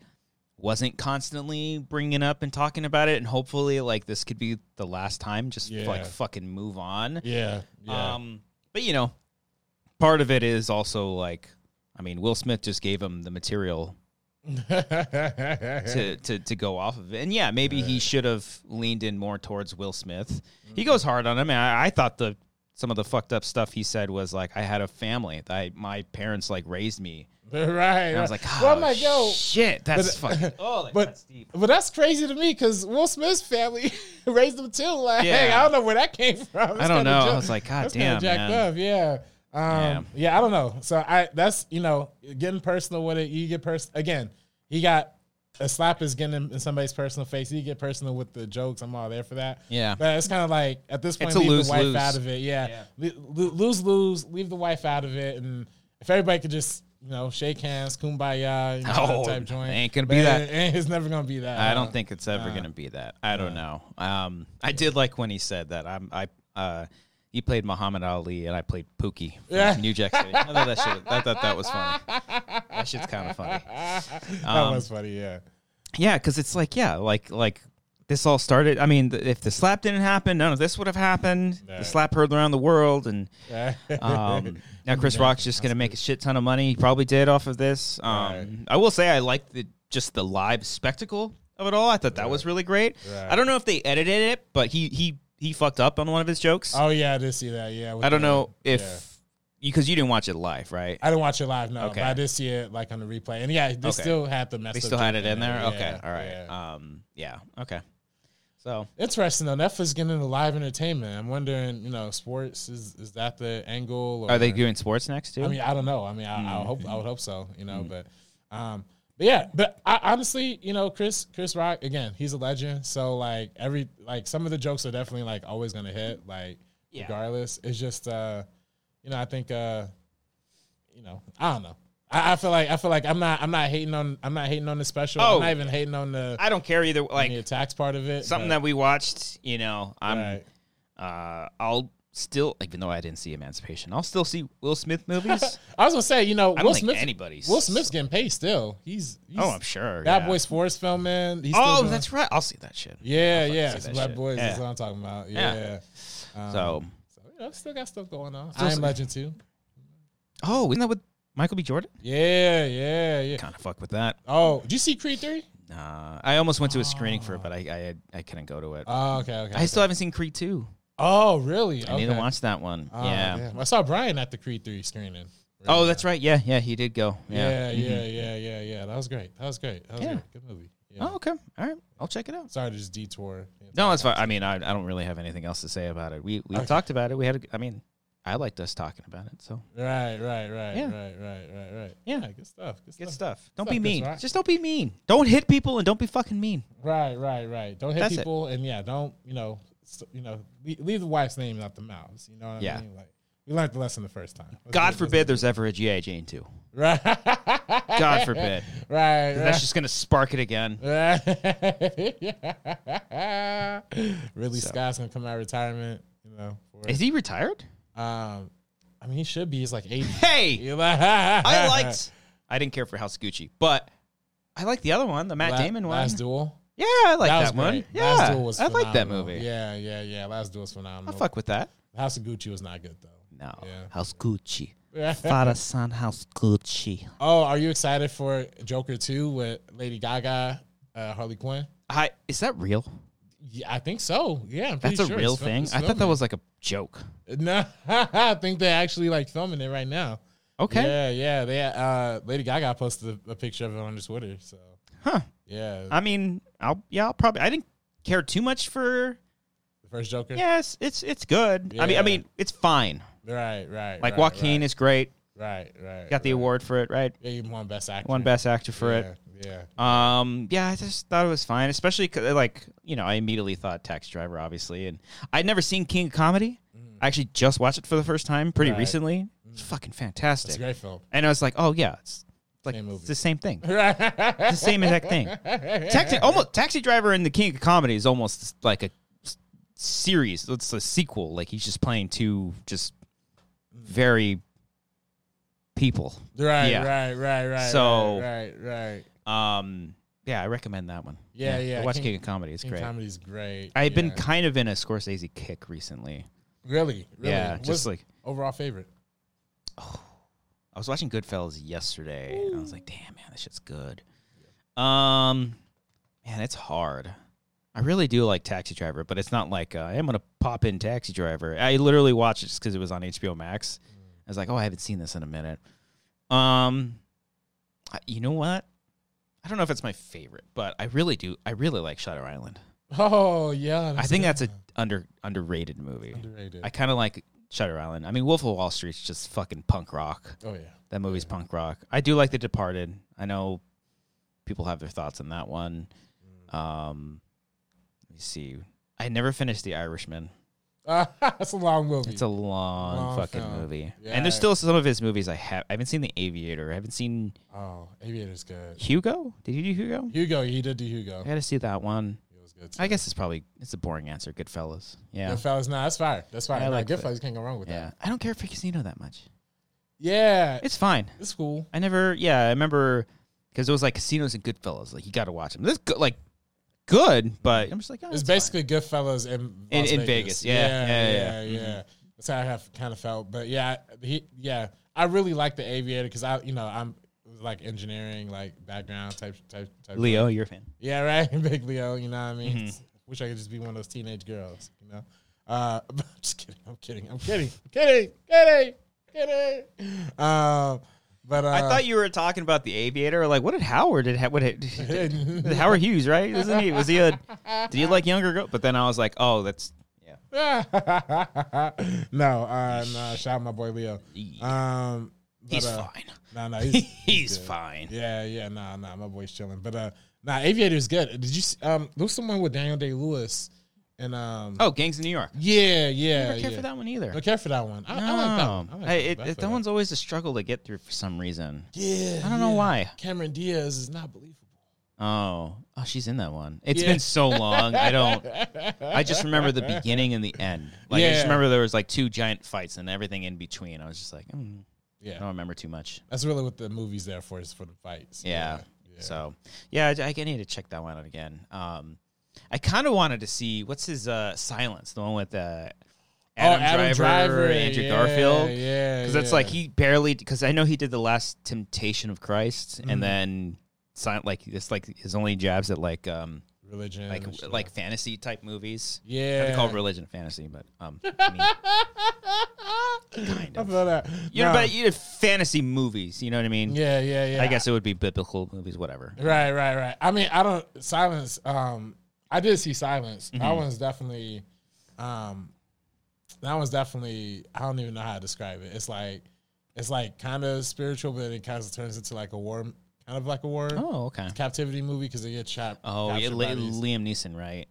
wasn't constantly bringing up and talking about it, and hopefully like this could be the last time. Just Yeah. like fucking move on. yeah, yeah. Um, but you know, part of it is also like, I mean, Will Smith just gave him the material to, to, to go off of it. And yeah, Mm-hmm. maybe he should have leaned in more towards Will Smith. He goes hard on him. And I, I thought the some of the fucked up stuff he said was like, I had a family. I my parents like raised me. right. And I was like, oh, well, I'm like, yo, shit, that's but- fucking. Oh, like, but that's deep. but that's crazy to me because Will Smith's family raised him too. Like, Yeah. I don't know where that came from. I don't kinda know. I jack- was like, God that's damn, kinda jacked man. up. Yeah. Um, yeah. I don't know. So I that's you know getting personal with it. You get personal again. He got a slap is getting in, in somebody's personal face. You get personal with the jokes. I'm all there for that. Yeah. But it's kind of like at this point, It's a leave lose-lose. the wife out of it. Yeah. Lo- Lose lose. Leave the wife out of it, and if everybody could just. You know, shake hands, kumbaya, you know, Oh, type joint. ain't gonna But be that. it- it- It's never gonna be that. I Uh, don't think it's ever gonna be that. I don't know. Um, I did like when he said that. I'm I. Uh, he played Muhammad Ali and I played Pookie from Yeah. New Jack City. I thought, that shit, I thought that was funny. That shit's kind of funny. that um, was funny. Yeah, Yeah, because it's like, yeah, like like this all started. I mean, th- if the slap didn't happen, none of this would have happened. No. The slap heard around the world, and um, now Chris Rock's just gonna make a shit ton of money. He probably did off of this. Um, Right. I will say I liked the just the live spectacle of it all. I thought that was really great. Right. I don't know if they edited it, but he he he fucked up on one of his jokes. oh yeah, I did see that. Yeah, with I don't the- know if yeah. because you didn't watch it live, right? I didn't watch it live. No, Okay. but I did see it like on the replay. And yeah, they Okay. still had the mess. they up still had joke it in there. Yeah, okay, all right. yeah. Um, yeah, okay. So Interesting though. Netflix getting into live entertainment. I'm wondering, you know, sports is is that the angle? Or, are they doing sports next too? I mean, I don't know. I mean, I, I hope Mm-hmm. I would hope so. You know, but um, but yeah, but I, honestly, you know, Chris Chris Rock again, he's a legend. So like every like some of the jokes are definitely like always gonna hit. Like Yeah. regardless, it's just uh, you know, I think uh, you know, I don't know. I, I feel like I feel like I'm not I'm not hating on I'm not hating on the special. Oh. I'm not even hating on the I don't care either. on the Like attacks part of it. something that we watched, you know, I'm Right. uh, I'll still, even though I didn't see Emancipation, I'll still see Will Smith movies. I was gonna say, you know, I don't Will think Smith. anybody's. Will Smith's getting paid still. He's, he's Oh, I'm sure. Bad yeah. Boys Force filming. He's still Oh, doing- that's right. I'll see that shit. Yeah, fucking yeah. see It's that Black shit. Boys Yeah. is what I'm talking about. Yeah. Yeah. Um, So, so, you know, still got stuff going on. Still I am s- Legend too. oh, isn't that with Michael B. Jordan? Yeah, yeah, yeah. Kind of fuck with that. Oh, did you see Creed 3? Uh, I almost went to a screening for it, but I I, had- I couldn't go to it. Oh, okay, okay. I still haven't seen Creed two. oh, really? I need to watch that one. Oh, yeah. damn. I saw Brian at the Creed 3 screening. Oh, that's right. Yeah, yeah, he did go. Yeah. Yeah, Mm-hmm. yeah, yeah, yeah, yeah, That was great. That was great. That was Yeah. great. Good movie. Yeah. Oh, okay. All right. I'll check it out. Sorry to just detour. No, that's fine. I mean, I, I don't really have anything else to say about it. We we Okay. talked about it. We had. A, I mean, I liked us talking about it. So Right, right, right, Yeah. right, right, right, right. Yeah. good stuff. Good, good stuff. stuff. Don't Stuff be is mean. right. Just don't be mean. Don't hit people and don't be fucking mean. Right, right, right. Don't hit That's it. people, and yeah, don't you know, s you know, le- leave the wife's name out the mouths. You know what Yeah. I mean? Like we learned the lesson the first time. Let's God leave this- forbid there's ever a GI Jane two. Right. God forbid. Right. That's Right. just gonna spark it again. really, So. Scott's gonna come out of retirement. You know. For Is it. he retired? Um, I mean, he should be. He's like eighty. Hey, I I liked. I didn't care for House Gucci, but I liked the other one, the Matt Damon one. Last duel. yeah, I like was that, one. great. Yeah, Last duel was I like that phenomenal. movie. Yeah, yeah, yeah. Last duel was I phenomenal. fuck with that. House of Gucci was not good though. No, Yeah. House Gucci, father son House Gucci. Oh, are you excited for Joker 2 with Lady Gaga, uh, Harley Quinn? I is that real? Yeah, I think so. Yeah, I'm pretty That's a sure real it's fil- thing. it's I thought that filming. was like a joke. No, I think they're actually like filming it right now. Okay. Yeah, yeah. They uh, Lady Gaga posted a, a picture of it on her Twitter. So Huh. yeah, I mean, I'll yeah, I'll probably. I didn't care too much for. the first Joker. Yes, it's it's good. I mean, I Yeah. mean, it's fine. Right, right. Like right, Joaquin is great. Right, right. right Got the award for it, right? Yeah, he won best actor. Won best actor for yeah, it. Yeah. Um, yeah, I just thought it was fine, especially 'cause, like you know, I immediately thought Tax Driver, obviously, and I'd never seen King of Comedy. I actually just watched it for the first time pretty Mm. Right. Mm. recently. It's fucking It's a fantastic, great film. and I was like, oh yeah, it's like Same it's movie. the same thing, it's the same exact thing. Taxi, almost Taxi Driver and the King of Comedy is almost like a s- series. It's a sequel. Like he's just playing two just very people. Right, Yeah. right, right, right. So- right, right. right. Um, yeah, I recommend that one. Yeah, yeah, watch King, King- of Comedy. It's Teen great. Comedy's great. I've been Yeah. kind of in a Scorsese kick recently. really, really. Yeah, just What's like overall favorite. I was watching Goodfellas yesterday, and I was like, "Damn, man, this shit's good." Um, man, it's hard. I really do like Taxi Driver, but it's not like uh, I'm gonna pop in Taxi Driver. I literally watched it just because it was on HBO Max. I was like, oh, I haven't seen this in a minute. Um, I- you know what? I don't know if it's my favorite, but I really do. I really like Shutter Island. Oh yeah, I think good. that's a under underrated movie. underrated. I kind of like Shutter Island. I mean, Wolf of Wall Street's just fucking punk rock. oh yeah, That movie's punk rock. I do like The Departed. I know people have their thoughts on that one. Mm. Um, let me see. I never finished The Irishman. Ah, that's a long movie. It's a long, Long fucking film. movie, Yeah. and there's still some of his movies I have. I haven't seen The Aviator. I haven't seen oh, Aviator's good. Hugo. Did you do Hugo? Hugo, he did do Hugo. I got to see that one. It was good. Too. I guess it's probably it's a boring answer. Goodfellas. Yeah, Goodfellas, nah, that's fire. That's fire. I Nah, like that. Goodfellas, can't go wrong with yeah. that. I don't care for Casino that much. Yeah, It's fine. it's cool. I never, yeah, I remember because it was like casinos and Goodfellas. Like you got to watch them. This is good, like good, but I'm just like oh, It's it's basically Goodfellas in In- Las in Vegas. Yeah, yeah, Mm-hmm. yeah, yeah. yeah. That's how I have kind of felt. But yeah, he, yeah, I really like the Aviator because I, you know, I'm like engineering, like background type, type, type. fine. Leo, you're a fan. Yeah, right. Big Leo, you know what I mean? Mm-hmm. Wish I could just be one of those teenage girls, you know? Uh, but I'm just kidding. I'm kidding. I'm kidding. kidding. Kidding. Kidding. Um, but uh, I thought you were talking about the Aviator. Like, what did Howard did? Ha- What did, did Howard Hughes? Right? Isn't he? Was he a? Did he like younger girl? But then I was like, oh, that's yeah. no, uh, no, shout out my boy Leo. Um, but, He's uh, fine. No, no, He's, he's, good. fine. Yeah, yeah, nah, nah, my boy's chilling. But uh, nah, Aviator's good. Did you? See, um, there was someone with Daniel Day Lewis, and um, Oh, Gangs of New York. yeah, yeah, I never care yeah. for that one either. Don't care for that one. I, I like that one. I like I- that it- one. I it- feel that one's always a struggle to get through for some reason. Yeah, I don't know yeah. why. Cameron Diaz is not believable. Oh, oh, she's in that one. It's Yeah. been so long. I don't. I just remember the beginning and the end. Like I Yeah. just remember there was like two giant fights and everything in between. I was just like, mm, I Yeah, don't remember too much. that's really what the movie's there for is for the fights. Yeah. yeah. So yeah, I, I need to check that one out again. Um, I kind of wanted to see what's his uh silence, the one with uh, Adam, Driver, Andrew Oh, yeah, Garfield. Yeah, because it's yeah. like he barely because I know he did the last Temptation of Christ Mm-hmm. and then sign like it's like his only jabs at like um religion, like and shit. like fantasy type movies. yeah. They call it religion fantasy, but um, I mean, I feel that. you know, Nah. but you know, fantasy movies. You know what I mean? yeah, yeah, yeah. I guess it would be biblical movies, whatever. Right, right, right. I mean, I don't silence. Um, I did see silence. That Mm-hmm. one's definitely, um, that one's definitely. I don't even know how to describe it. It's like, it's like kind of spiritual, but it kind of turns into like a war, kind of like a war Oh, okay. captivity movie because they get trapped. Oh, yeah, captured Li- by these- Liam Neeson, right?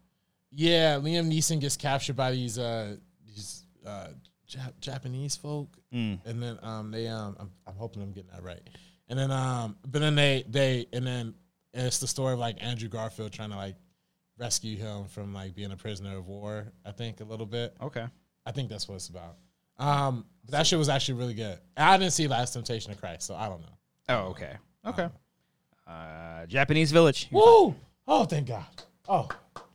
yeah. Liam Neeson gets captured by these uh these uh Jap- Japanese folk, Mm. and then um they um I'm, I'm hoping I'm getting that right. And then um but then they they and then it's the story of like Andrew Garfield trying to like rescue him from like being a prisoner of war, I think a little bit. Okay. I think that's what it's about. Um but that shit was actually really good. I didn't see Last Temptation of Christ, so I don't know. Oh, okay. Okay. Uh, Japanese Village. You're fine. Woo! Oh thank God. Oh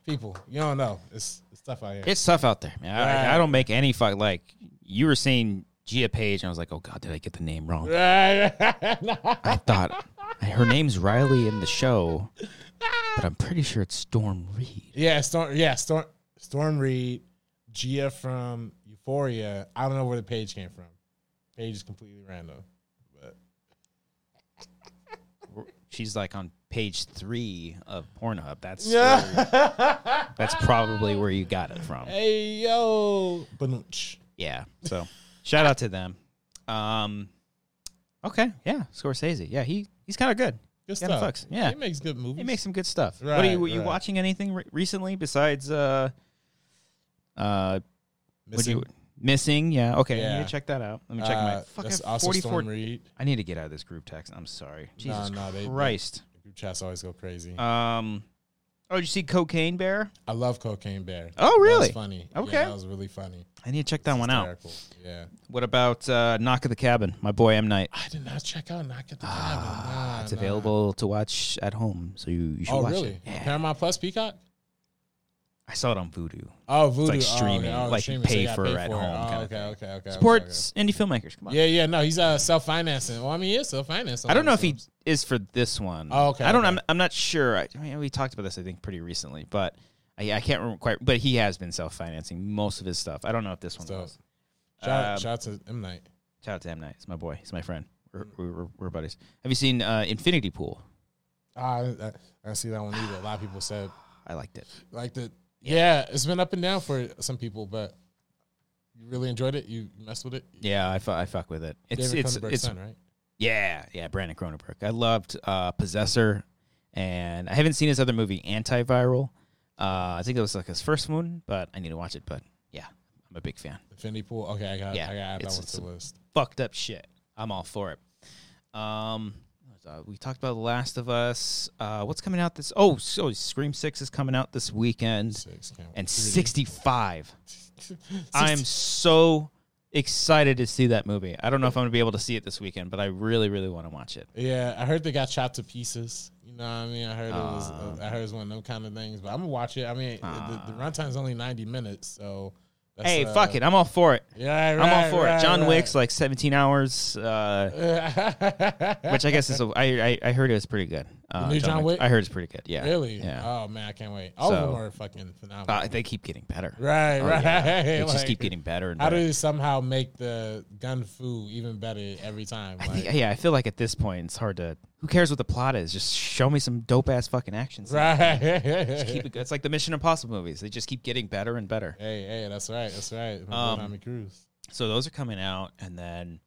people, you don't know. It's it's tough out here. It's tough out there, man. I, Right. I don't make any fuck. Like you were saying, Gia Page, and I was like, oh god, did I get the name wrong? I thought her name's Riley in the show, but I'm pretty sure it's Storm Reed. Yeah, Storm. Yeah, Storm. Storm Reed, Gia from Euphoria. I don't know where the page came from. Page is completely random. But She's like on page three of Pornhub. That's where- yeah. that's probably where you got it from. hey yo, Banooch. Yeah. So shout out to them. Um, okay. Yeah. Scorsese. Yeah. He he's kind of good. Good Kinda stuff. fucks. Yeah. he makes good movies. He makes some good stuff. what are you? Were Right, you right. watching anything re- recently besides? Uh, uh, would you missing? Yeah. Okay. I Yeah. need to check that out. Let me check my. Fuck, I Uh, that's have also 44 Storm Reed. I need to get out of this group text. I'm sorry. Jesus no, they- they- Christ. The group chats always go crazy. Um. Oh, did you see Cocaine Bear? I love Cocaine Bear. Oh, That really? was funny. Okay. Yeah, that was really funny. I need to check that one out. Hysterical. Yeah. What about uh, Knock at the Cabin? My boy M Night. I did not check out Knock at the Cabin. Nah, Ah, It's nah. available to watch at home, so you, you should Oh, watch really? it. Yeah. Paramount Plus, Peacock. I saw it on Vudu. Oh, Voodoo. like Oh, streaming, okay. Oh, like you streaming, so pay gotta for it at home Oh, kinda okay, okay, okay, okay. Sports indie filmmakers. Come on. okay. Yeah, yeah. No, he's uh, self financing. Well, I mean, he is self financing. I don't know if he is for this one. Oh, okay, I don't. okay. I'm, I'm not sure. I, I mean, we talked about this, I think, pretty recently, but I, I can't remember quite, but he has been self financing most of his stuff. I don't know if this one So, was. shout, Um, shout out to M Night. Shout out to M Night. He's my boy. He's my friend. We're, Hmm. we're, we're, we're buddies. Have you seen uh, Infinity Pool? Ah, I, I, I didn't see that one either. A lot of people said I liked it. like the yeah, it's been up and down for some people, but you really enjoyed it. You messed with it. Yeah, I, fu- I fuck with it. It's David it's Cronenberg's it's son, right? yeah yeah Brandon Cronenberg. I loved uh, Possessor, and I haven't seen his other movie Antiviral. Uh, I think that was like his first one, but I need to watch it. But yeah, I'm a big fan. Infinity Pool. Okay, I got. Yeah, I got to add that it's- one it's a- to the list. fucked up shit. I'm all for it. Um, uh, we talked about The Last of Us. Uh, what's coming out this? Oh, so Scream Six is coming out this weekend, Six. can't- and three. 65. I am so excited to see that movie. I don't know if I'm gonna be able to see it this weekend, but I really, really want to watch it. Yeah, I heard they got chopped to pieces. You know what I mean? I heard it was. Ah. I heard it was one of them kind of things. But I'm gonna watch it. I mean, Ah. the, the runtime's only 90 minutes, so. That's, Hey, uh, fuck it. I'm all for it. Yeah, I'm all for it. John Wick's like 17 hours, uh, like, which I guess is. A, I, I I heard it was pretty good. Uh, new John Wick? I heard it's pretty good. Yeah. Really? Yeah. Oh man, I can't wait. All of So- them are fucking phenomenal. Uh, they keep getting better. right, Oh, right. yeah. They just Like, keep getting better and How better. do you somehow make the gun foo even better every time? I Like, think, yeah, I feel like at this point it's hard to. Who cares what the plot is? Just show me some dope ass fucking action. scenes. right. Keep it, it's like the Mission Impossible movies. They just keep getting better and better. hey, hey, that's right. That's right. My Um, boy Tommy Cruise. So those are coming out, and then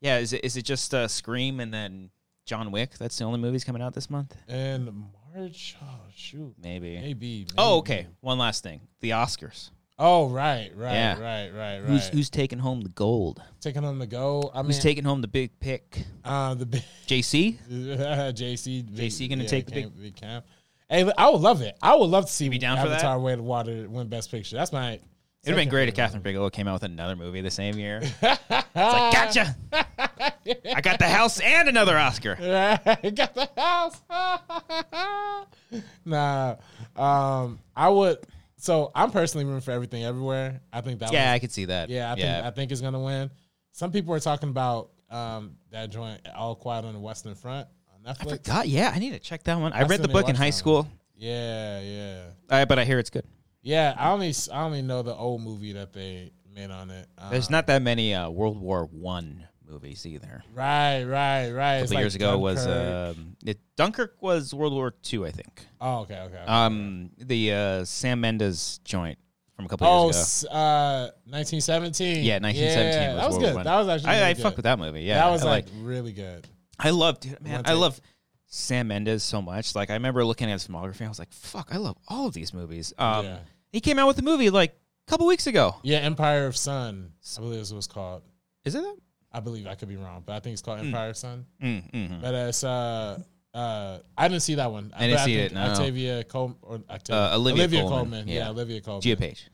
yeah, is it is it just uh, Scream and then John Wick? That's the only movies coming out this month, And March. Oh shoot. maybe. Maybe. Oh, maybe. okay. One last thing, the Oscars. Oh, right, right, Yeah. right, right, right. Who's who's taking home the gold? taking on the go? I mean, Who's taking home the big pick? uh, the big- JC. JC. JC gonna take the camp, big camp. Hey, look, I would love it. I would love to see be down for that? Avatar Way of Water win Best Picture. That's my. It'd have been second great if favorite. Catherine Bigelow came out with another movie the same year. It's like, gotcha. I got the house and another Oscar. got the house. nah, um, I would. So I'm personally rooting for everything everywhere. I think that. Yeah, was- I could see that. yeah. I think I think it's gonna win. Some people are talking about um, that joint, All Quiet on the Western Front on I Netflix. forgot. Yeah, I need to check that one. I I read still the need to book in watch high that school, Yeah, yeah, uh, but I hear it's good. yeah. I only s- I only know the old movie that they made on it. Um, There's not that many uh, World War One movies either. right, right, right. A It's couple like years ago was Dunkirk. um, it, Dunkirk was World War Two, I think. oh okay okay. okay. Um, the uh, Sam Mendes joint from a couple oh, years ago. s- uh, 1917. yeah, 1917 Yeah, was that was World War good. One. That was actually. I, really I good. fuck with that movie. Yeah, That was I like liked- really good. I loved it, man. One I take. love Sam Mendes so much. Like I remember looking at his filmography, I was like, "Fuck, I love all of these movies." Um, Yeah. he came out with a movie like a couple weeks ago. Yeah, Empire of Sun. I believe is what it's called. Is it? That? I believe I could be wrong, but I think it's Hmm. called Empire of Sun. Mm, mm, mm. But it's uh. Uh, I didn't see that one. I didn't But see think it, no. Octavia Col- or Octavia. Uh, Olivia Colman, Colman. Yeah. yeah. Olivia Colman. Gia Page.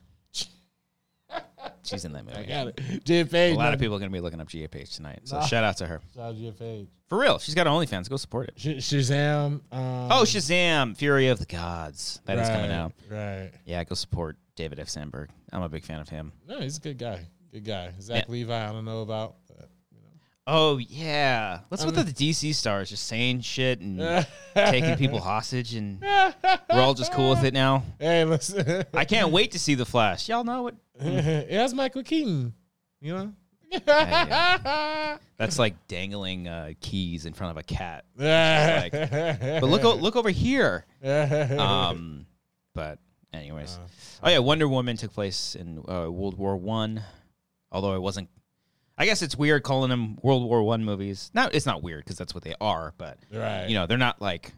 She's in that I movie. got it. Gia Page. A lot of man. people are going to be looking up Gia Page tonight. So Nah. shout out to her. Shout out Gia Page. For real, she's got OnlyFans. Go support it. Sh- Shazam. Um, Oh, Shazam! Fury of the Gods. That is coming right, out. Right. Yeah, go support David F. Sandberg. I'm a big fan of him. No, he's a good guy. Good guy. Zach Levi, I don't know about. but- Oh yeah, what's with mean- the DC stars just saying shit and taking people hostage, and we're all just cool with it now. Hey, listen. I can't wait to see the Flash. Y'all know what? it has Michael Keaton. You know? That's like dangling uh, keys in front of a cat. Yeah. But look, o- look over here. yeah. Um, but Uh, anyways, oh yeah, Wonder Woman took place in uh, World War One. Although I wasn't, I guess it's weird calling them World War One movies. Not, it's not weird because that's what they are. But right. you know, they're not like,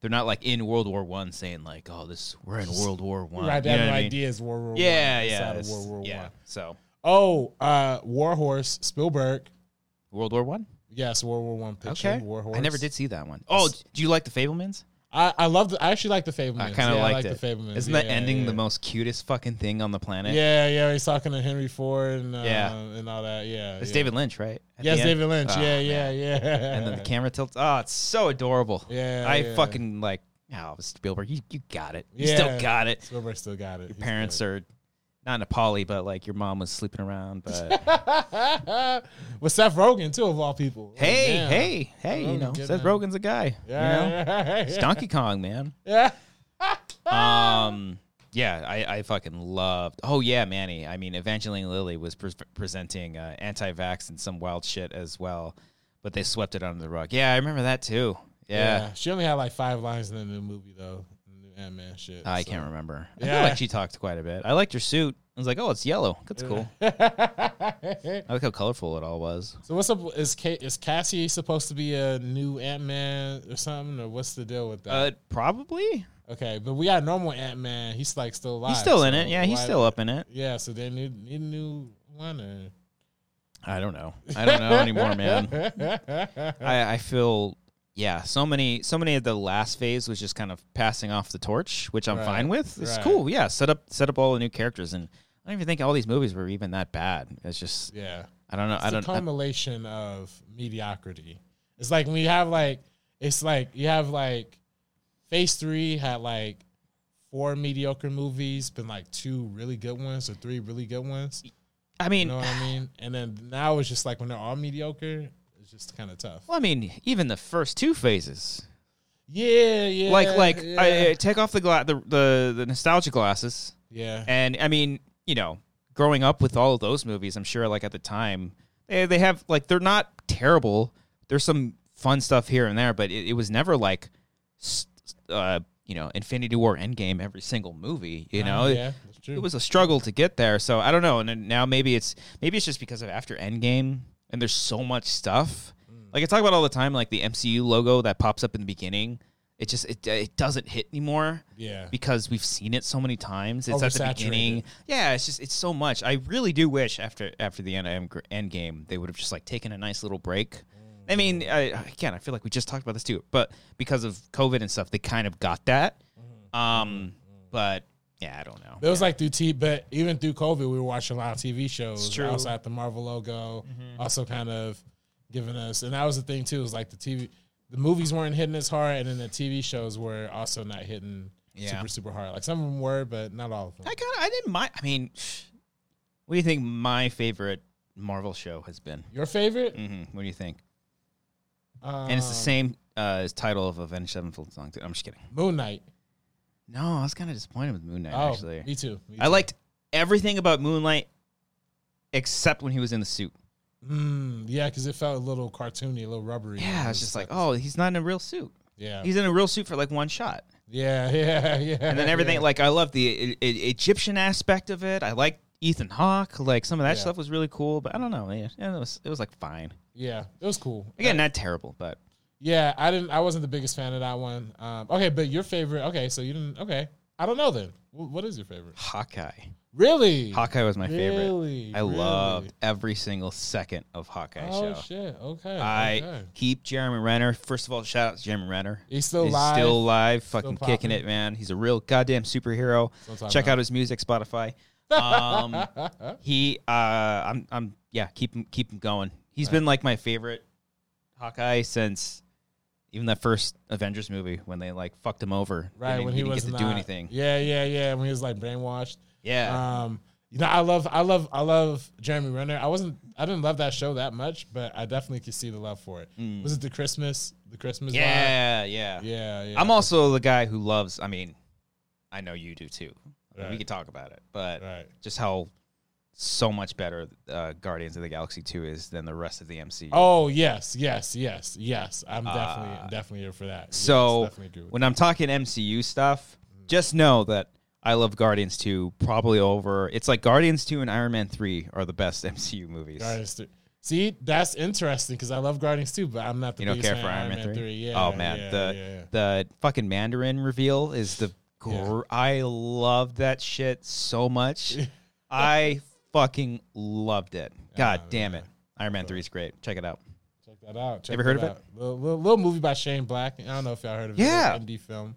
they're not like in World War One saying like, oh, this we're in World War One. right. You That know what I mean? idea is World War One. Yeah, It's yeah, out of it's- World War yeah. One. So Oh, uh, Warhorse Spielberg. World War One. Yes, World War One picture. Okay, Warhorse. I never did see that one. Oh, d- do you like the Fablemans? I, I love. I actually like the Fablemans. I kind of yeah, liked I it. like The Fablemans. Isn't that Yeah, ending the yeah. most cutest fucking thing on the planet? Yeah, yeah, he's talking to Henry Ford and uh, Yeah. and all that. Yeah, It's yeah. David Lynch, right? At Yes, the end? David Lynch. Ah, yeah, man. yeah, yeah. and then the camera tilts. Oh, it's so adorable. Yeah, I yeah. fucking like. Oh, Spielberg, you, you got it. You Yeah. still got it. Spielberg still got it. Your Parents are not in a poly, but like your mom was sleeping around. But with Seth Rogen too, of all people. Like, hey, damn. hey, Oh, hey, you know, Rogen's good, Seth man. Rogen's a guy. You know, yeah, it's Donkey Kong, man. yeah. Ah. Um, yeah, I, I fucking loved. Oh yeah, Manny. I mean, Evangeline Lilly was pre- presenting uh, anti-vax and some wild shit as well, but they swept it under the rug. Yeah, I remember that too. Yeah, She only had like five lines in the new movie though. The new Ant Man shit. I so. can't remember. I Yeah. feel like she talked quite a bit. I liked her suit. I was like, oh, it's yellow. That's cool. I like how colorful it all was. so what's up? Is Ca- is Cassie supposed to be a new Ant Man or something? Or what's the deal with that? Uh, probably. okay, but we got normal Ant Man. He's like still alive. He's still in so it. Yeah, he's why- still up in it. Yeah, so they need need a new one. Or... I don't know. I don't know anymore, man. I, I feel yeah, so many so many of the last phase was just kind of passing off the torch, which I'm Right, fine with. It's right. cool, yeah. Set up set up all the new characters and I don't even think all these movies were even that bad. It's just yeah. I don't know. I It's a don't I, compilation of mediocrity. It's like when you have like it's like you have like phase three had like four mediocre movies, been like two really good ones or three really good ones. I You mean know what I mean? And then now it's just like when they're all mediocre, it's just kind of tough. well, I mean, even the first two phases. Yeah, yeah. like like yeah. I, I take off the, gla- the the the nostalgia glasses yeah. And I mean, you know, growing up with all of those movies, I'm sure like at the time, they, they have like they're not terrible. There's some fun stuff here and there, but it, it was never like, s- uh, you know, Infinity War, Endgame, every single movie. You know, yeah, that's true. it was a struggle to get there. So I don't know. And then now maybe it's maybe it's just because of after Endgame and there's so much stuff. Mm. Like I talk about all the time, like the MCU logo that pops up in the beginning. It just it, it doesn't hit anymore yeah. because we've seen it so many times. It's at the Oversaturated. beginning. Yeah, it's just it's so much. I really do wish after after the end, end game they would have just like taken a nice little break. I Mm. mean, I, again, I feel like we just talked about this too, but because of COVID and stuff, they kind of got that. Mm-hmm. Um, but yeah, I don't know. It was like through T, but even through COVID, we were watching a lot of TV shows It's true. Mm-hmm. outside the Marvel logo, also kind of giving us. And that was the thing too, is like the TV, the movies weren't hitting as hard, and then the TV shows were also not hitting Yeah. super super hard. Like some of them were, but not all of them. I kind of I didn't mind. I mean, what do you think my favorite Marvel show has been? Your favorite? hmm What do you think? Um, And it's the same uh, as title of Avenged Sevenfold song. Too. I'm just kidding. Moon Knight. No, I was kind of disappointed with Moon Knight Oh, actually. me too. me I too. liked everything about Moonlight except when he was in the suit. Mm, yeah, because it felt a little cartoony, a little rubbery. Yeah, it's just like, oh, he's not in a real suit. yeah, He's in a real suit for like one shot. yeah, yeah, yeah. And then everything, yeah. like, I love the e- e- Egyptian aspect of it. I liked Ethan Hawke. Like, some of that Yeah. stuff was really cool, but I don't know. Yeah, yeah, it, was, it was like fine. yeah, it was cool. Again, not terrible, but Yeah, I didn't. I wasn't the biggest fan of that one. Um, okay, but your favorite? Okay, so you didn't. Okay, I don't know then. Wh- What is your favorite? Hawkeye. Really? Hawkeye was my favorite. Really? I Really? loved every single second of Hawkeye Oh show. shit! Okay. I okay. keep Jeremy Renner. First of all, shout out to Jeremy Renner. He's still He's live. still alive, fucking kicking popping. it, man. He's a real goddamn superhero. That's what I'm Check talking out his music, Spotify. Um, he, uh, I'm, I'm, yeah, keep him, keep him going. He's been like my favorite Hawkeye since even that first Avengers movie when they like fucked him over. about. Right They didn't- when he, he, didn't was get to not, do anything. Yeah, yeah, yeah. When he was like brainwashed. Yeah, Um, you know, I love, I love, I love Jeremy Renner. I wasn't, I didn't love that show that much, but I definitely could see the love for it. Was it the Christmas? The Christmas? Mm. vibe? yeah, yeah, Yeah, yeah. I'm also the guy who loves. I mean, I know you do too. I mean, We Right. could talk about it, but right. just how so much better uh, Guardians of the Galaxy Two is than the rest of the MCU. Oh yes, yes, yes, yes. I'm definitely Uh, definitely here for that. Yes, So definitely agree with when I'm talking MCU stuff, Mm. just know that I love Guardians 2 probably over. It's like Guardians 2 and Iron Man 3 are the best MCU movies. you. Guardians Three. See, that's interesting because I love Guardians too, but I'm not the You don't biggest care fan for of Iron Man 3? Yeah. oh man, yeah, the yeah, yeah. the fucking Mandarin reveal is the gr- Yeah. I loved that shit so much. I fucking loved it. God damn it. Iron Man 3 is great. Check it out. check that out. Check Ever heard of that it? out. Little, little, little movie by Shane Black. I don't know if y'all heard of it. Yeah. indie film,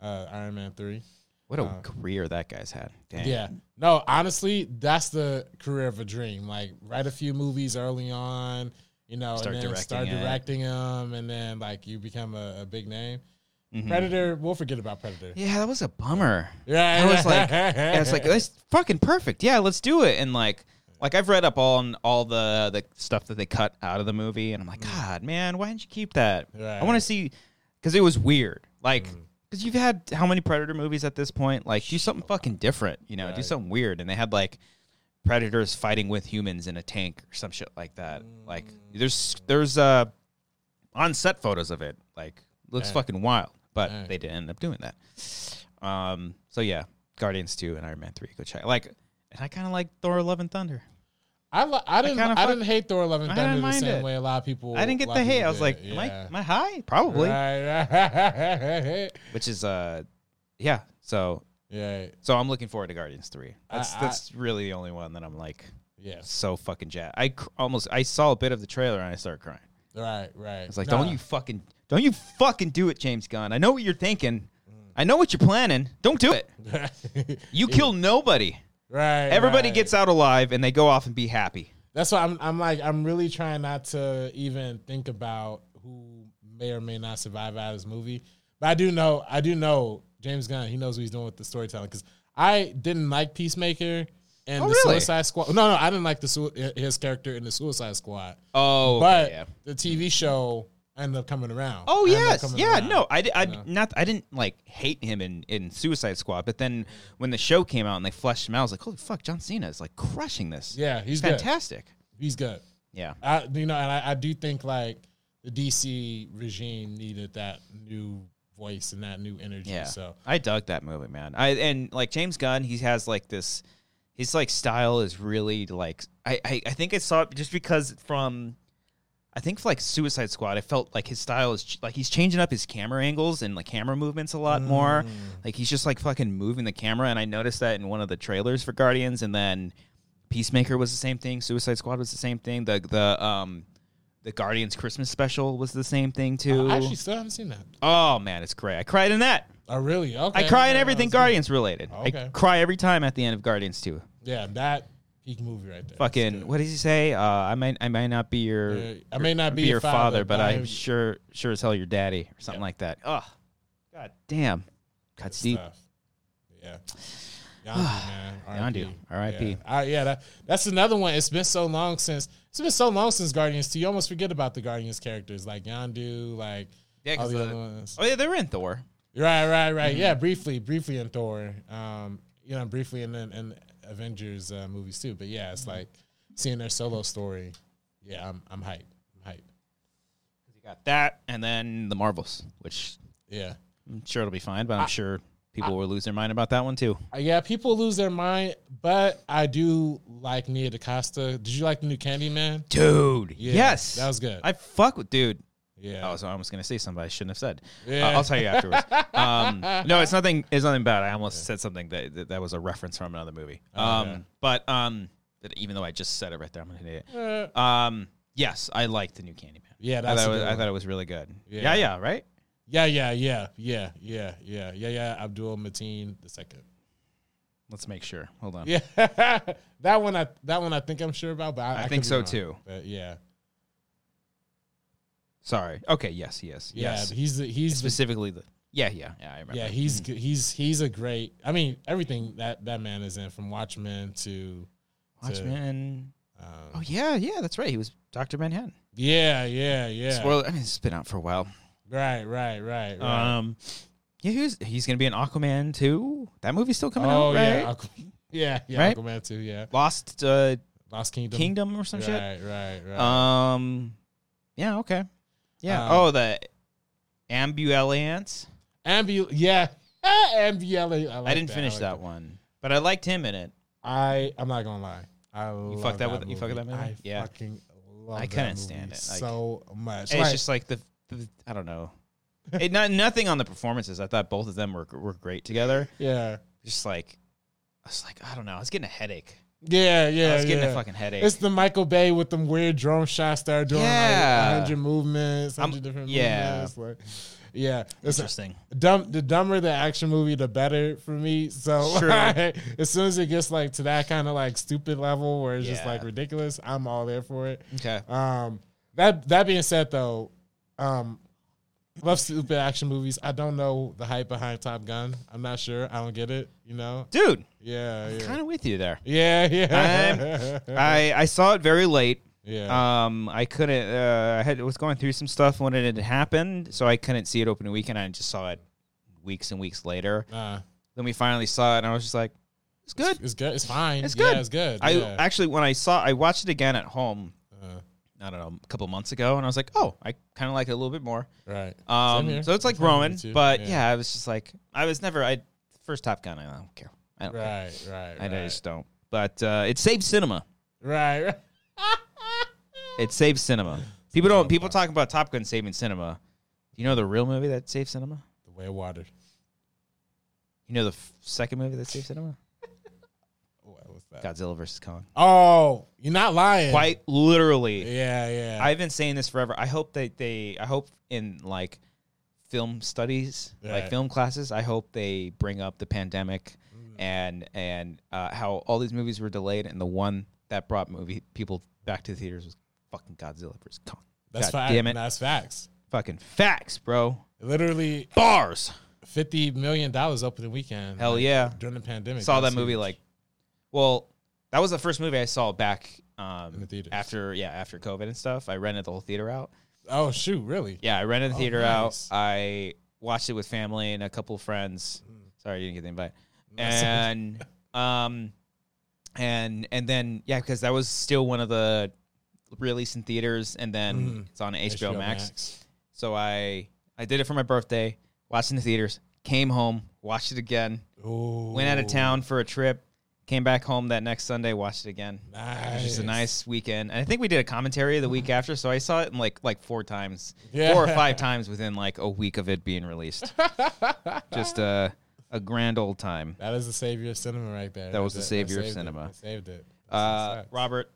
uh, Iron Man Three. What a career that guy's had. Damn. Uh, Yeah. No, honestly, that's the career of a dream. Like, write a few movies early on, you know, Start and then directing start it. directing them, and then like you become a, a big name. Mm-hmm. Predator, we'll forget about Predator. Yeah, that was a bummer. Yeah, I was like, yeah. I was like, that's fucking perfect. Yeah, let's do it. And like, like I've read up on all the the stuff that they cut out of the movie, and I'm like, God, man, why didn't you keep that? Mm. Right. Mm. I want to see because it was weird. Like, Because you've had how many Predator movies at this point? Like, do something fucking different, you know, do Right. something weird. And they had like predators fighting with humans in a tank or some shit like that. Like, Mm. there's there's uh on set photos of it. Like, looks Dang. fucking wild. But Dang. they didn't end up doing that. Um. So yeah, Guardians two and Iron Man three. Go check. Like, and I kind of like Thor: Love and Thunder. I, li- I didn't I, kinda didn't hate Thor: Love and I didn't Thunder the mind same it. way a lot of people. I didn't get a lot the of people hate. I was did. like, am I am I high? Probably. Right, right. Which is uh, yeah. So yeah, So I'm looking forward to Guardians Three. That's I- that's really the only one that I'm like yeah, so fucking jacked. I cr- almost I saw a bit of the trailer and I started crying. I right, right. was like, don't you fucking don't you fucking do it, James Gunn. I know what you're thinking. Mm. I know what you're planning. Don't do it. you? You kill nobody. right. Everybody right. gets out alive and they go off and be happy. That's why I'm I'm like I'm really trying not to even think about who may or may not survive out of this movie. But I do know I do know James Gunn. He knows what he's doing with the storytelling because I didn't like Peacemaker and Oh, the really? Suicide Squad. No, no, I didn't like the sui- his character in the Suicide Squad. Oh, but yeah. the TV show ended up coming around. Oh Ended up yes, coming yeah. around. No, I, di- I not I didn't like hate him in, in Suicide Squad, but then when the show came out and they fleshed him out, I was like, holy fuck, John Cena is like crushing this. yeah, he's good. fantastic. He's good. Yeah. I, you know, and I, I do think like the DC regime needed that new voice and that new energy. Yeah. So I dug that movie, man. I and like James Gunn, he has like this his like style is really like I, I, I think I saw it just because from I think like Suicide Squad, I felt like his style is ch- like he's changing up his camera angles and like camera movements a lot Mm. more. Like he's just like fucking moving the camera, and I noticed that in one of the trailers for Guardians, and then Peacemaker was the same thing. Suicide Squad was the same thing. The the um the Guardians Christmas special was the same thing too. I actually still haven't seen that. oh man, it's great. I cried in that. Oh, really? I Okay. cry in okay, everything that's Guardians related. I Okay. cry every time at the end of Guardians 2. good. Yeah, that peak movie right there. Fucking what does he say? Uh, I might I might not be your Yeah, I may not be your your father, father, but but I I'm am- sure sure as hell your daddy or something like that. Oh, god damn. God deep. Stuff. Yeah. Yondu, man. Yondu, R.I.P.. Yeah, I- yeah that, that's another one. It's been so long since it's been so long since Guardians 2. You almost forget about the Guardians characters like Yondu, like Yeah, 'cause all the the- Mm-hmm. other ones. Oh yeah, they were in Thor. Right, right, right. Yeah, briefly, briefly in Thor. Um, you know, briefly in in, in Avengers uh, movies too. But yeah, Mm-hmm. it's like seeing their solo story. Yeah, I'm I'm hyped. I'm hyped. You got that and then the Marvels, which Yeah. I'm sure it'll be fine, Ah. but I'm sure people will lose their mind about that one too. Uh, Yeah, people lose their mind, but I do like Nia DaCosta. Did you like the new Candyman? Dude. Yeah, yes. that was good. I fuck with dude. Yeah. I was almost gonna say something I shouldn't have said. Uh, Yeah. I'll tell you afterwards. um, no, it's nothing. It's nothing bad. I almost said something that, that that was a reference from another movie. Um, Oh, yeah. But um, but even though I just said it right there, I'm an idiot. Uh, Um, yes, I liked the new Candyman. Yeah, I that's thought, a it was, good I one. thought it was really good. Yeah, Yeah. yeah, right. yeah, yeah, yeah, yeah, yeah, yeah, yeah, yeah. Abdul Mateen the second. Let's make sure. Hold on. Yeah, that one I that one I think I'm sure about, but I, I could think be so, wrong. too. But yeah, Sorry. Okay. Yes. Yes. yeah, Yes. he's the, he's the, Specifically the. Yeah. Yeah. Yeah. I remember. Hmm. yeah he's g- he's he's a great. I mean everything that that man is in from Watchmen to Watchmen. um, Oh yeah. Yeah. That's right. He was Doctor Manhattan. yeah, yeah, yeah. Spoiler. I mean, it's been out for a while. Right, right, right, right. Um, yeah, who's he's gonna be in Aquaman too? That movie's still coming oh out, right? yeah, Aqu- yeah, yeah. Right? Aquaman too. Yeah, Lost uh, Lost Kingdom. Kingdom or some Right, right, right. shit. Um, yeah, okay, yeah. Um, oh, the ambulance. Ambu- yeah. Ah, Ambulance. like I didn't that, finish like that one, but I liked him in it. I I'm not gonna lie. I love fucked that that with- you fucked with that I movie? Yeah. fucking love I that couldn't movie stand it, like- so much. And Like, It's just like the, the I don't know. It, not nothing on the performances. I thought both of them were were great together. yeah, Just like I was like I don't know. I was getting a headache. yeah, yeah. I was getting yeah. a fucking headache. It's the Michael Bay with them weird drone shots that are doing Yeah. like hundred movements, I'm- hundred different yeah. movements. Like, yeah, it's Interesting. dumb. The dumber the action movie, the better for me. So Sure. like, as soon as it gets like to that kind of like stupid level where it's just Yeah. like ridiculous, I'm all there for it. Okay. Um, that that being said, though, um, love stupid action movies. I don't know the hype behind Top Gun. I'm not sure. I don't get it. You know? Dude, Yeah, yeah, kind of with you there. yeah, yeah. I'm- I I saw it very late. yeah, Um, I couldn't. Uh, I had was going through some stuff when it had happened, so I couldn't see it opening weekend. I just saw it weeks and weeks later. Uh, Then we finally saw it, and I was just like, "It's good." it's good. It's fine. It's Yeah, good. it's good. I yeah. actually, when I saw, I watched it again at home. Uh, I don't know, a couple months ago, and I was like, "Oh, I kind of like it a little bit more." right. Same Um, here. so it's like Same here, growing, me too. but yeah. I was just like, I was never. I first Top Gun. I don't care. I don't. Right. Right. Care. I right. just don't. But uh, it saves cinema. Right. right. It saves cinema. People don't. People talk about Top Gun saving cinema. You know the real movie that saved cinema. The way of water. You know the f- second movie that saved cinema. What was that? Godzilla versus Kong. Oh, you're not lying. Quite literally. Yeah. Yeah. I've been saying this forever. I hope that they. I hope in like film studies, like Right. film classes. I hope they bring up the pandemic and and uh, how all these movies were delayed, and the one that brought movie people back to theaters was fucking Godzilla vs Kong. that's God fact. damn it! That's facts. Fucking facts, bro. Literally Bars. fifty million dollars opening weekend. Hell like, yeah. During the pandemic, saw that That's movie huge. like well that was the first movie i saw back um In the theaters. after yeah after covid and stuff i rented the whole theater out Oh shoot! Really? yeah i rented the Oh, theater nice. out i watched it with family and a couple friends Mm. sorry you didn't get the invite That's okay. and um and and then yeah because that was still one of the release in theaters and then Mhm. it's on hbo, max. so i i did it for my birthday watched it in the theaters came home watched it again Ooh, went out of town for a trip came back home that next sunday watched it again it Nice. was just a nice weekend and i think we did a commentary the week after so i saw it in like like four times Yeah. four or five times within like a week of it being released just uh, a grand old time That is the savior of cinema right there. That was That's the it. That savior of saved it. cinema. That saved it. That's uh, what's up. robert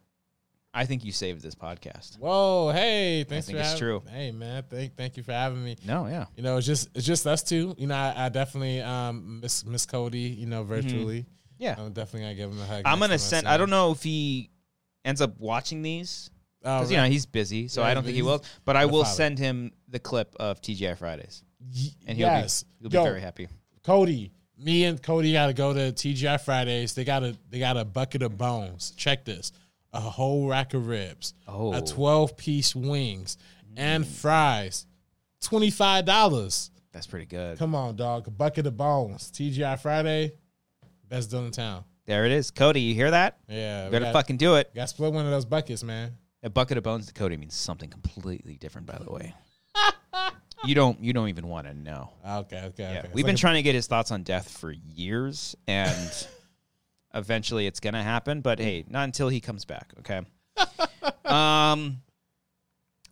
i think you saved this podcast Whoa! Hey, thanks think for it's having- true. Hey, man, thank thank you for having me. no yeah You know, it's just it's just us two. You know, I, I definitely um miss miss Cody. You know, virtually. Mm-hmm. yeah I'm definitely gonna give him a hug. i'm next gonna time I send see i him. don't know if he ends up watching these Oh, because you know he's busy so Yeah, i he's don't think he busy. will but i Gonna will follow. send him the clip of tgi fridays Y- and he'll yes. be he'll be Yo, very happy Cody, me and Cody gotta go to TGI Fridays. They got a they got a bucket of bones. Check this. A whole rack of ribs. Oh. Mm. A twelve piece wings and fries. Twenty five dollars. that's pretty good Come on, dog. A bucket of bones. TGI Friday. Best deal in town. There it is. Cody, you hear that? You Yeah. Oh, we better got, fucking do it. got to split one of those buckets, man. A bucket of bones to Cody means something completely different, by the way. you don't you don't even want to know. Ah, Okay, okay, Yeah. okay. We've been trying to get his thoughts on death for years and eventually it's gonna happen, but hey, not until he comes back, okay? um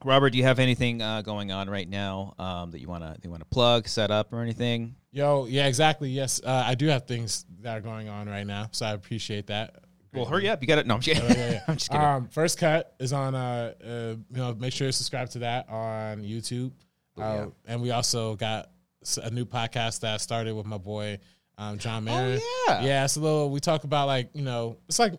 Robert, do you have anything uh, going on right now um, that you wanna that you wanna plug, set up, or anything? Yo, yeah, exactly. Yes. Uh, I do have things that are going on right now. So I appreciate that. Well, hurry up! You got it. No, I'm just Oh, Yeah, kidding. yeah, yeah. I'm just kidding. Um, first cut is on. Uh, uh, you know, make sure to subscribe to that on YouTube. Uh, Oh, yeah. And we also got s- a new podcast that I started with my boy um, John Mayer. Oh, yeah. yeah. It's a little. We talk about like you know, it's like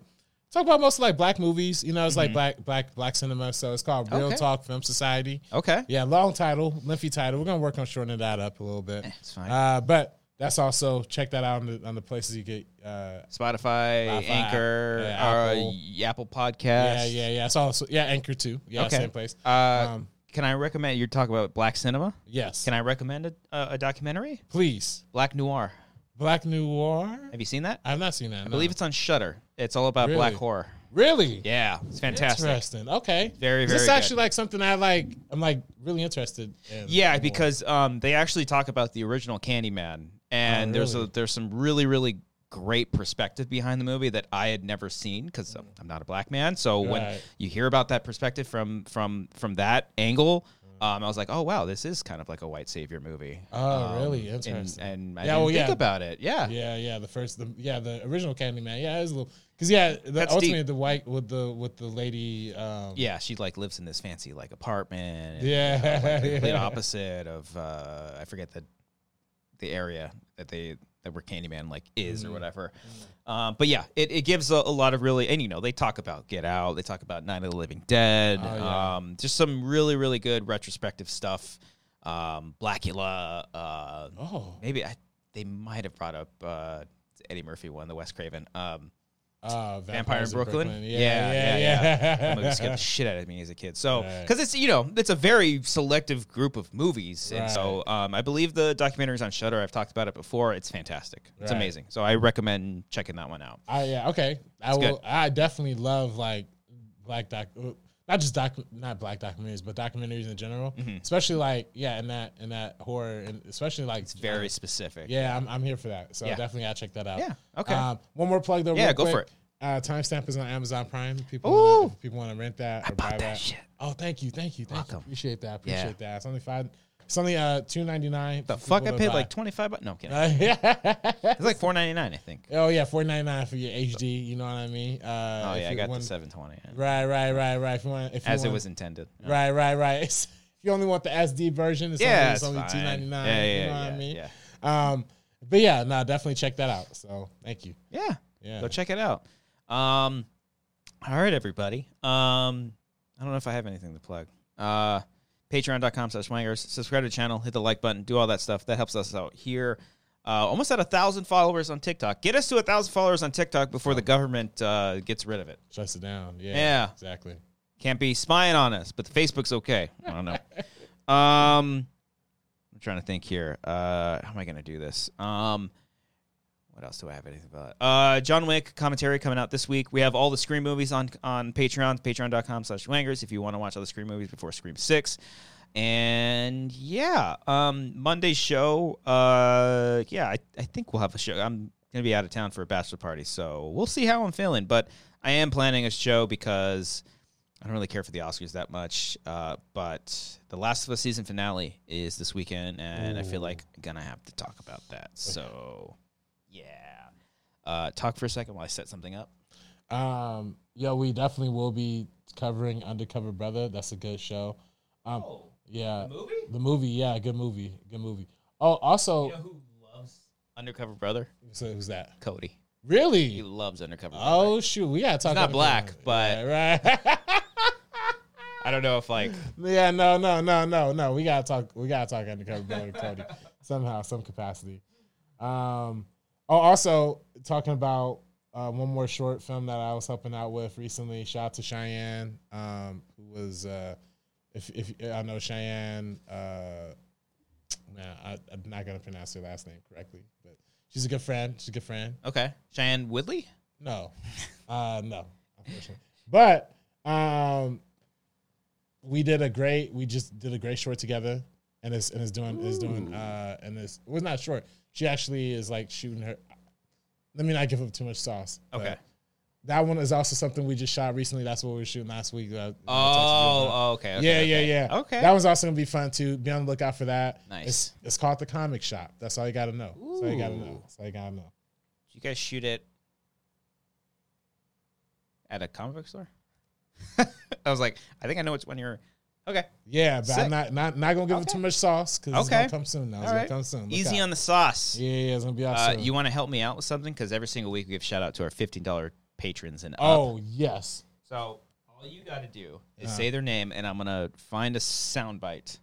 talk about mostly like black movies. You know, it's like black black black cinema. So it's called Real Mm-hmm. Okay. Talk Film Society. okay, Yeah, long title, lengthy title. We're gonna work on shortening that up a little bit. Eh, it's fine. Uh, but that's also check that out on the, on the places you get. Uh, Spotify, Spotify, Anchor, yeah, uh, Apple. y- Apple Podcast. Yeah, yeah, yeah. It's also yeah, Anchor too. Yeah, Okay. same place. Uh, Um, can I recommend? You're talking about black cinema. yes. Can I recommend a, a, a documentary? Please. Black Noir. Black Noir? Have you seen that? I've not seen that. I believe it's on Shutter. It's all about black Really? horror. Really? Yeah, it's fantastic. Interesting. Okay. Very, This very is actually good. like something I like I'm like really interested in. Yeah, more. because um, they actually talk about the original Candyman, and Oh, there's a, really? there's some really really great perspective behind the movie that I had never seen because I'm, I'm not a black man. So when Right. you hear about that perspective from from from that angle, um, I was like, oh wow, this is kind of like a white savior movie. Mm. Um, Oh, really? and- Interesting. And, I Yeah, didn't well, think yeah. about it. Yeah. Yeah, yeah. The first the yeah, the original Candyman. Yeah, it was a little because yeah, the, That's ultimately deep. the white with the with the lady um Yeah, she like lives in this fancy like apartment. and Yeah. Complete yeah. opposite of uh, I forget the the area that they that where Candyman like is Mm. or whatever. Um, but yeah, it, it gives a, a lot of really and you know they talk about Get Out, they talk about Night of the Living Dead, Oh, yeah. um, just some really really good retrospective stuff. Um, Blackula, uh, Oh. maybe I, they might have brought up uh, Eddie Murphy one, the Wes Craven. Um, Uh, Vampire in Brooklyn. Yeah, yeah, yeah. that movie scared the shit out of me as a kid. So, Right. because it's you know it's a very selective group of movies, and so um, I believe the documentaries on Shutter. I've talked about it before. It's fantastic. It's Right. amazing. So I recommend checking that one out. I, yeah, okay. I It's will. good. I definitely love like black doc, not just doc, not black documentaries, but documentaries in general. Mm-hmm. Especially like yeah, in that in that horror, and especially like It's very specific. Yeah, I'm, I'm here for that. So Yeah. definitely gotta check that out. Yeah, okay. Um, one more plug though. Yeah, real go quick. for it. Uh, timestamp is on Amazon Prime. People, wanna, Ooh. if people want to rent that or buy bought that. that shit. Oh, thank you, thank you, thank Welcome. you. Appreciate that. Yeah. Appreciate that. It's only five. It's only uh two ninety nine. The fuck, I paid like twenty five bucks. No, I'm kidding. yeah. It's like four ninety nine, I think. Oh yeah, four ninety nine for your HD. You know what I mean? Uh, Oh if yeah, I you got want- the seven twenty. Right, right, right, right. If you want, if you As it want- was intended. Right, right, right. if you only want the SD version, it's Yeah, only, it's it's only fine. two ninety nine. Yeah, yeah, you know what yeah, I mean? Um, but yeah, no, definitely check that out. So thank you. Yeah. Yeah. Go check it out. Um, all right, everybody. Um, I don't know if I have anything to plug. Uh, Patreon.com slash wangers. Subscribe to the channel. Hit the like button. Do all that stuff. That helps us out here. Uh, almost at a thousand followers on TikTok. Get us to a thousand followers on TikTok before the government uh, gets rid of it. Shuts it down. Yeah. Yeah. Exactly. Can't be spying on us, but the Facebook's okay. I don't know. um, I'm trying to think here. Uh, how am I going to do this? Um, what else do I have anything about? Uh, John Wick commentary coming out this week. We have all the Scream movies on on Patreon, patreon.com slash wangers if you want to watch all the Scream movies before Scream 6. And yeah, um, Monday's show, uh, yeah, I, I think we'll have a show. I'm going to be out of town for a bachelor party, so we'll see how I'm feeling. But I am planning a show because I don't really care for the Oscars that much, uh, but the Last of Us season finale is this weekend, and I feel like I'm gonna have to talk about that. So, yeah, uh, talk for a second while I set something up. Um, yo, we definitely will be covering Undercover Brother. That's a good show. Um, yeah. The movie? movie, yeah, good movie, good movie. Oh, also, who loves Undercover Brother? so who's that? Cody. He Really? loves Undercover. Brother. Oh shoot, we gotta talk. not Undercover black, Brother. right. right. I don't know if like Yeah, no, no, no, no, no. We gotta talk. We gotta talk undercover brother Cody somehow, some capacity. Um, oh, also talking about uh, one more short film that I was helping out with recently. Shout out to Cheyenne, um, who was uh, if if I know Cheyenne. Uh, man, I, I'm not gonna pronounce her last name correctly, but she's a good friend. She's a good friend. okay, Cheyenne Woodley. No, uh, no, unfortunately. But um, we did a great. We just did a great short together, and it's and it's doing is doing uh, and it's it was not short. She actually is like shooting her. Let me not give up too much sauce. but Okay. that one is also something we just shot recently. That's what we were shooting last week. uh, that I- that I texted you Oh, about. oh, okay, okay, Yeah, okay. yeah, yeah. Okay, That one's also gonna be fun too. Be on the lookout for that. Nice. It's, it's called the Comic Shop. That's all you gotta know. That's all you gotta Ooh. know. That's all you gotta know. Did you guys shoot it at a comic book store? I was like, I think I know which one you're. Okay, Yeah, but Sick. I'm not not not gonna give it Okay. too much sauce because it's Okay. gonna come soon. Now it's All gonna right. come soon. Look easy out. on the sauce. Yeah, yeah, it's gonna be out Uh, soon. you want to help me out with something? Because every single week we give shout out to our fifteen dollar patrons and up. oh yes, So all you got to do is Uh-huh. say their name, and I'm gonna find a sound bite,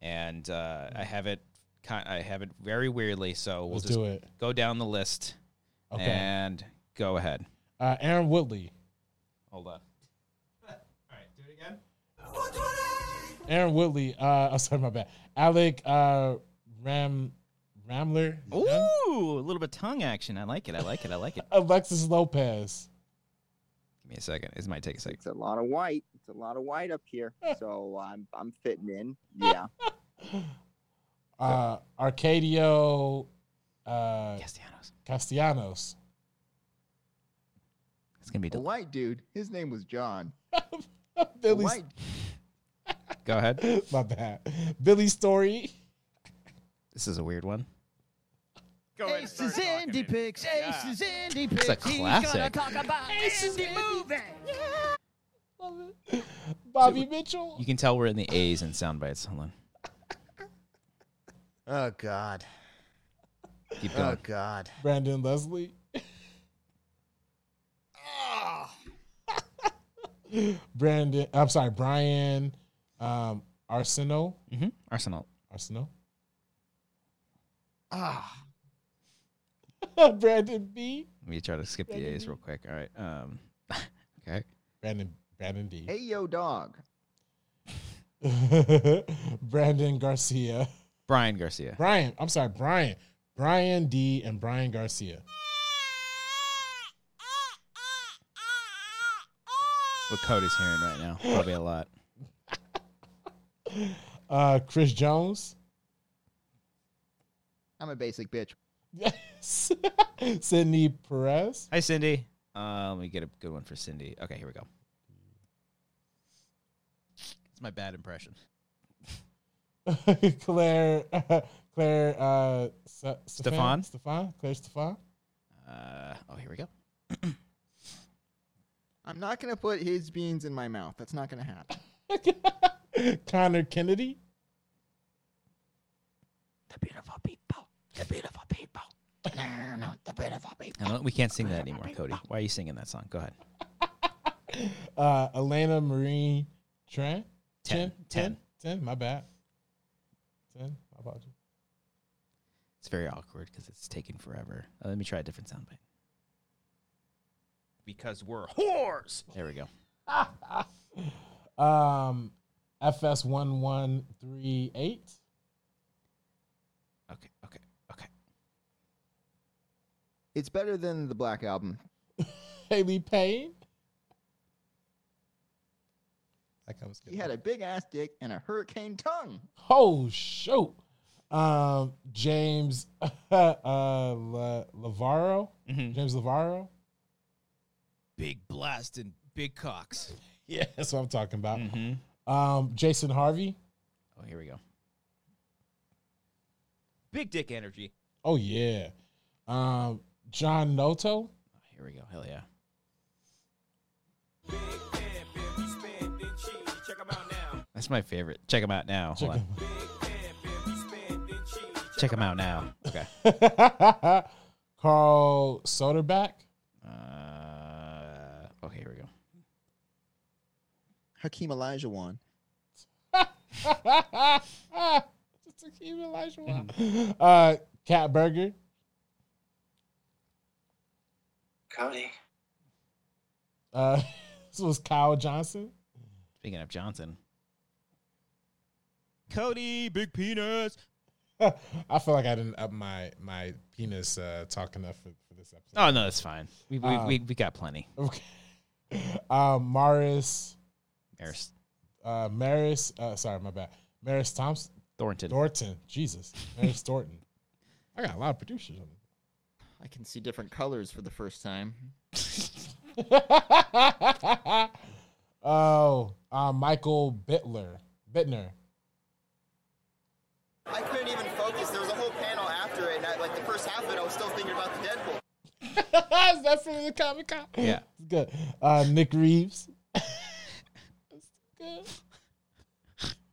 and uh, I have it. ki- I have it very weirdly, so we'll Mm. let's just do it. go down the list Okay, and go ahead. uh, Aaron Woodley. Hold on. all right, do it again. Aaron Woodley. Uh, oh, sorry, my bad. Alec uh, Ram Ramler. Ooh, a little bit tongue action. I like it. I like it. I like it. Alexis Lopez. Give me a second. This might take a second. It's a lot of white. It's a lot of white up here. So I'm I'm fitting in. Yeah. Uh, Arcadio uh, Castellanos. Castellanos. It's gonna be. A Del- white dude. His name was John. A Billy, white go ahead. my bad. Billy Story. This is a weird one. Aces and D picks, aces and D picks. a He's gonna classic. talk about aces and moving. Bobby Mitchell. You can tell we're in the A's and sound bites. Hold on. Oh God! Keep Oh going. God! Brandon Leslie. Ah. Brandon, I'm sorry, Brian um, Arsenal. hmm Arsenal. Arsenal. Ah! Brandon B. Let me try to skip the A's real quick. All right. Um, okay. Brandon Brandon D. Hey, yo, dog. Brandon Garcia. Brian Garcia. Brian, I'm sorry, Brian. Brian D and Brian Garcia. What Cody's hearing right now. Probably a lot. Uh, Chris Jones. I'm a basic bitch. Yes. Sydney Perez. Hi, Cindy. Uh, let me get a good one for Cindy. Okay, here we go. It's my bad impression. Claire Claire uh Sa- Stefan? Stefan? Claire Stefan? Uh, oh, here we go. I'm not going to put his beans in my mouth. That's not going to happen. Connor Kennedy. The beautiful people. The beautiful people. No, no, no, no. The beautiful people. I don't- we can't sing that anymore, Cody. Why are you singing that song? Go ahead. Uh Elena Marie Trent. Ten. Ten. Ten. My bad. Ten. My apologies. It's very awkward because it's taking forever. Uh, let me try a different soundbite. Because we're whores. There we go. Um FS one one three eight. Okay, okay, okay. It's better than the Black Album. Haley Payne. That comes good. He had a big ass dick and a hurricane tongue. Oh shoot. Um, James uh, La- Lavaro. Mhm. James Lavaro. Big blast and big cocks. Yeah, that's what I'm talking about. Mm-hmm. Um, Jason Harvey. Oh, here we go. Big dick energy. Oh yeah. Um, John Noto. Oh, here we go. Hell yeah. That's my favorite. Check them out now. Hold on. Check them out now. Okay. Carl Soderback. Uh, okay, here we go. Hakeem Elijah one. Just to keep Elijah Wan. Uh, Cat Burger. Cody. Uh, this was Kyle Johnson. Speaking of Johnson, Cody, big penis. I feel like I didn't up my my penis uh, talk enough for, for this episode. Oh no, that's fine. We we, Uh, we, we got plenty. Okay. Um, Maris, Maris uh, Maris. Uh, sorry, my bad. Maris Thompson Thornton. Dorton. Jesus, Maris Dorton. I got a lot of producers on. I can see different colors for the first time. me. oh, uh, Michael Bittler. Bittner. I couldn't even focus. There was a whole panel after it, and I, like the first half of it, I was still thinking about the Deadpool. Is that from the Comic Con? Yeah. It's good. Uh, Nick Reeves. That's good.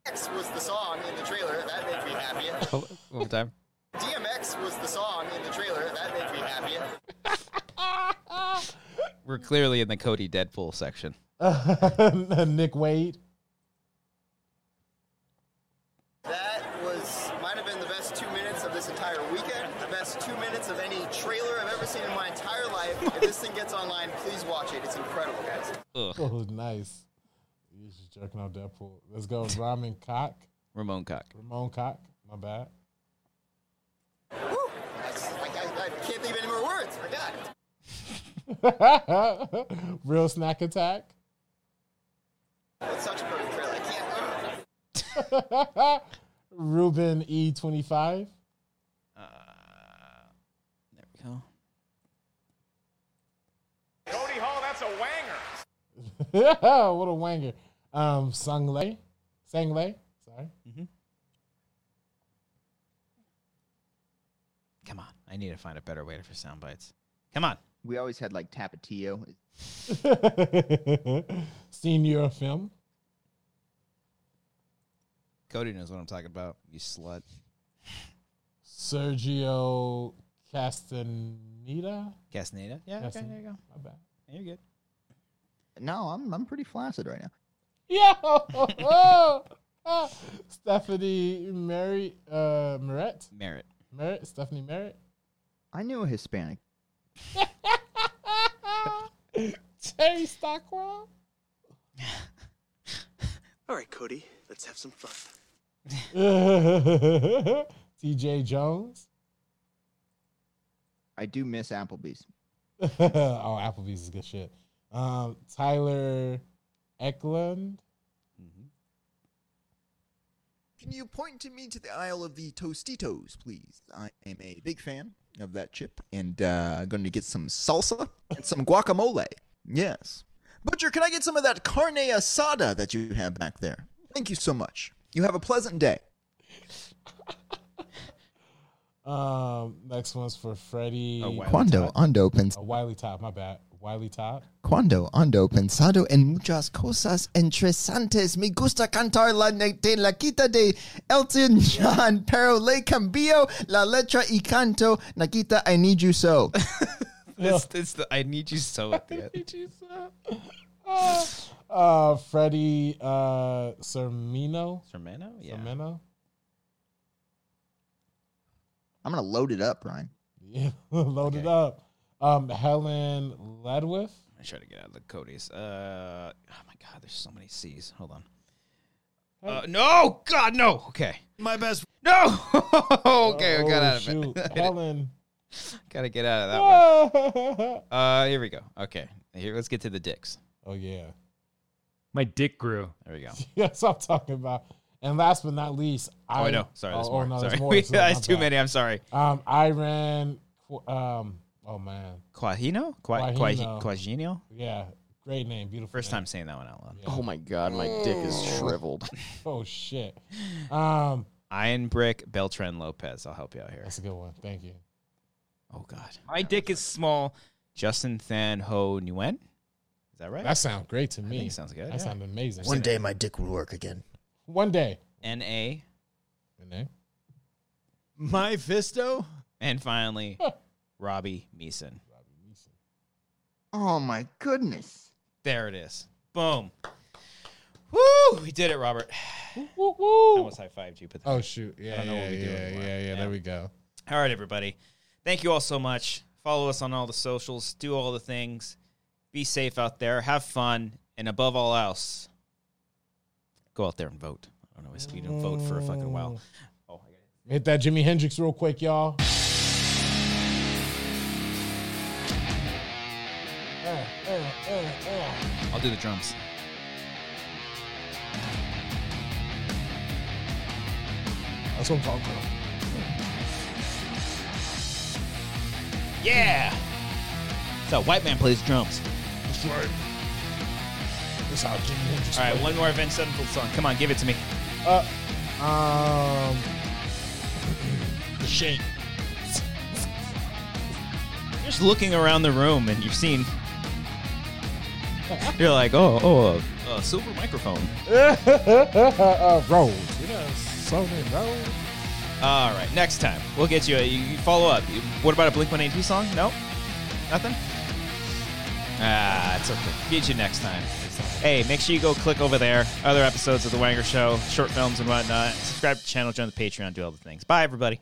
X was the song in the trailer. That made me happy. One more time. DMX was the song in the trailer. That made me happy. We're clearly in the Cody Deadpool section. Nick Wade. That was might have been the best two minutes of this entire weekend. The best two minutes of any trailer I've ever seen in my entire life. if this thing gets online, please watch it. It's incredible, guys. Ugh. Oh, nice. You're just jerking out Deadpool. Let's go, Ramen Cock. Ramon Cock. Ramon Cock. My bad. Woo! I, just- I, I, I can't think of any more words. My God. Real Snack Attack. That's such a perfect trailer. I can't. ugh. Ruben E E25. Uh, there we go. Cody Hall, that's a wanger. what a wanger. Um, Sung Lei. Sang Lei. Sorry. Come on, I need to find a better way for sound bites. Come on. We always had like Tapatio. Senior film. Cody knows what I'm talking about. You slut. Sergio Castaneda. Castaneda? Yeah, Yes, okay, sir. there you go. My bad. You're good. No, I'm I'm pretty flaccid right now. Yo, Stephanie Mary uh, Merritt. Merit. Merritt. Stephanie Merritt. I knew a Hispanic. Terry Stockwell. All right, Cody, let's have some fun. TJ Jones. I do miss Applebee's. oh, Applebee's is good shit. Um, Tyler Eklund. Can you point to me to the aisle of the Tostitos, please? I am a big fan of that chip, and uh, I'm going to get some salsa and some guacamole. Yes. Butcher, can I get some of that carne asada that you have back there? Thank you so much. You have a pleasant day. Um, next one's for Freddie. Oh, wow. Quando ando Uh, Wiley Top, my bad. Wiley Top. Cuando ando pensado en muchas cosas interesantes, me gusta cantar la ne- de la quita de Elton John, pero le cambio la letra y canto Nakita I Need You So. This, this, the, I need you so at the end. Uh, Freddie uh, Sermino. Sermano? Yeah. Sermino? I'm gonna load it up, Ryan. Yeah, load it Okay. up. Um, Helen Ledwith. I try to get out of the Cody's. Uh, oh my God, there's so many C's. Hold on. Uh, no, God, no. Okay. My best. No. okay, I got Oh, out of shoot. it. Helen. Gotta get out of that one. oh, Uh, here we go. Okay, here let's get to the dicks. yeah. My dick grew. There we go. That's what I'm talking about. And last but not least, Oh, I know. Sorry, there's oh, more. Oh, no, Sorry, there's more. we So, my realized too bad. many. I'm sorry. Um, I ran. qu- Um, oh man, Quajino? Qua- Quaj- Quajino. Quajino? yeah, great name, beautiful. First name. time saying that one out loud. Oh my god, my dick is shriveled. Oh shit. Um, Iron Brick Beltran Lopez. I'll help you out here. that's a good one. Thank you. Oh God, my dick is small. Justin Than Ho Nguyen. Is that right? That sounds great to me. think it sounds good, That yeah. sounds amazing. One day my dick will work again. One day. N A. Renee? My fisto. And finally, Robbie Meeson. Oh my goodness. There it is. Boom. Woo! We did it, Robert. Woo, woo. I almost high fived you, but Oh shoot! Yeah, don't know yeah, what we do yeah, anymore. yeah, yeah, Yeah. There we go. All right, everybody. Thank you all so much. Follow us on all the socials. Do all the things. Be safe out there. Have fun. And above all else, go out there and vote. I don't know. We didn't vote for a fucking while. Oh, I got it. Hit that Jimi Hendrix real quick, y'all. I'll do the drums. That's what I'm talking about. Yeah. So white man plays drums. That's right. That's how Jimi Hendrix. All right, one more Avenged Sevenfold song. Come on, give it to me. right. Uh, Um, the Shake. You're just looking around the room and you've seen. You're like, oh, oh, a, a silver microphone. uh, Rose. You know, so many Rose. All right, next time we'll get you. A, you you follow up. You- What about a Blink One Eight Two song? No, nothing. Ah, it's okay. Get you next time. Hey, make sure you go click over there. Other episodes of The Wanger Show, short films and whatnot. Subscribe to the channel, join the Patreon, do all the things. Bye, everybody.